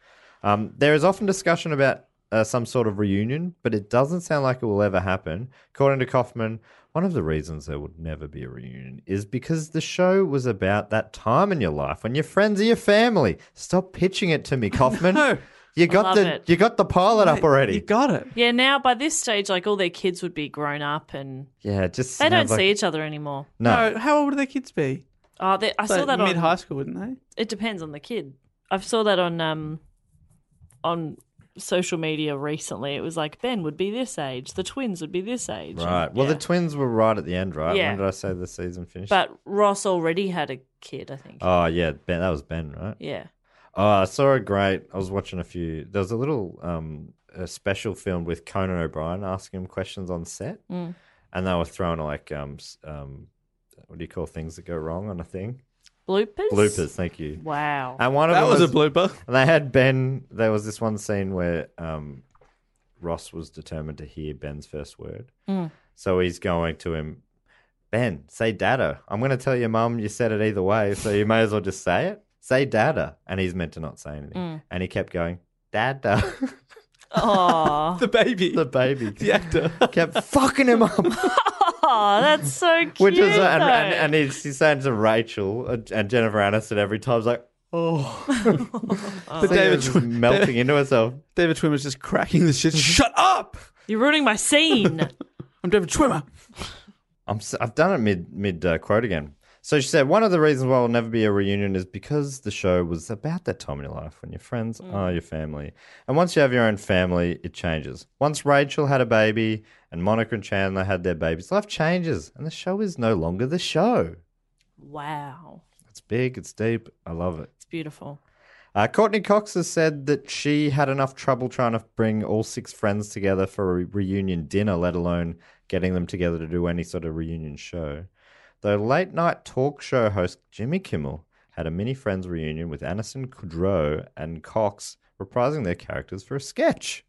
[SPEAKER 3] Um, there is often discussion about uh, some sort of reunion, but it doesn't sound like it will ever happen. According to Kaufman, one of the reasons there would never be a reunion is because the show was about that time in your life when your friends are your family. Stop pitching it to me, Kaufman.
[SPEAKER 7] No.
[SPEAKER 3] You got
[SPEAKER 2] love
[SPEAKER 3] the
[SPEAKER 2] it.
[SPEAKER 3] you got the pilot up already.
[SPEAKER 7] You got it.
[SPEAKER 2] Yeah, now by this stage, like all their kids would be grown up and
[SPEAKER 3] yeah, it just
[SPEAKER 2] they don't
[SPEAKER 3] sounds like-
[SPEAKER 2] see each other anymore.
[SPEAKER 3] No,
[SPEAKER 7] how old would their kids be?
[SPEAKER 2] Oh, they, I saw
[SPEAKER 7] Like
[SPEAKER 2] that
[SPEAKER 7] mid
[SPEAKER 2] on.
[SPEAKER 7] high school, wouldn't they?
[SPEAKER 2] It depends on the kid. I saw that on um, on social media recently. It was like Ben would be this age, the twins would be this age. and-
[SPEAKER 3] right. Well,
[SPEAKER 2] yeah.
[SPEAKER 3] the twins were right at the end, right?
[SPEAKER 2] Yeah.
[SPEAKER 3] When did I say the season finished?
[SPEAKER 2] But Ross already had a kid, I think.
[SPEAKER 3] Oh yeah, Ben. That was Ben, right?
[SPEAKER 2] Yeah.
[SPEAKER 3] Oh, I saw a great. I was watching a few. There was a little um a special film with Conan O'Brien asking him questions on set, and they were throwing like um s- um what do you call things that go wrong on a thing?
[SPEAKER 2] Bloopers?
[SPEAKER 3] Bloopers. Um, Thank you.
[SPEAKER 2] Wow.
[SPEAKER 3] And one of
[SPEAKER 7] That
[SPEAKER 3] them
[SPEAKER 7] was a blooper.
[SPEAKER 3] and they had Ben. There was this one scene where um, Ross was determined to hear Ben's first word. So he's going to him, Ben, say dada. I'm going to tell your mum you said it either way, so you may as well just say it. Say dada. And he's meant to not say anything. And he kept going, dada.
[SPEAKER 2] Oh,
[SPEAKER 7] The baby.
[SPEAKER 3] the baby
[SPEAKER 7] the actor.
[SPEAKER 3] kept fucking him up.
[SPEAKER 2] that's so cute.
[SPEAKER 3] Which is, uh, and,
[SPEAKER 2] though.
[SPEAKER 3] and, and he's, he's saying to Rachel and and Jennifer Aniston every time, he's like, oh.
[SPEAKER 7] But David,
[SPEAKER 3] David's
[SPEAKER 7] Twin,
[SPEAKER 3] melting into herself.
[SPEAKER 7] David Twimmer's just cracking the shit. Shut up!
[SPEAKER 2] You're ruining my scene.
[SPEAKER 7] I'm David Twimmer.
[SPEAKER 3] I'm s have done it mid mid uh, quote again. So she said one of the reasons why we'll never be a reunion is because the show was about that time in your life when your friends are your family, and once you have your own family, it changes. Once Rachel had a baby and Monica and Chandler had their babies, life changes, and the show is no longer the show.
[SPEAKER 2] wow.
[SPEAKER 3] It's big, it's deep. I love it.
[SPEAKER 2] It's beautiful.
[SPEAKER 3] Uh, Courtney Cox has said that she had enough trouble trying to bring all six friends together for a re- reunion dinner, let alone getting them together to do any sort of reunion show. Though late night talk show host Jimmy Kimmel had a mini Friends reunion with Anderson Kudrow and Cox reprising their characters for a sketch.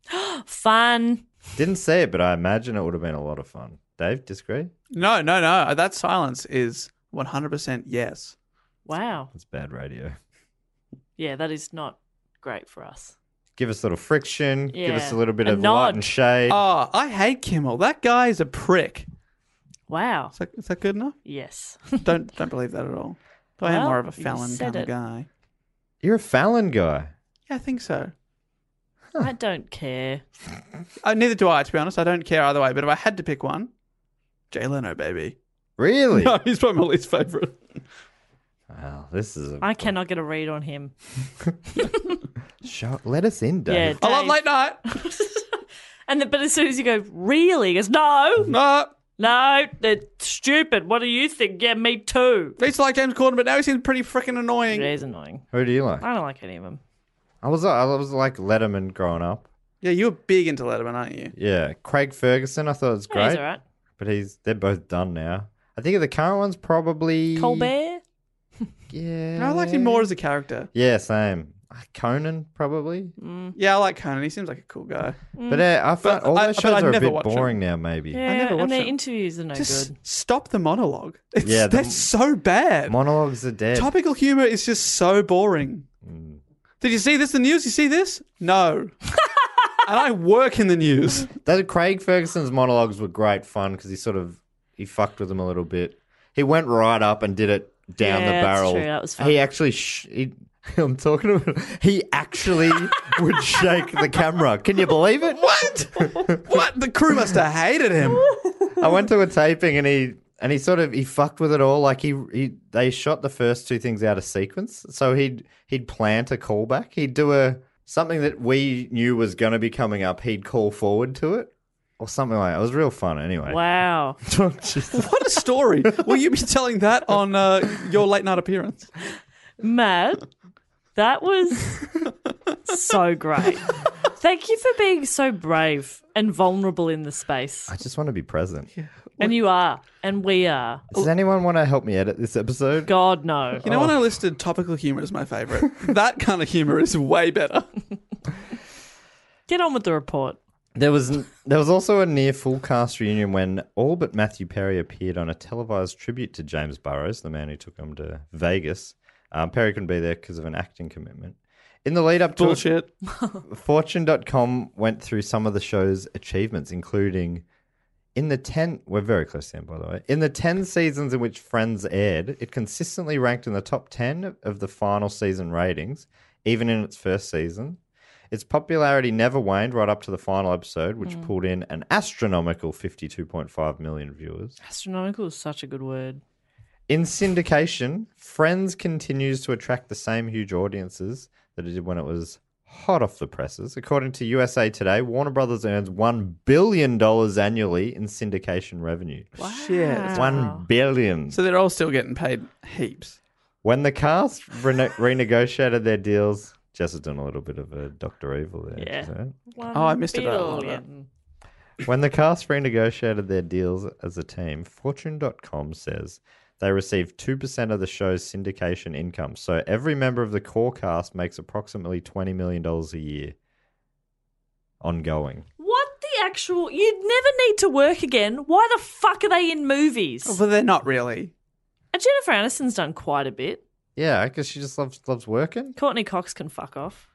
[SPEAKER 2] Fun.
[SPEAKER 3] Didn't say it, but I imagine it would have been a lot of fun. Dave, disagree?
[SPEAKER 7] No, no, no. That silence is 100% yes.
[SPEAKER 2] Wow.
[SPEAKER 3] That's bad radio.
[SPEAKER 2] Yeah, that is not great for us.
[SPEAKER 3] Give us a little friction. Give us a
[SPEAKER 2] Yeah.
[SPEAKER 3] little bit
[SPEAKER 2] A
[SPEAKER 3] of light
[SPEAKER 2] nod.
[SPEAKER 3] and shade.
[SPEAKER 7] Oh, I hate Kimmel. That guy is a prick.
[SPEAKER 2] Wow.
[SPEAKER 7] Is that, is that good enough?
[SPEAKER 2] Yes.
[SPEAKER 7] Don't don't believe that at all. I am
[SPEAKER 2] Well,
[SPEAKER 7] more of a
[SPEAKER 2] you
[SPEAKER 7] Fallon
[SPEAKER 2] said
[SPEAKER 7] kind of
[SPEAKER 2] it.
[SPEAKER 7] guy.
[SPEAKER 3] You're a Fallon guy.
[SPEAKER 7] Yeah, I think so.
[SPEAKER 2] I don't care.
[SPEAKER 7] Uh, neither do I, to be honest. I don't care either way. But if I had to pick one, Jay Leno, baby.
[SPEAKER 3] Really?
[SPEAKER 7] No, he's probably my least favorite.
[SPEAKER 3] Wow, this is a
[SPEAKER 2] I cannot get a read on him.
[SPEAKER 3] Show, let us in,
[SPEAKER 2] Yeah.
[SPEAKER 3] Dave.
[SPEAKER 7] I love
[SPEAKER 2] Dave.
[SPEAKER 7] late night.
[SPEAKER 2] And then, but as soon as you go, really? He goes, no,
[SPEAKER 4] No,
[SPEAKER 2] no, they're stupid. What do you think? Yeah, me too.
[SPEAKER 4] he's like James Corden, but now he seems pretty freaking
[SPEAKER 2] It
[SPEAKER 4] annoying.
[SPEAKER 2] is annoying.
[SPEAKER 3] Who do you like?
[SPEAKER 2] I don't like any of them.
[SPEAKER 3] I was I was like Letterman growing up.
[SPEAKER 4] Yeah, you were big into Letterman, aren't you?
[SPEAKER 3] Yeah, Craig Ferguson. I thought it was
[SPEAKER 2] Yeah,
[SPEAKER 3] great,
[SPEAKER 2] He's all right.
[SPEAKER 3] but he's they're both done now. I think the current one's probably
[SPEAKER 2] Colbert.
[SPEAKER 3] Yeah,
[SPEAKER 4] I liked him more as a character.
[SPEAKER 3] Yeah, same. Uh, Conan probably,
[SPEAKER 4] Yeah, I like Conan. He seems like a cool guy.
[SPEAKER 3] but uh, I find all
[SPEAKER 4] I-
[SPEAKER 3] those
[SPEAKER 4] but
[SPEAKER 3] shows
[SPEAKER 4] I'd
[SPEAKER 3] are a
[SPEAKER 4] never
[SPEAKER 3] bit
[SPEAKER 4] watch them.
[SPEAKER 3] boring now. Maybe
[SPEAKER 2] Yeah,
[SPEAKER 4] never watched
[SPEAKER 2] and their
[SPEAKER 4] it.
[SPEAKER 2] interviews are no
[SPEAKER 4] Just
[SPEAKER 2] good.
[SPEAKER 4] stop the monologue. It's,
[SPEAKER 3] Yeah, the-
[SPEAKER 4] that's so bad.
[SPEAKER 3] monologues are dead.
[SPEAKER 4] Topical humor is just so boring.
[SPEAKER 3] Mm.
[SPEAKER 4] Did you see this? The news? You see this? No. and I work in the news.
[SPEAKER 3] That Craig Ferguson's monologues were great fun because he sort of he fucked with them a little bit. He went right up and did it down
[SPEAKER 2] Yeah,
[SPEAKER 3] the
[SPEAKER 2] that's
[SPEAKER 3] barrel.
[SPEAKER 2] true. That was fun.
[SPEAKER 3] He actually, sh- he, I'm talking about. He actually would shake the camera. Can you believe it?
[SPEAKER 4] What? what? The crew must have hated him.
[SPEAKER 3] I went to a taping and he and he sort of he fucked with it all. Like he, he they shot the first two things out of sequence, so he'd he'd plant a callback. He'd do a something that we knew was going to be coming up. He'd call forward to it or something like that. It was real fun anyway.
[SPEAKER 2] Wow.
[SPEAKER 4] What a story. Will you be telling that on uh, your late night appearance?
[SPEAKER 2] Matt, that was so great. Thank you for being so brave and vulnerable in the space.
[SPEAKER 3] I just want to be present.
[SPEAKER 2] And you are, and we are.
[SPEAKER 3] Does anyone want to help me edit this episode?
[SPEAKER 2] God, no.
[SPEAKER 4] You know,
[SPEAKER 3] Oh.
[SPEAKER 4] when I listed topical humor as my favorite, that kind of humor is way better.
[SPEAKER 2] Oh, Get on with the report.
[SPEAKER 3] There was there was also a near full cast reunion when all but Matthew Perry appeared on a televised tribute to James Burrows, the man who took him to Vegas. Um, Perry couldn't be there because of an acting commitment. In the lead up to it,
[SPEAKER 4] Bullshit.
[SPEAKER 3] Fortune.com went through some of the show's achievements, including in the 10, we're very close to the end, by the way. In the 10 seasons in which Friends aired, it consistently ranked in the top 10 of the final season ratings, even in its first season. Its popularity never waned right up to the final episode, which pulled in an astronomical 52.5 million viewers.
[SPEAKER 2] Astronomical is such a good word.
[SPEAKER 3] In syndication, Friends continues to attract the same huge audiences that it did when it was hot off the presses. According to USA Today, Warner Brothers earns $1 billion annually in syndication revenue.
[SPEAKER 2] Wow.
[SPEAKER 3] $1 billion.
[SPEAKER 4] So they're all still getting paid heaps.
[SPEAKER 3] when the cast rene- renegotiated their deals, Jess has done a little bit of a Dr. Evil there.
[SPEAKER 2] Yeah.
[SPEAKER 3] she's right.
[SPEAKER 4] Oh, I missed it. I love that.
[SPEAKER 2] Billion.
[SPEAKER 3] When the cast renegotiated their deals as a team, Fortune.com says they received 2% of the show's syndication income. So every member of the core cast makes approximately $20 million a year ongoing.
[SPEAKER 2] What the actual? You'd never need to work again. Why the fuck are they in movies?
[SPEAKER 4] Oh, but they're not really.
[SPEAKER 2] And Jennifer Aniston's done quite a bit.
[SPEAKER 3] Yeah, because she just loves loves working.
[SPEAKER 2] Courtney Cox can fuck off.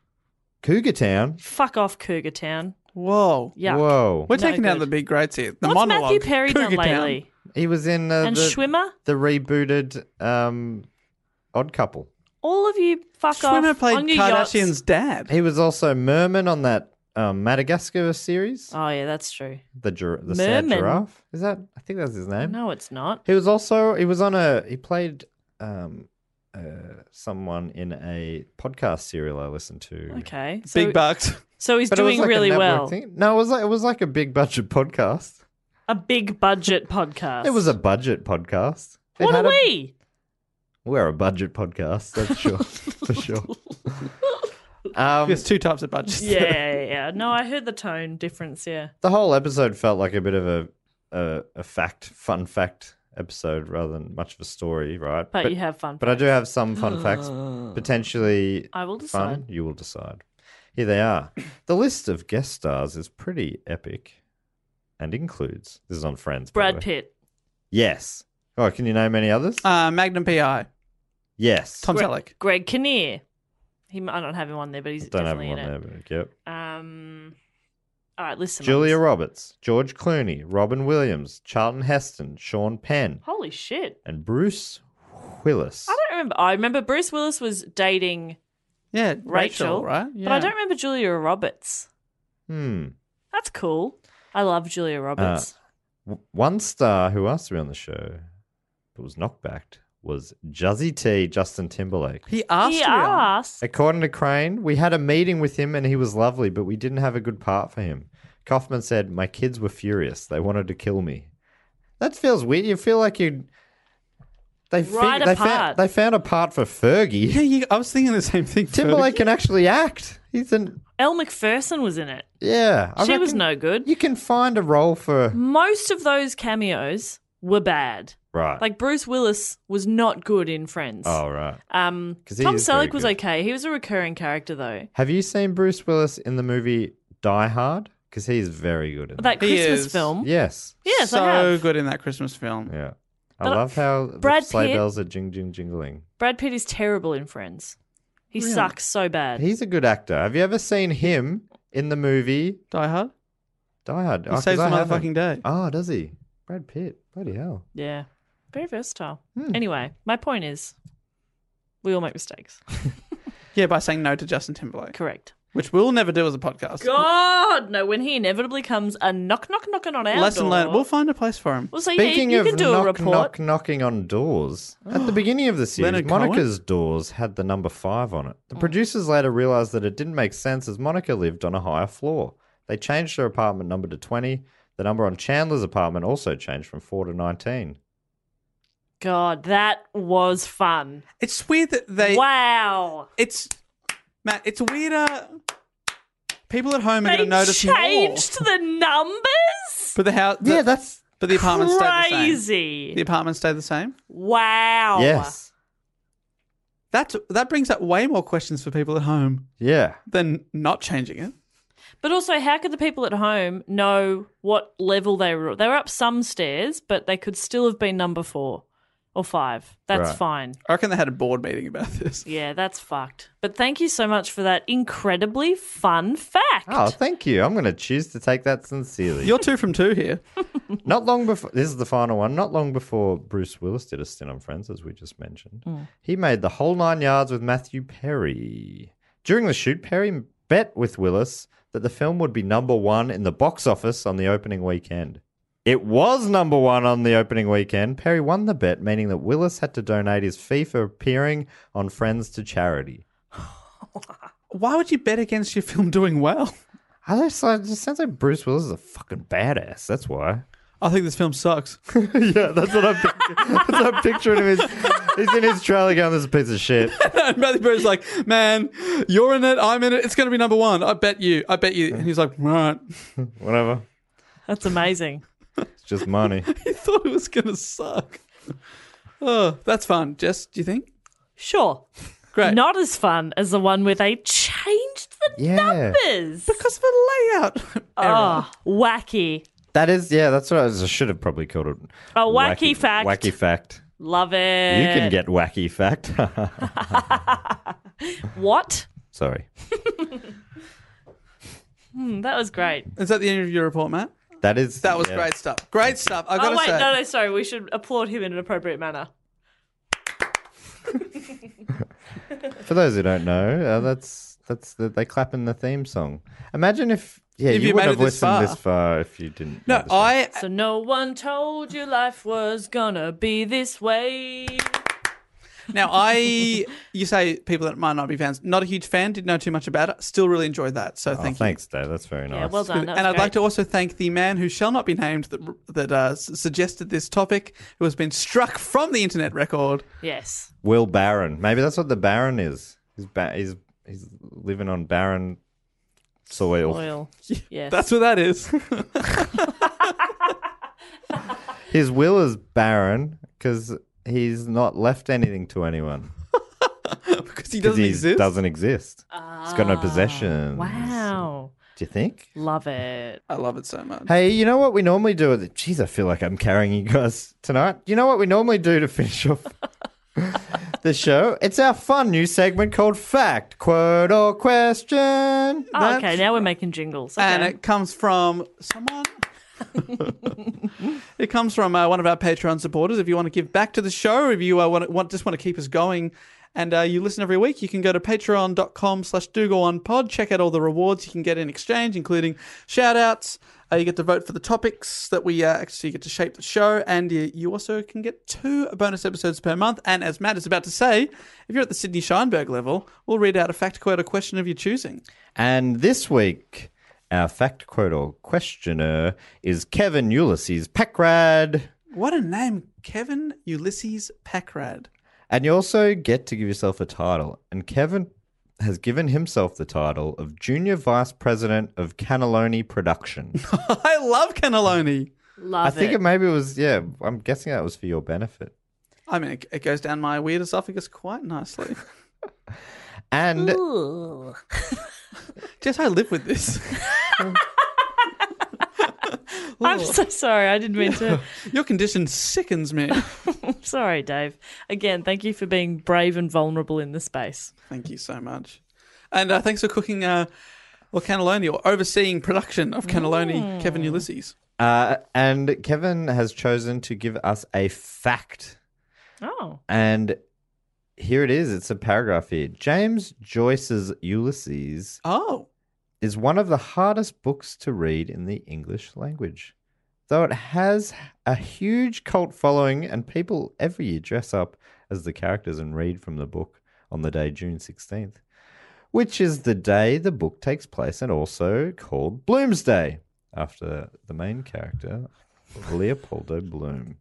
[SPEAKER 3] Cougar Town.
[SPEAKER 2] Fuck off, Cougar Town.
[SPEAKER 4] Whoa.
[SPEAKER 2] Yuck.
[SPEAKER 3] Whoa.
[SPEAKER 4] We're
[SPEAKER 2] No
[SPEAKER 4] taking down
[SPEAKER 2] good.
[SPEAKER 4] the big greats here. The
[SPEAKER 2] What's
[SPEAKER 4] monologue.
[SPEAKER 2] Matthew Perry done
[SPEAKER 4] Cougar Town.
[SPEAKER 2] lately?
[SPEAKER 3] He was in uh,
[SPEAKER 2] and
[SPEAKER 3] the,
[SPEAKER 2] Schwimmer.
[SPEAKER 3] the rebooted um, Odd Couple.
[SPEAKER 2] All of you fuck
[SPEAKER 4] Schwimmer
[SPEAKER 2] off
[SPEAKER 4] played
[SPEAKER 2] on your yachts.
[SPEAKER 4] Kardashian's dad.
[SPEAKER 3] He was also Merman on that um, Madagascar series.
[SPEAKER 2] Oh yeah, that's true.
[SPEAKER 3] the gir- the sad
[SPEAKER 2] Merman?
[SPEAKER 3] giraffe. Is that? I think that's his name.
[SPEAKER 2] No, it's not.
[SPEAKER 3] He was also he was on a he played um uh someone in a podcast serial I listened to.
[SPEAKER 2] Okay, so,
[SPEAKER 4] big bucks.
[SPEAKER 2] so he's
[SPEAKER 3] But it was
[SPEAKER 2] doing
[SPEAKER 3] like a
[SPEAKER 2] really
[SPEAKER 3] network
[SPEAKER 2] well.
[SPEAKER 3] thing. No, it was like it was like a big budget podcast.
[SPEAKER 2] A big budget podcast.
[SPEAKER 3] It was a budget podcast. It
[SPEAKER 2] What
[SPEAKER 3] had
[SPEAKER 2] are
[SPEAKER 3] a-
[SPEAKER 2] we?
[SPEAKER 3] We're a budget podcast, that's sure. for sure. Um,
[SPEAKER 4] There's two types of budgets.
[SPEAKER 2] Yeah, yeah, yeah. No, I heard the tone difference. Yeah.
[SPEAKER 3] the whole episode felt like a bit of a, a a fact, fun fact episode rather than much of a story, right?
[SPEAKER 2] But, you have fun.
[SPEAKER 3] But I do have some fun facts.
[SPEAKER 4] Uh.
[SPEAKER 3] Potentially
[SPEAKER 2] I will
[SPEAKER 3] fun.
[SPEAKER 2] decide.
[SPEAKER 3] You will decide. Here they are. The list of guest stars is pretty epic and includes this is on Friends. by the
[SPEAKER 2] Brad
[SPEAKER 3] way.
[SPEAKER 2] Pitt,
[SPEAKER 3] Yes. Oh, can you name any others?
[SPEAKER 4] Uh, Magnum PI.
[SPEAKER 3] yes.
[SPEAKER 4] Tom Selleck.
[SPEAKER 2] Greg Kinnear. He, I don't have him on there, but he's
[SPEAKER 3] Don't have
[SPEAKER 2] definitely
[SPEAKER 3] him on
[SPEAKER 2] in
[SPEAKER 3] there.
[SPEAKER 2] it.
[SPEAKER 3] But yep.
[SPEAKER 2] Um. All right, listen.
[SPEAKER 3] Julia
[SPEAKER 2] Roberts.
[SPEAKER 3] Roberts, George Clooney, Robin Williams, Charlton Heston, Sean Penn,
[SPEAKER 2] Holy shit!
[SPEAKER 3] and Bruce Willis.
[SPEAKER 2] I don't remember. I remember Bruce Willis was dating,
[SPEAKER 4] Yeah, Rachel,
[SPEAKER 2] Rachel,
[SPEAKER 4] right? Yeah.
[SPEAKER 2] but I don't remember Julia Roberts.
[SPEAKER 3] Hmm.
[SPEAKER 2] That's cool. I love Julia Roberts.
[SPEAKER 3] W- One star who asked to be on the show but was knocked back was Juzzy T, Justin Timberlake.
[SPEAKER 4] He asked.
[SPEAKER 2] he
[SPEAKER 4] to be on.
[SPEAKER 2] asked.
[SPEAKER 3] According to Crane, we had a meeting with him and he was lovely, but we didn't have a good part for him. Kaufman said, My kids were furious. They wanted to kill me. That feels weird. You feel like you. They, fi-
[SPEAKER 2] Right
[SPEAKER 3] they, found,
[SPEAKER 2] apart.
[SPEAKER 3] they found a part for Fergie.
[SPEAKER 10] Yeah, you, I was thinking the same thing.
[SPEAKER 3] Timberlake can actually act. He's an.
[SPEAKER 2] Elle McPherson was in it.
[SPEAKER 3] Yeah. I
[SPEAKER 2] She was
[SPEAKER 3] reckon
[SPEAKER 2] no good.
[SPEAKER 3] You can find a role for.
[SPEAKER 2] Most of those cameos were bad.
[SPEAKER 3] Right.
[SPEAKER 2] Like Bruce Willis was not good in Friends.
[SPEAKER 3] oh, right.
[SPEAKER 2] Um,
[SPEAKER 3] 'Cause he
[SPEAKER 2] Tom
[SPEAKER 3] is very
[SPEAKER 2] Selleck was
[SPEAKER 3] good.
[SPEAKER 2] okay. He was a recurring character though.
[SPEAKER 3] Have you seen Bruce Willis in the movie Die Hard? Because he's very good in that.
[SPEAKER 2] That
[SPEAKER 4] He
[SPEAKER 2] Christmas
[SPEAKER 4] is.
[SPEAKER 2] film.
[SPEAKER 3] Yes.
[SPEAKER 2] Yes,
[SPEAKER 4] so
[SPEAKER 2] I have.
[SPEAKER 4] good in that Christmas film.
[SPEAKER 3] Yeah. I
[SPEAKER 2] But I-
[SPEAKER 3] love how the
[SPEAKER 2] Brad
[SPEAKER 3] sleigh
[SPEAKER 2] Pitt-
[SPEAKER 3] bells are jing jing jingling.
[SPEAKER 2] Brad Pitt is terrible in Friends. He sucks so bad.
[SPEAKER 3] He's a good actor. Have you ever seen him in the movie
[SPEAKER 4] Die Hard.
[SPEAKER 3] Die Hard?
[SPEAKER 10] He saves the motherfucking day.
[SPEAKER 3] Oh, does he? Brad Pitt. Bloody hell.
[SPEAKER 2] yeah. Very versatile.
[SPEAKER 4] Hmm.
[SPEAKER 2] Anyway, my point is we all make mistakes.
[SPEAKER 4] Yeah, by saying no to Justin Timberlake,
[SPEAKER 2] Correct.
[SPEAKER 4] which we'll never do as a podcast.
[SPEAKER 2] God, no, when he inevitably comes a knock knock knocking on our
[SPEAKER 4] Lesson
[SPEAKER 2] door.
[SPEAKER 4] learned. We'll find a place for him.
[SPEAKER 2] Well, so
[SPEAKER 3] Speaking
[SPEAKER 2] yeah, you
[SPEAKER 3] of
[SPEAKER 2] can do
[SPEAKER 3] knock,
[SPEAKER 2] a report. Oh.
[SPEAKER 3] knock, knocking on doors, at the beginning of the series,
[SPEAKER 10] Leonard Cohen?
[SPEAKER 3] Monica's doors had the number five on it.
[SPEAKER 2] Oh.
[SPEAKER 3] The producers later realized that it didn't make sense as Monica lived on a higher floor. They changed her apartment number to 20. The number on Chandler's apartment also changed from 4 to 19.
[SPEAKER 2] God, that was fun.
[SPEAKER 4] It's weird that they.
[SPEAKER 2] wow.
[SPEAKER 4] It's Matt. It's weirder. People at home are
[SPEAKER 2] They
[SPEAKER 4] going to notice more.
[SPEAKER 2] changed the numbers?
[SPEAKER 4] But the house.
[SPEAKER 3] Yeah,
[SPEAKER 4] the-
[SPEAKER 3] that's.
[SPEAKER 4] But the apartments stayed the same.
[SPEAKER 2] Crazy.
[SPEAKER 4] The apartments stayed the same.
[SPEAKER 2] Oh, Wow.
[SPEAKER 3] Yes.
[SPEAKER 4] That's that brings up way more questions for people at home
[SPEAKER 3] Yeah.
[SPEAKER 4] than not changing it.
[SPEAKER 2] But also, how could the people at home know what level they were? They were up some stairs, but they could still have been number four or five. That's
[SPEAKER 3] Right.
[SPEAKER 2] fine.
[SPEAKER 4] I reckon they had a board meeting about this.
[SPEAKER 2] Yeah, that's fucked. But thank you so much for that incredibly fun fact.
[SPEAKER 3] Oh, thank you. I'm going to choose to take that sincerely.
[SPEAKER 4] You're two from two here.
[SPEAKER 3] Not long before, this is the final one. Not long before Bruce Willis did a stint on Friends, as we just mentioned, he made the whole nine yards with Matthew Perry. During the shoot, Perry bet with Willis that the film would be number one in the box office on the opening weekend. It was number one on the opening weekend. Perry won the bet, meaning that Willis had to donate his fee for appearing on Friends to charity.
[SPEAKER 4] Why would you bet against your film doing well?
[SPEAKER 3] I just, it just sounds like Bruce Willis is a fucking badass. That's why.
[SPEAKER 4] I think this film sucks.
[SPEAKER 3] yeah, that's what I'm picturing. that's what I'm picturing him. Is, he's in his trailer going, this is a piece of shit.
[SPEAKER 4] and Matthew Perry's like, man, you're in it, I'm in it, it's going to be number one. I bet you, I bet you. And he's like, right.
[SPEAKER 3] Whatever.
[SPEAKER 2] That's amazing.
[SPEAKER 3] It's just money.
[SPEAKER 4] He thought it was going to suck. Oh, that's fun. Jess, do you think?
[SPEAKER 2] Sure.
[SPEAKER 4] Great.
[SPEAKER 2] Not as fun as the one where they changed the
[SPEAKER 3] Yeah.
[SPEAKER 2] numbers.
[SPEAKER 4] Because of a layout error.
[SPEAKER 2] Oh, wacky.
[SPEAKER 3] That is, yeah, that's what I, was- I should have probably called it.
[SPEAKER 2] A wacky fact.
[SPEAKER 3] Wacky fact.
[SPEAKER 2] Love it.
[SPEAKER 3] you can get wacky fact.
[SPEAKER 2] What?
[SPEAKER 3] Sorry.
[SPEAKER 2] Hmm, that was great.
[SPEAKER 4] Is that the end of your report, Matt?
[SPEAKER 3] That is.
[SPEAKER 4] That was
[SPEAKER 3] yeah.
[SPEAKER 4] great stuff. Great stuff. I got
[SPEAKER 2] Oh,
[SPEAKER 4] to
[SPEAKER 2] wait,
[SPEAKER 4] say.
[SPEAKER 2] no, no, sorry. We should applaud him in an appropriate manner.
[SPEAKER 3] For those who don't know, uh, that's that's the, they clap in the theme song. Imagine if yeah,
[SPEAKER 4] If
[SPEAKER 3] you,
[SPEAKER 4] you made
[SPEAKER 3] would have
[SPEAKER 4] it this
[SPEAKER 3] listened
[SPEAKER 4] far.
[SPEAKER 3] this far if you didn't. know
[SPEAKER 4] No,
[SPEAKER 3] the song.
[SPEAKER 4] I
[SPEAKER 2] So no one told you life was gonna be this way.
[SPEAKER 4] now I you say people that might not be fans, not a huge fan, didn't know too much about it. Still really enjoyed that. So
[SPEAKER 3] Oh,
[SPEAKER 4] thank you.
[SPEAKER 3] thanks, Dave. That's very nice.
[SPEAKER 2] Yeah, well done.
[SPEAKER 4] and I'd like to also thank the man who shall not be named that that uh, s- suggested this topic, who has been struck from the internet record.
[SPEAKER 2] Yes.
[SPEAKER 3] Will Barron. Maybe that's what the Baron is. He's ba- he's he's living on barren soil.
[SPEAKER 2] Oil. Yes.
[SPEAKER 4] That's what that is.
[SPEAKER 3] His will is barren because he's not left anything to anyone.
[SPEAKER 4] because he
[SPEAKER 3] 'Cause
[SPEAKER 4] doesn't
[SPEAKER 3] he
[SPEAKER 4] exist. Ah,
[SPEAKER 3] Doesn't exist. he's got no possessions.
[SPEAKER 2] wow.
[SPEAKER 3] Do you think?
[SPEAKER 2] Love it.
[SPEAKER 4] I love it so much.
[SPEAKER 3] Hey, you know what we normally do? with- Jeez, I feel like I'm carrying you guys tonight. You know what we normally do to finish off the show? It's our fun new segment called Fact, Quote, or Question.
[SPEAKER 2] Oh, okay, now we're making jingles. Okay.
[SPEAKER 4] And it comes from someone. it comes from uh, one of our Patreon supporters. If you want to give back to the show, if you uh, want, want just want to keep us going, and uh, you listen every week, you can go to patreon.com slash pod. Check out all the rewards you can get in exchange, including shout outs. Uh, you get to vote for the topics that we uh, actually get to shape the show, and you, you also can get two bonus episodes per month. And as Matt is about to say, if you're at the Sydney Scheinberg level, we'll read out a fact, quote, or question of your choosing.
[SPEAKER 3] And this week, Our fact quote or questioner is Kevin Ulysses Packrad.
[SPEAKER 4] What a name, Kevin Ulysses Packrad.
[SPEAKER 3] And you also get to give yourself a title. And Kevin has given himself the title of Junior Vice President of Cannelloni Production.
[SPEAKER 4] I love cannelloni.
[SPEAKER 3] I
[SPEAKER 2] Love
[SPEAKER 3] think
[SPEAKER 2] it.
[SPEAKER 3] it maybe was, yeah, I'm guessing that was for your benefit.
[SPEAKER 4] I mean, it, it goes down my weird esophagus quite nicely.
[SPEAKER 3] And
[SPEAKER 2] Ooh.
[SPEAKER 4] Just I live with this.
[SPEAKER 2] I'm so sorry. I didn't mean to.
[SPEAKER 4] Your condition sickens me.
[SPEAKER 2] I'm sorry, Dave. Again, thank you for being brave and vulnerable in the space.
[SPEAKER 4] Thank you so much. And uh, thanks for cooking, uh, well, cannelloni or overseeing production of cannelloni, Kevin Ulysses.
[SPEAKER 3] uh, and Kevin has chosen to give us a fact.
[SPEAKER 2] Oh,
[SPEAKER 3] And here it is. It's a paragraph here. James Joyce's Ulysses
[SPEAKER 4] Oh,
[SPEAKER 3] is one of the hardest books to read in the English language. Though it has a huge cult following and people every year dress up as the characters and read from the book on the day June 16th, which is the day the book takes place and also called Bloomsday after the main character, Leopoldo Bloom.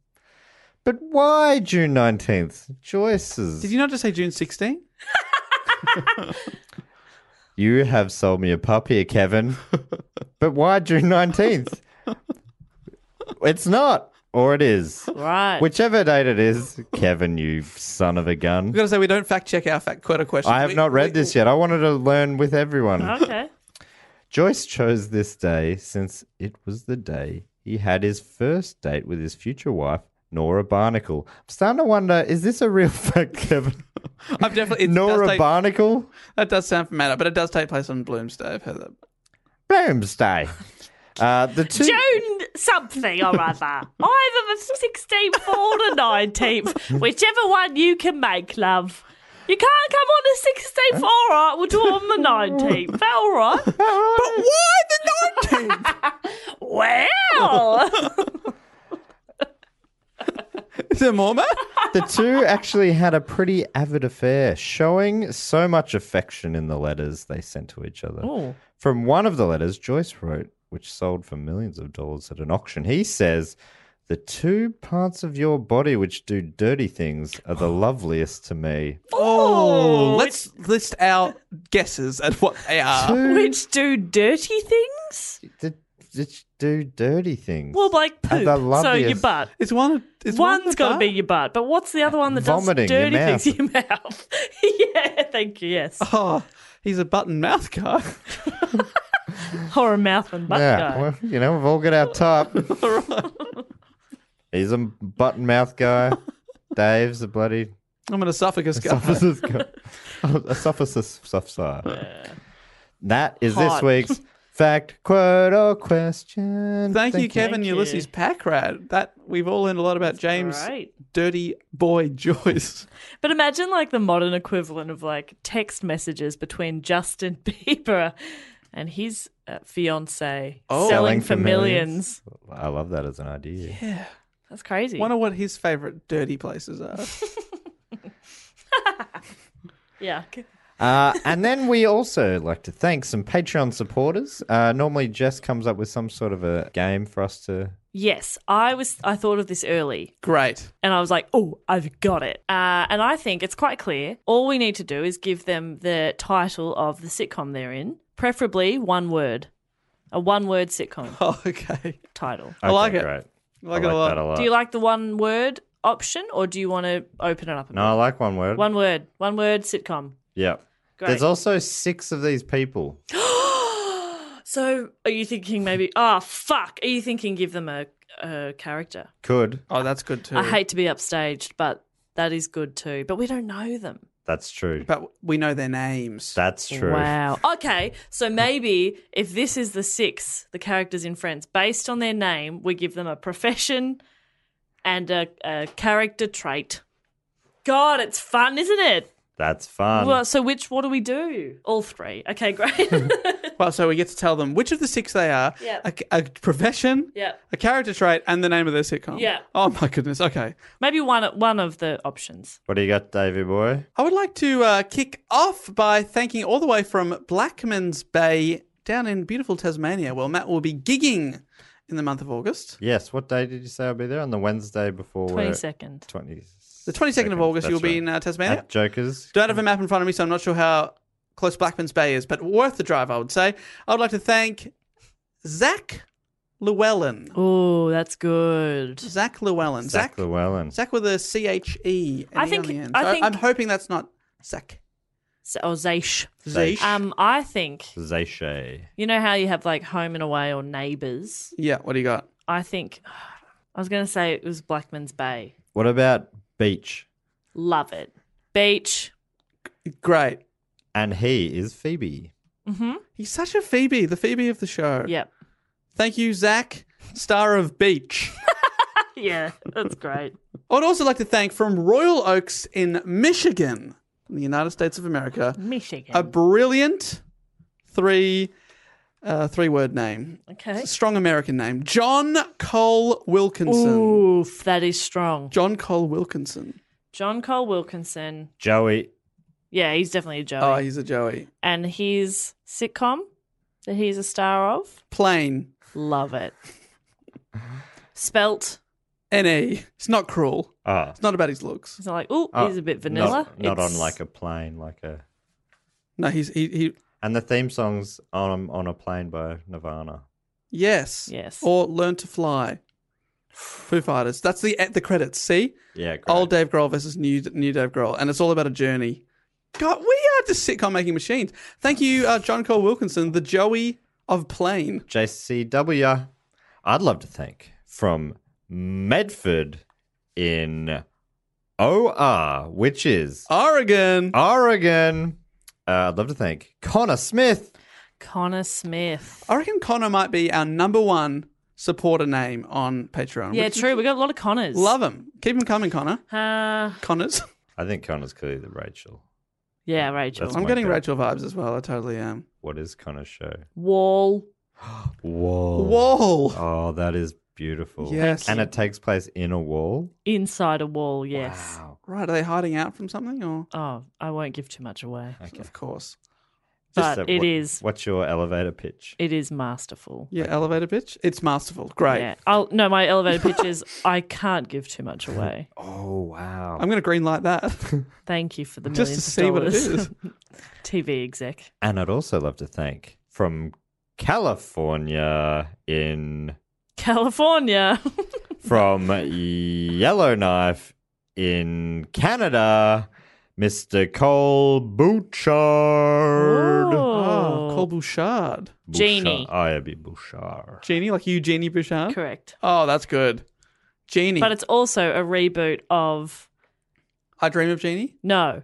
[SPEAKER 3] But why June 19th? Joyce's.
[SPEAKER 4] did you not just say June 16?
[SPEAKER 3] You have sold me a pup here, Kevin. but why June 19th? it's not, or it is.
[SPEAKER 2] right.
[SPEAKER 3] Whichever date it is, Kevin, you son of a
[SPEAKER 4] We've
[SPEAKER 3] gun.
[SPEAKER 4] got to say we don't fact check our fact quota question.
[SPEAKER 3] I have
[SPEAKER 4] We-
[SPEAKER 3] not read
[SPEAKER 4] we-
[SPEAKER 3] this yet. I wanted to learn with everyone.
[SPEAKER 2] okay.
[SPEAKER 3] Joyce chose this day since it was the day he had his first date with his future wife, Nora Barnacle. I'm starting to wonder is this a real fact, Kevin?
[SPEAKER 4] I've definitely. It
[SPEAKER 3] Nora
[SPEAKER 4] does take,
[SPEAKER 3] Barnacle?
[SPEAKER 4] that does sound familiar, but it does take place on Bloomsday. I've heard that.
[SPEAKER 3] Bloomsday. Uh, the two.
[SPEAKER 2] June something or other. Either the 16th or the 19th. Whichever one you can make, love. You can't come on the 16th. All right, we'll do it on the 19th. That all right?
[SPEAKER 3] but
[SPEAKER 2] Well,
[SPEAKER 4] Is there more, Matt?
[SPEAKER 3] the two actually had a pretty avid affair, showing so much affection in the letters they sent to each other.
[SPEAKER 2] Oh.
[SPEAKER 3] From one of the letters, Joyce wrote, which sold for millions of dollars at an auction, he says, The two parts of your body which do dirty things are the loveliest to me.
[SPEAKER 4] Oh, let's list our guesses at what they are.
[SPEAKER 3] Two
[SPEAKER 2] which do dirty things?
[SPEAKER 3] d- which do dirty things.
[SPEAKER 2] Well, like
[SPEAKER 3] Are the
[SPEAKER 2] poop. So your
[SPEAKER 3] loveliest.
[SPEAKER 2] butt.
[SPEAKER 4] It's one. It's
[SPEAKER 2] One's
[SPEAKER 4] one
[SPEAKER 2] got to
[SPEAKER 4] bar.
[SPEAKER 2] be your butt, but what's the other one that
[SPEAKER 3] Vomiting,
[SPEAKER 2] does
[SPEAKER 3] your
[SPEAKER 2] dirty
[SPEAKER 3] mouth.
[SPEAKER 2] things in your mouth? yeah, thank you. Yes,
[SPEAKER 4] Oh, he's a button mouth guy.
[SPEAKER 2] or a mouth and butt
[SPEAKER 3] yeah,
[SPEAKER 2] guy.
[SPEAKER 3] well, you know, we've all got our top. He's a button mouth guy. Dave's a bloody
[SPEAKER 4] I'm an esophagus guy.
[SPEAKER 3] Esophagus. go- Oh, Esophagus. Sophsire. That is this
[SPEAKER 2] Hot.
[SPEAKER 3] week's fact, quote, or question.
[SPEAKER 4] Thank, you, Kevin
[SPEAKER 2] Thank you.
[SPEAKER 4] Ulysses Packrad. That we've all learned a lot about James
[SPEAKER 2] Right.
[SPEAKER 4] Dirty Boy Joyce.
[SPEAKER 2] But imagine like the modern equivalent of like text messages between Justin Bieber and his uh, fiance
[SPEAKER 4] Oh.
[SPEAKER 2] selling
[SPEAKER 3] Selling
[SPEAKER 2] for
[SPEAKER 3] for
[SPEAKER 2] millions.
[SPEAKER 3] I love that as an idea.
[SPEAKER 2] That's crazy.
[SPEAKER 4] Wonder what his favorite dirty places are.
[SPEAKER 2] yeah. c-
[SPEAKER 3] Uh, and then we also like to thank some Patreon supporters. Uh, normally, Jess comes up with some sort of a game for us to.
[SPEAKER 2] Yes, I was. I thought of this early,
[SPEAKER 4] Great.
[SPEAKER 2] and I was like, "Oh, I've got it." Uh, and I think it's quite clear. All we need to do is give them the title of the sitcom they're in, preferably one word, a one-word sitcom
[SPEAKER 4] Oh, okay.
[SPEAKER 2] title.
[SPEAKER 4] I like it.
[SPEAKER 3] Great.
[SPEAKER 4] I like it a lot.
[SPEAKER 3] that a lot.
[SPEAKER 2] Do you like the one-word option, or do you want to open it up? A
[SPEAKER 3] no, I like one word.
[SPEAKER 2] bit? one word, one word sitcom.
[SPEAKER 3] Yeah.
[SPEAKER 2] Great.
[SPEAKER 3] There's also six of these people.
[SPEAKER 2] So, are you thinking maybe? Oh fuck! Are you thinking give them a, a character?
[SPEAKER 3] Could.
[SPEAKER 4] Oh, that's good too.
[SPEAKER 2] I hate to be upstaged, but that is good too. But we don't know them.
[SPEAKER 3] That's true.
[SPEAKER 4] But we know their names.
[SPEAKER 3] That's true.
[SPEAKER 2] Wow. Okay, so maybe if this is the six, the characters in Friends, based on their name, we give them a profession and a, a character trait. God, it's fun, isn't it?
[SPEAKER 3] That's fun.
[SPEAKER 2] well, so which? What do we do? All three. Okay, great.
[SPEAKER 4] Well, so we get to tell them which of the six they are,
[SPEAKER 2] Yep.
[SPEAKER 4] a, a profession,
[SPEAKER 2] yeah.
[SPEAKER 4] a character trait, and the name of their sitcom.
[SPEAKER 2] Yeah.
[SPEAKER 4] Oh my goodness. Okay.
[SPEAKER 2] Maybe one one of the options.
[SPEAKER 3] What do you got, Davey boy?
[SPEAKER 4] I would like to uh, kick off by thanking all the way from Blackman's Bay, down in beautiful Tasmania, where Matt will be gigging in the month of August.
[SPEAKER 3] Yes. What day did you say I'll be there? On the Wednesday before we're-
[SPEAKER 2] 22nd.
[SPEAKER 3] 20.
[SPEAKER 4] The 22nd of August,
[SPEAKER 3] that's
[SPEAKER 4] you'll be
[SPEAKER 3] right.
[SPEAKER 4] in uh, Tasmania.
[SPEAKER 3] At Jokers.
[SPEAKER 4] Don't have a map in front of me, so I'm not sure how close Blackman's Bay is, but worth the drive, I would say. I would like to thank Zach Llewellyn.
[SPEAKER 2] Oh, that's good.
[SPEAKER 4] Zach Llewellyn. Zach.
[SPEAKER 3] Zach Llewellyn.
[SPEAKER 4] Zach with a C H E. and
[SPEAKER 2] I
[SPEAKER 4] E
[SPEAKER 2] think-
[SPEAKER 4] on the end.
[SPEAKER 2] I
[SPEAKER 4] So I
[SPEAKER 2] think-
[SPEAKER 4] am hoping that's not Zach.
[SPEAKER 2] So, or Zaish.
[SPEAKER 3] Zaish.
[SPEAKER 2] Um, I think
[SPEAKER 3] Zayshay.
[SPEAKER 2] you know how you have like home and away or neighbours.
[SPEAKER 4] Yeah. What do you got?
[SPEAKER 2] I think I was going to say it was Blackman's Bay.
[SPEAKER 3] What about Beach?
[SPEAKER 2] Love it. Beach.
[SPEAKER 4] Great.
[SPEAKER 3] And he is Phoebe.
[SPEAKER 2] Mm-hmm.
[SPEAKER 4] He's such a Phoebe, the Phoebe of the show.
[SPEAKER 2] Yep.
[SPEAKER 4] Thank you, Zach, star of Beach.
[SPEAKER 2] Yeah, that's great.
[SPEAKER 4] I would also like to thank from Royal Oaks in Michigan, in the United States of America,
[SPEAKER 2] Michigan.
[SPEAKER 4] a brilliant three uh, three word name.
[SPEAKER 2] okay.
[SPEAKER 4] Strong American name. John Cole Wilkinson.
[SPEAKER 2] Oof, that is strong.
[SPEAKER 4] John Cole Wilkinson.
[SPEAKER 2] John Cole Wilkinson.
[SPEAKER 3] Joey.
[SPEAKER 2] Yeah, he's definitely a Joey.
[SPEAKER 4] Oh, he's a Joey.
[SPEAKER 2] and his sitcom that he's a star of.
[SPEAKER 4] Plain.
[SPEAKER 2] Love it. Spelt.
[SPEAKER 4] N.E. E. It's not cruel.
[SPEAKER 3] Ah.
[SPEAKER 4] It's not about his looks.
[SPEAKER 2] It's not like, oh,
[SPEAKER 3] Oh,
[SPEAKER 2] he's a bit
[SPEAKER 3] not-
[SPEAKER 2] vanilla.
[SPEAKER 3] Not, on
[SPEAKER 2] It's-
[SPEAKER 3] like a plane, like a.
[SPEAKER 4] No, he's he, he
[SPEAKER 3] And the theme song's on um, on a plane by Nirvana.
[SPEAKER 4] yes.
[SPEAKER 2] Yes.
[SPEAKER 4] Or Learn to Fly. Foo Fighters. That's the the credits, see?
[SPEAKER 3] Yeah, great.
[SPEAKER 4] Old Dave Grohl versus new new Dave Grohl, and it's all about a journey. God, we are just sitcom making machines. Thank you, uh, John Cole Wilkinson, the Joey of Plain.
[SPEAKER 3] JCW. I'd love to thank from Medford in OR, which is
[SPEAKER 4] Oregon.
[SPEAKER 3] Oh. Oregon. Uh, I'd love to thank Connor Smith.
[SPEAKER 2] Connor Smith.
[SPEAKER 4] I reckon Connor might be our number one supporter name on Patreon.
[SPEAKER 2] Yeah,
[SPEAKER 4] which is-
[SPEAKER 2] true. We got a lot of Connors.
[SPEAKER 4] Love him. Keep him coming, Connor.
[SPEAKER 2] Uh,
[SPEAKER 4] Connors.
[SPEAKER 3] I think Connor's clearly the Rachel.
[SPEAKER 2] yeah, Rachel.
[SPEAKER 3] That's
[SPEAKER 4] I'm
[SPEAKER 3] my
[SPEAKER 4] getting
[SPEAKER 3] guy.
[SPEAKER 4] Rachel vibes as well. I totally am.
[SPEAKER 3] What is Connor's show?
[SPEAKER 2] Wall.
[SPEAKER 3] Wall.
[SPEAKER 4] Wall.
[SPEAKER 3] Oh, that is beautiful.
[SPEAKER 4] Yes.
[SPEAKER 3] And it takes place in a wall.
[SPEAKER 2] Inside a wall, yes.
[SPEAKER 3] Wow.
[SPEAKER 4] Right? Are they hiding out from something or?
[SPEAKER 2] Oh, I won't give too much away.
[SPEAKER 4] Of course.
[SPEAKER 3] Just
[SPEAKER 2] But
[SPEAKER 3] a-
[SPEAKER 2] it
[SPEAKER 3] what-
[SPEAKER 2] is-
[SPEAKER 3] What's your elevator pitch?
[SPEAKER 2] It is masterful.
[SPEAKER 4] Yeah, elevator pitch. It's masterful. Great.
[SPEAKER 2] Yeah. I'll, no, my elevator pitch is I can't give too much away.
[SPEAKER 3] Oh, wow.
[SPEAKER 4] I'm going to green light that.
[SPEAKER 2] Thank you for the
[SPEAKER 4] Just
[SPEAKER 2] millions
[SPEAKER 4] to see
[SPEAKER 2] of
[SPEAKER 4] what it
[SPEAKER 2] dollars.
[SPEAKER 4] is.
[SPEAKER 2] TV exec.
[SPEAKER 3] And I'd also love to thank from California in
[SPEAKER 2] California.
[SPEAKER 3] from Yellowknife in Canada, Mr. Cole Bouchard.
[SPEAKER 4] Oh,
[SPEAKER 2] Oh.
[SPEAKER 4] Cole Bouchard.
[SPEAKER 3] Bouchard.
[SPEAKER 2] Genie.
[SPEAKER 3] Oh, yeah, it'd be Bouchard.
[SPEAKER 4] Genie, like you, Genie Bouchard?
[SPEAKER 2] Correct.
[SPEAKER 4] Oh, that's good. Genie.
[SPEAKER 2] But it's also a reboot of
[SPEAKER 4] I Dream of Genie.
[SPEAKER 2] No,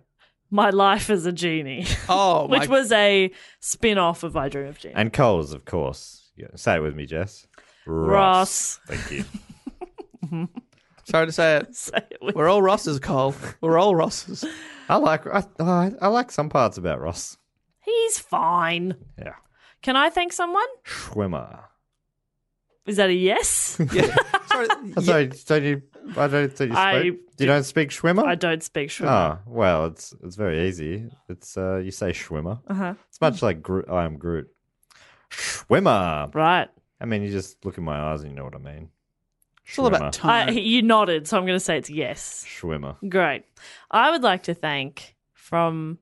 [SPEAKER 2] My Life as a Genie,
[SPEAKER 4] Oh, my.
[SPEAKER 2] which was a spin off of I Dream of Genie.
[SPEAKER 3] And Coles, of course. Yeah, say it with me, Jess.
[SPEAKER 2] Ross.
[SPEAKER 3] Thank you.
[SPEAKER 4] Sorry to say it.
[SPEAKER 2] Say it with-
[SPEAKER 4] We're all Rosses, Cole. We're all Rosses.
[SPEAKER 3] I like I, I, I like some parts about Ross.
[SPEAKER 2] He's fine.
[SPEAKER 3] Yeah.
[SPEAKER 2] Can I thank someone?
[SPEAKER 3] Schwimmer.
[SPEAKER 2] Is that a yes?
[SPEAKER 4] Yeah. Sorry.
[SPEAKER 3] Oh,
[SPEAKER 4] yeah.
[SPEAKER 3] Sorry, don't you? I don't think you speak.
[SPEAKER 2] I
[SPEAKER 3] you don't speak Schwimmer.
[SPEAKER 2] I don't speak Schwimmer.
[SPEAKER 3] Ah, well, it's it's very easy. It's uh, you say Schwimmer.
[SPEAKER 2] Uh-huh.
[SPEAKER 3] It's much like Gro- I am Groot. Schwimmer.
[SPEAKER 2] Right.
[SPEAKER 3] I mean, you just look in my eyes and you know what I mean.
[SPEAKER 4] It's all about
[SPEAKER 3] Schwimmer.
[SPEAKER 4] time.
[SPEAKER 2] I, you nodded, so I'm going to say it's yes.
[SPEAKER 3] Schwimmer.
[SPEAKER 2] Great. I would like to thank from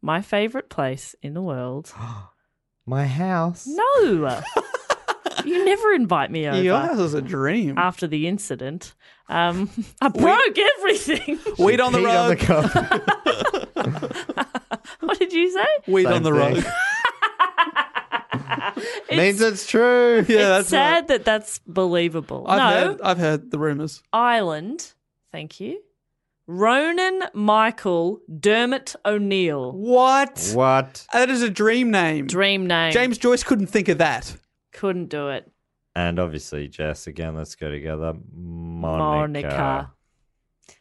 [SPEAKER 2] my favorite place in the world.
[SPEAKER 3] My house.
[SPEAKER 2] No. you never invite me over.
[SPEAKER 4] Yours is a dream.
[SPEAKER 2] after the incident. Um, I broke everything.
[SPEAKER 4] Weed on the
[SPEAKER 3] Pete
[SPEAKER 4] road.
[SPEAKER 3] carpet.
[SPEAKER 2] what did you say?
[SPEAKER 4] Weed on
[SPEAKER 3] Same
[SPEAKER 4] the
[SPEAKER 3] thing.
[SPEAKER 4] road.
[SPEAKER 2] It's,
[SPEAKER 3] Means it's true.
[SPEAKER 4] Yeah,
[SPEAKER 2] it's
[SPEAKER 4] that's
[SPEAKER 2] sad
[SPEAKER 4] right.
[SPEAKER 2] that that's believable.
[SPEAKER 4] I've
[SPEAKER 2] no,
[SPEAKER 4] heard. I've heard the rumors.
[SPEAKER 2] Ireland. Thank you. Ronan Michael Dermot O'Neill.
[SPEAKER 4] What?
[SPEAKER 3] What?
[SPEAKER 4] That is a dream name.
[SPEAKER 2] Dream name.
[SPEAKER 4] James Joyce couldn't think of that.
[SPEAKER 2] couldn't do it.
[SPEAKER 3] And obviously, Jess. Again, let's go together. Monica.
[SPEAKER 2] Monica.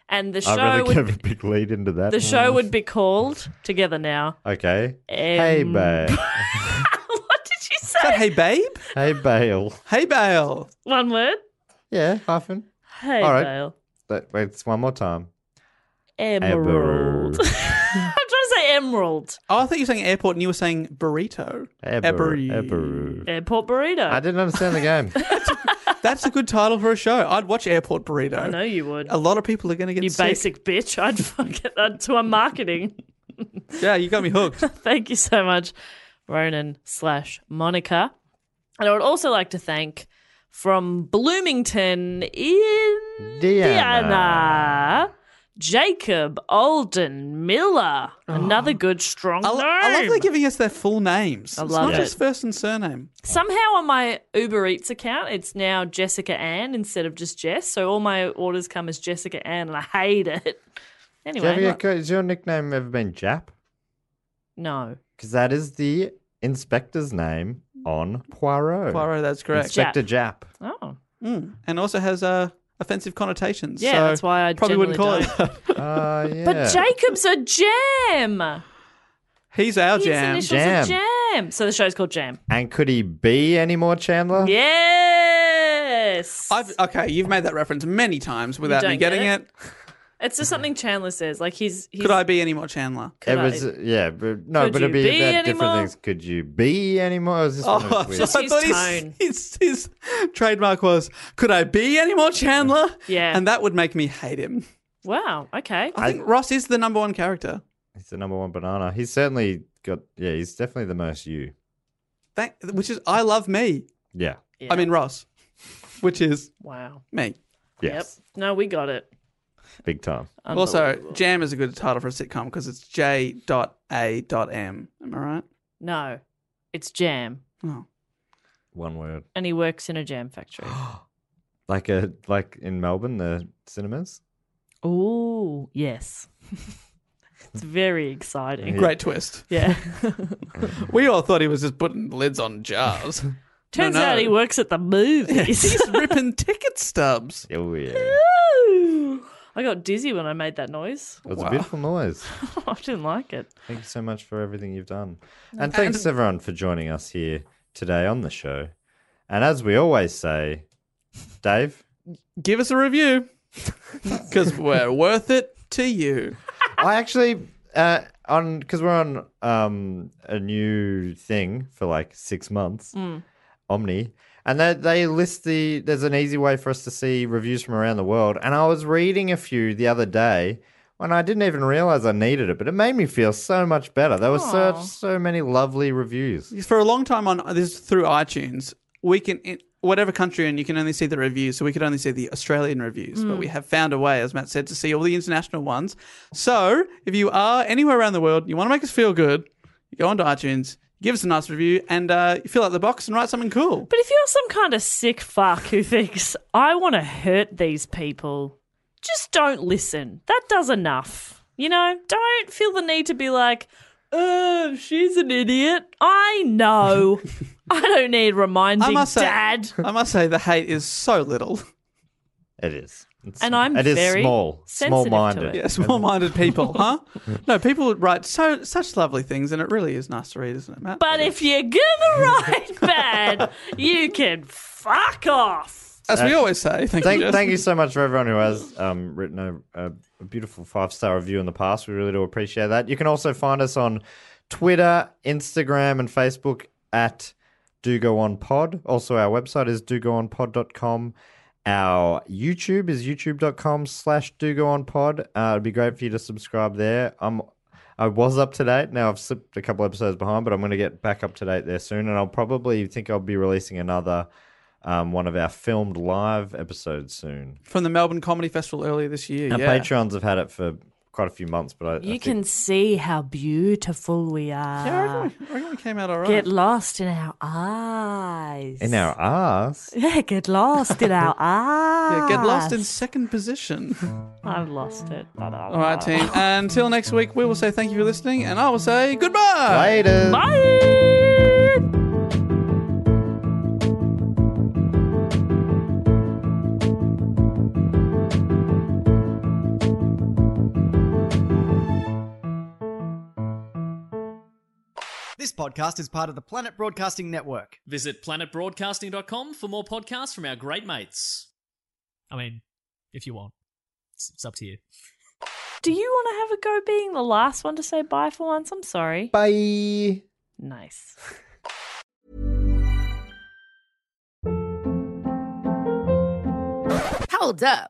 [SPEAKER 2] And the show
[SPEAKER 3] I really
[SPEAKER 2] would
[SPEAKER 3] gave a big lead into that.
[SPEAKER 2] the show would be called Together Now.
[SPEAKER 3] Okay. hey,
[SPEAKER 2] Um,
[SPEAKER 3] Bale.
[SPEAKER 2] what did you
[SPEAKER 4] Is that
[SPEAKER 2] say?
[SPEAKER 4] hey babe?
[SPEAKER 3] hey, Bale.
[SPEAKER 4] Hey Bale.
[SPEAKER 2] One word.
[SPEAKER 3] Yeah, hyphen.
[SPEAKER 2] Hey,
[SPEAKER 3] All right.
[SPEAKER 2] Dale.
[SPEAKER 3] That- Wait, it's one more time.
[SPEAKER 2] Emerald. I'm trying to say Emerald.
[SPEAKER 4] Oh, I thought you were saying airport and you were saying burrito.
[SPEAKER 3] Eberu.
[SPEAKER 4] Eberu.
[SPEAKER 3] Eberu.
[SPEAKER 2] Airport burrito.
[SPEAKER 3] I didn't understand the game.
[SPEAKER 4] That's a good title for a show. I'd watch Airport Burrito.
[SPEAKER 2] I know you would.
[SPEAKER 3] Oh,
[SPEAKER 4] A lot of people are going to get
[SPEAKER 2] You
[SPEAKER 4] sick.
[SPEAKER 2] basic bitch. I'd fucking I'd do a marketing.
[SPEAKER 4] Yeah, you got me hooked.
[SPEAKER 2] thank you so much, Ronan slash Monica. And I would also like to thank from Bloomington, Indiana, Jacob Alden Miller. Another good, strong
[SPEAKER 4] Oh. I, lo-
[SPEAKER 2] name.
[SPEAKER 4] I love they're giving us their full names.
[SPEAKER 2] I
[SPEAKER 4] it's
[SPEAKER 2] love
[SPEAKER 4] not
[SPEAKER 2] it.
[SPEAKER 4] just first and surname.
[SPEAKER 2] Somehow on my Uber Eats account, it's now Jessica Ann instead of just Jess. So all my orders come as Jessica Ann, and I hate it.
[SPEAKER 3] Do you ever
[SPEAKER 2] Anyway,
[SPEAKER 3] get, co- has your nickname ever been Jap?
[SPEAKER 2] no.
[SPEAKER 3] Because that is the inspector's name on Poirot.
[SPEAKER 4] Poirot, that's correct.
[SPEAKER 2] Jap.
[SPEAKER 3] Inspector Jap.
[SPEAKER 2] Oh,
[SPEAKER 4] Mm. And also has uh, offensive connotations.
[SPEAKER 2] Yeah,
[SPEAKER 4] so
[SPEAKER 2] that's why I
[SPEAKER 4] probably wouldn't call
[SPEAKER 2] generally
[SPEAKER 4] it. that.
[SPEAKER 3] Uh, yeah.
[SPEAKER 2] but Jacob's a jam.
[SPEAKER 4] He's our
[SPEAKER 2] His
[SPEAKER 4] jam.
[SPEAKER 2] initials
[SPEAKER 3] Jam.
[SPEAKER 2] are Jam. So the show's called Jam.
[SPEAKER 3] And could he be any more Chandler?
[SPEAKER 2] Yes.
[SPEAKER 4] Uh, I've, okay, you've made that reference many times without me
[SPEAKER 2] don't get
[SPEAKER 4] getting
[SPEAKER 2] it?
[SPEAKER 4] it.
[SPEAKER 2] it's just something Chandler says. Like he's. he's
[SPEAKER 4] Could I be any more Chandler?
[SPEAKER 2] could
[SPEAKER 3] it
[SPEAKER 2] I-
[SPEAKER 3] was, uh, yeah, but no,
[SPEAKER 2] Could
[SPEAKER 3] but it'd
[SPEAKER 2] you
[SPEAKER 3] be,
[SPEAKER 2] be
[SPEAKER 3] about different
[SPEAKER 2] anymore? Oh,
[SPEAKER 3] things. Could you be anymore? It was just one of those weird-
[SPEAKER 2] Just
[SPEAKER 4] so I
[SPEAKER 2] his
[SPEAKER 4] thought
[SPEAKER 2] tone.
[SPEAKER 4] His, his, his trademark was, could I be any more Chandler?
[SPEAKER 2] Yeah.
[SPEAKER 4] And that would make me hate him.
[SPEAKER 2] wow. Okay.
[SPEAKER 4] I think Ross is the number one character.
[SPEAKER 3] He's the number one banana. He's certainly got, yeah, he's definitely the most you.
[SPEAKER 4] Thank, which is, I love me.
[SPEAKER 3] Yeah.
[SPEAKER 4] I mean, Ross, which is
[SPEAKER 2] Wow.
[SPEAKER 4] me.
[SPEAKER 3] Yes.
[SPEAKER 2] Yep. No, we got it.
[SPEAKER 3] Big time.
[SPEAKER 4] Also, Jam is a good title for a sitcom because it's J.A.M. Am I right?
[SPEAKER 2] No, it's Jam,
[SPEAKER 4] Oh.
[SPEAKER 3] One word.
[SPEAKER 2] and he works in a jam factory.
[SPEAKER 3] Like a like in Melbourne, the cinemas.
[SPEAKER 2] oh yes. it's very exciting.
[SPEAKER 4] Great twist.
[SPEAKER 2] Yeah.
[SPEAKER 4] We all thought he was just putting lids on jars.
[SPEAKER 2] Turns
[SPEAKER 4] no.
[SPEAKER 2] out he works at the movies.
[SPEAKER 4] He's ripping ticket stubs.
[SPEAKER 3] Oh yeah.
[SPEAKER 2] Ooh. I got dizzy when I made that noise.
[SPEAKER 3] It was
[SPEAKER 4] Wow.
[SPEAKER 3] a beautiful noise.
[SPEAKER 2] I didn't like it.
[SPEAKER 3] Thank you so much for everything you've done. And thanks everyone for joining us here today on the show. And as we always say, Dave,
[SPEAKER 4] Give us a review because we're worth it to you.
[SPEAKER 3] I actually uh, on because we're on um, a new thing for like six months,
[SPEAKER 2] Hmm.
[SPEAKER 3] Omni, and they they list the there's an easy way for us to see reviews from around the world, and I was reading a few the other day. when I didn't even realize I needed it, but it made me feel so much better. There were so, so many lovely reviews.
[SPEAKER 4] For a long time on this is through iTunes, we can in whatever country and you can only see the reviews. So we could only see the Australian reviews, but
[SPEAKER 2] Mm.
[SPEAKER 4] we have found a way, as Matt said, to see all the international ones. So if you are anywhere around the world, you want to make us feel good, you go onto iTunes, give us a nice review, and uh, you fill out the box and write something cool.
[SPEAKER 2] But if you're some kind of sick fuck who thinks, I want to hurt these people, just don't listen. That does enough. You know, don't feel the need to be like, oh, she's an idiot. I know. I don't need reminding,
[SPEAKER 4] I must say,
[SPEAKER 2] Dad.
[SPEAKER 4] I must say, the hate is so little.
[SPEAKER 3] It is. It's,
[SPEAKER 2] And I'm
[SPEAKER 3] it is
[SPEAKER 2] very
[SPEAKER 3] small, small
[SPEAKER 2] sensitive to
[SPEAKER 3] minded.
[SPEAKER 2] it.
[SPEAKER 4] Yeah, small-minded people, huh? No, people write so such lovely things, and it really is nice to read, isn't it, Matt?
[SPEAKER 2] But if you're going to write bad, you can fuck off.
[SPEAKER 4] as we always say, thank, you.
[SPEAKER 3] Thank,
[SPEAKER 4] Jess.
[SPEAKER 3] thank you so much for everyone who has um, written a, a, a beautiful five star review in the past. We really do appreciate that. You can also find us on Twitter, Instagram, and Facebook at Do Go On Pod. Also, our website is dogoonpod.com. Our YouTube is youtube.com slash do go on pod. Uh, it'd be great for you to subscribe there. I'm I was up to date. Now I've slipped a couple episodes behind, but I'm going to get back up to date there soon. And I'll probably think I'll be releasing another um, one of our filmed live episodes soon.
[SPEAKER 4] From the Melbourne Comedy Festival earlier this year,
[SPEAKER 3] Our
[SPEAKER 4] yeah.
[SPEAKER 3] Patreons have had it for quite a few months, but I, I
[SPEAKER 2] You
[SPEAKER 3] think-
[SPEAKER 2] can see how beautiful we are.
[SPEAKER 4] Yeah, I reckon, we, I reckon we came out all right.
[SPEAKER 2] Get lost in our eyes.
[SPEAKER 3] in our ass.
[SPEAKER 2] Yeah, get lost in our eyes.
[SPEAKER 4] yeah, get lost in second position.
[SPEAKER 2] I've lost it.
[SPEAKER 4] All right, team. Until next week, we will say thank you for listening, and I will say goodbye.
[SPEAKER 3] Later.
[SPEAKER 2] Bye.
[SPEAKER 5] This podcast is part of the Planet Broadcasting Network.
[SPEAKER 6] Visit planetbroadcasting.com for more podcasts from our great mates. I mean, if you want, it's, it's up to you.
[SPEAKER 2] Do you want to have a go being the last one to say bye for once? I'm sorry.
[SPEAKER 3] Bye.
[SPEAKER 2] Nice.
[SPEAKER 9] Hold up.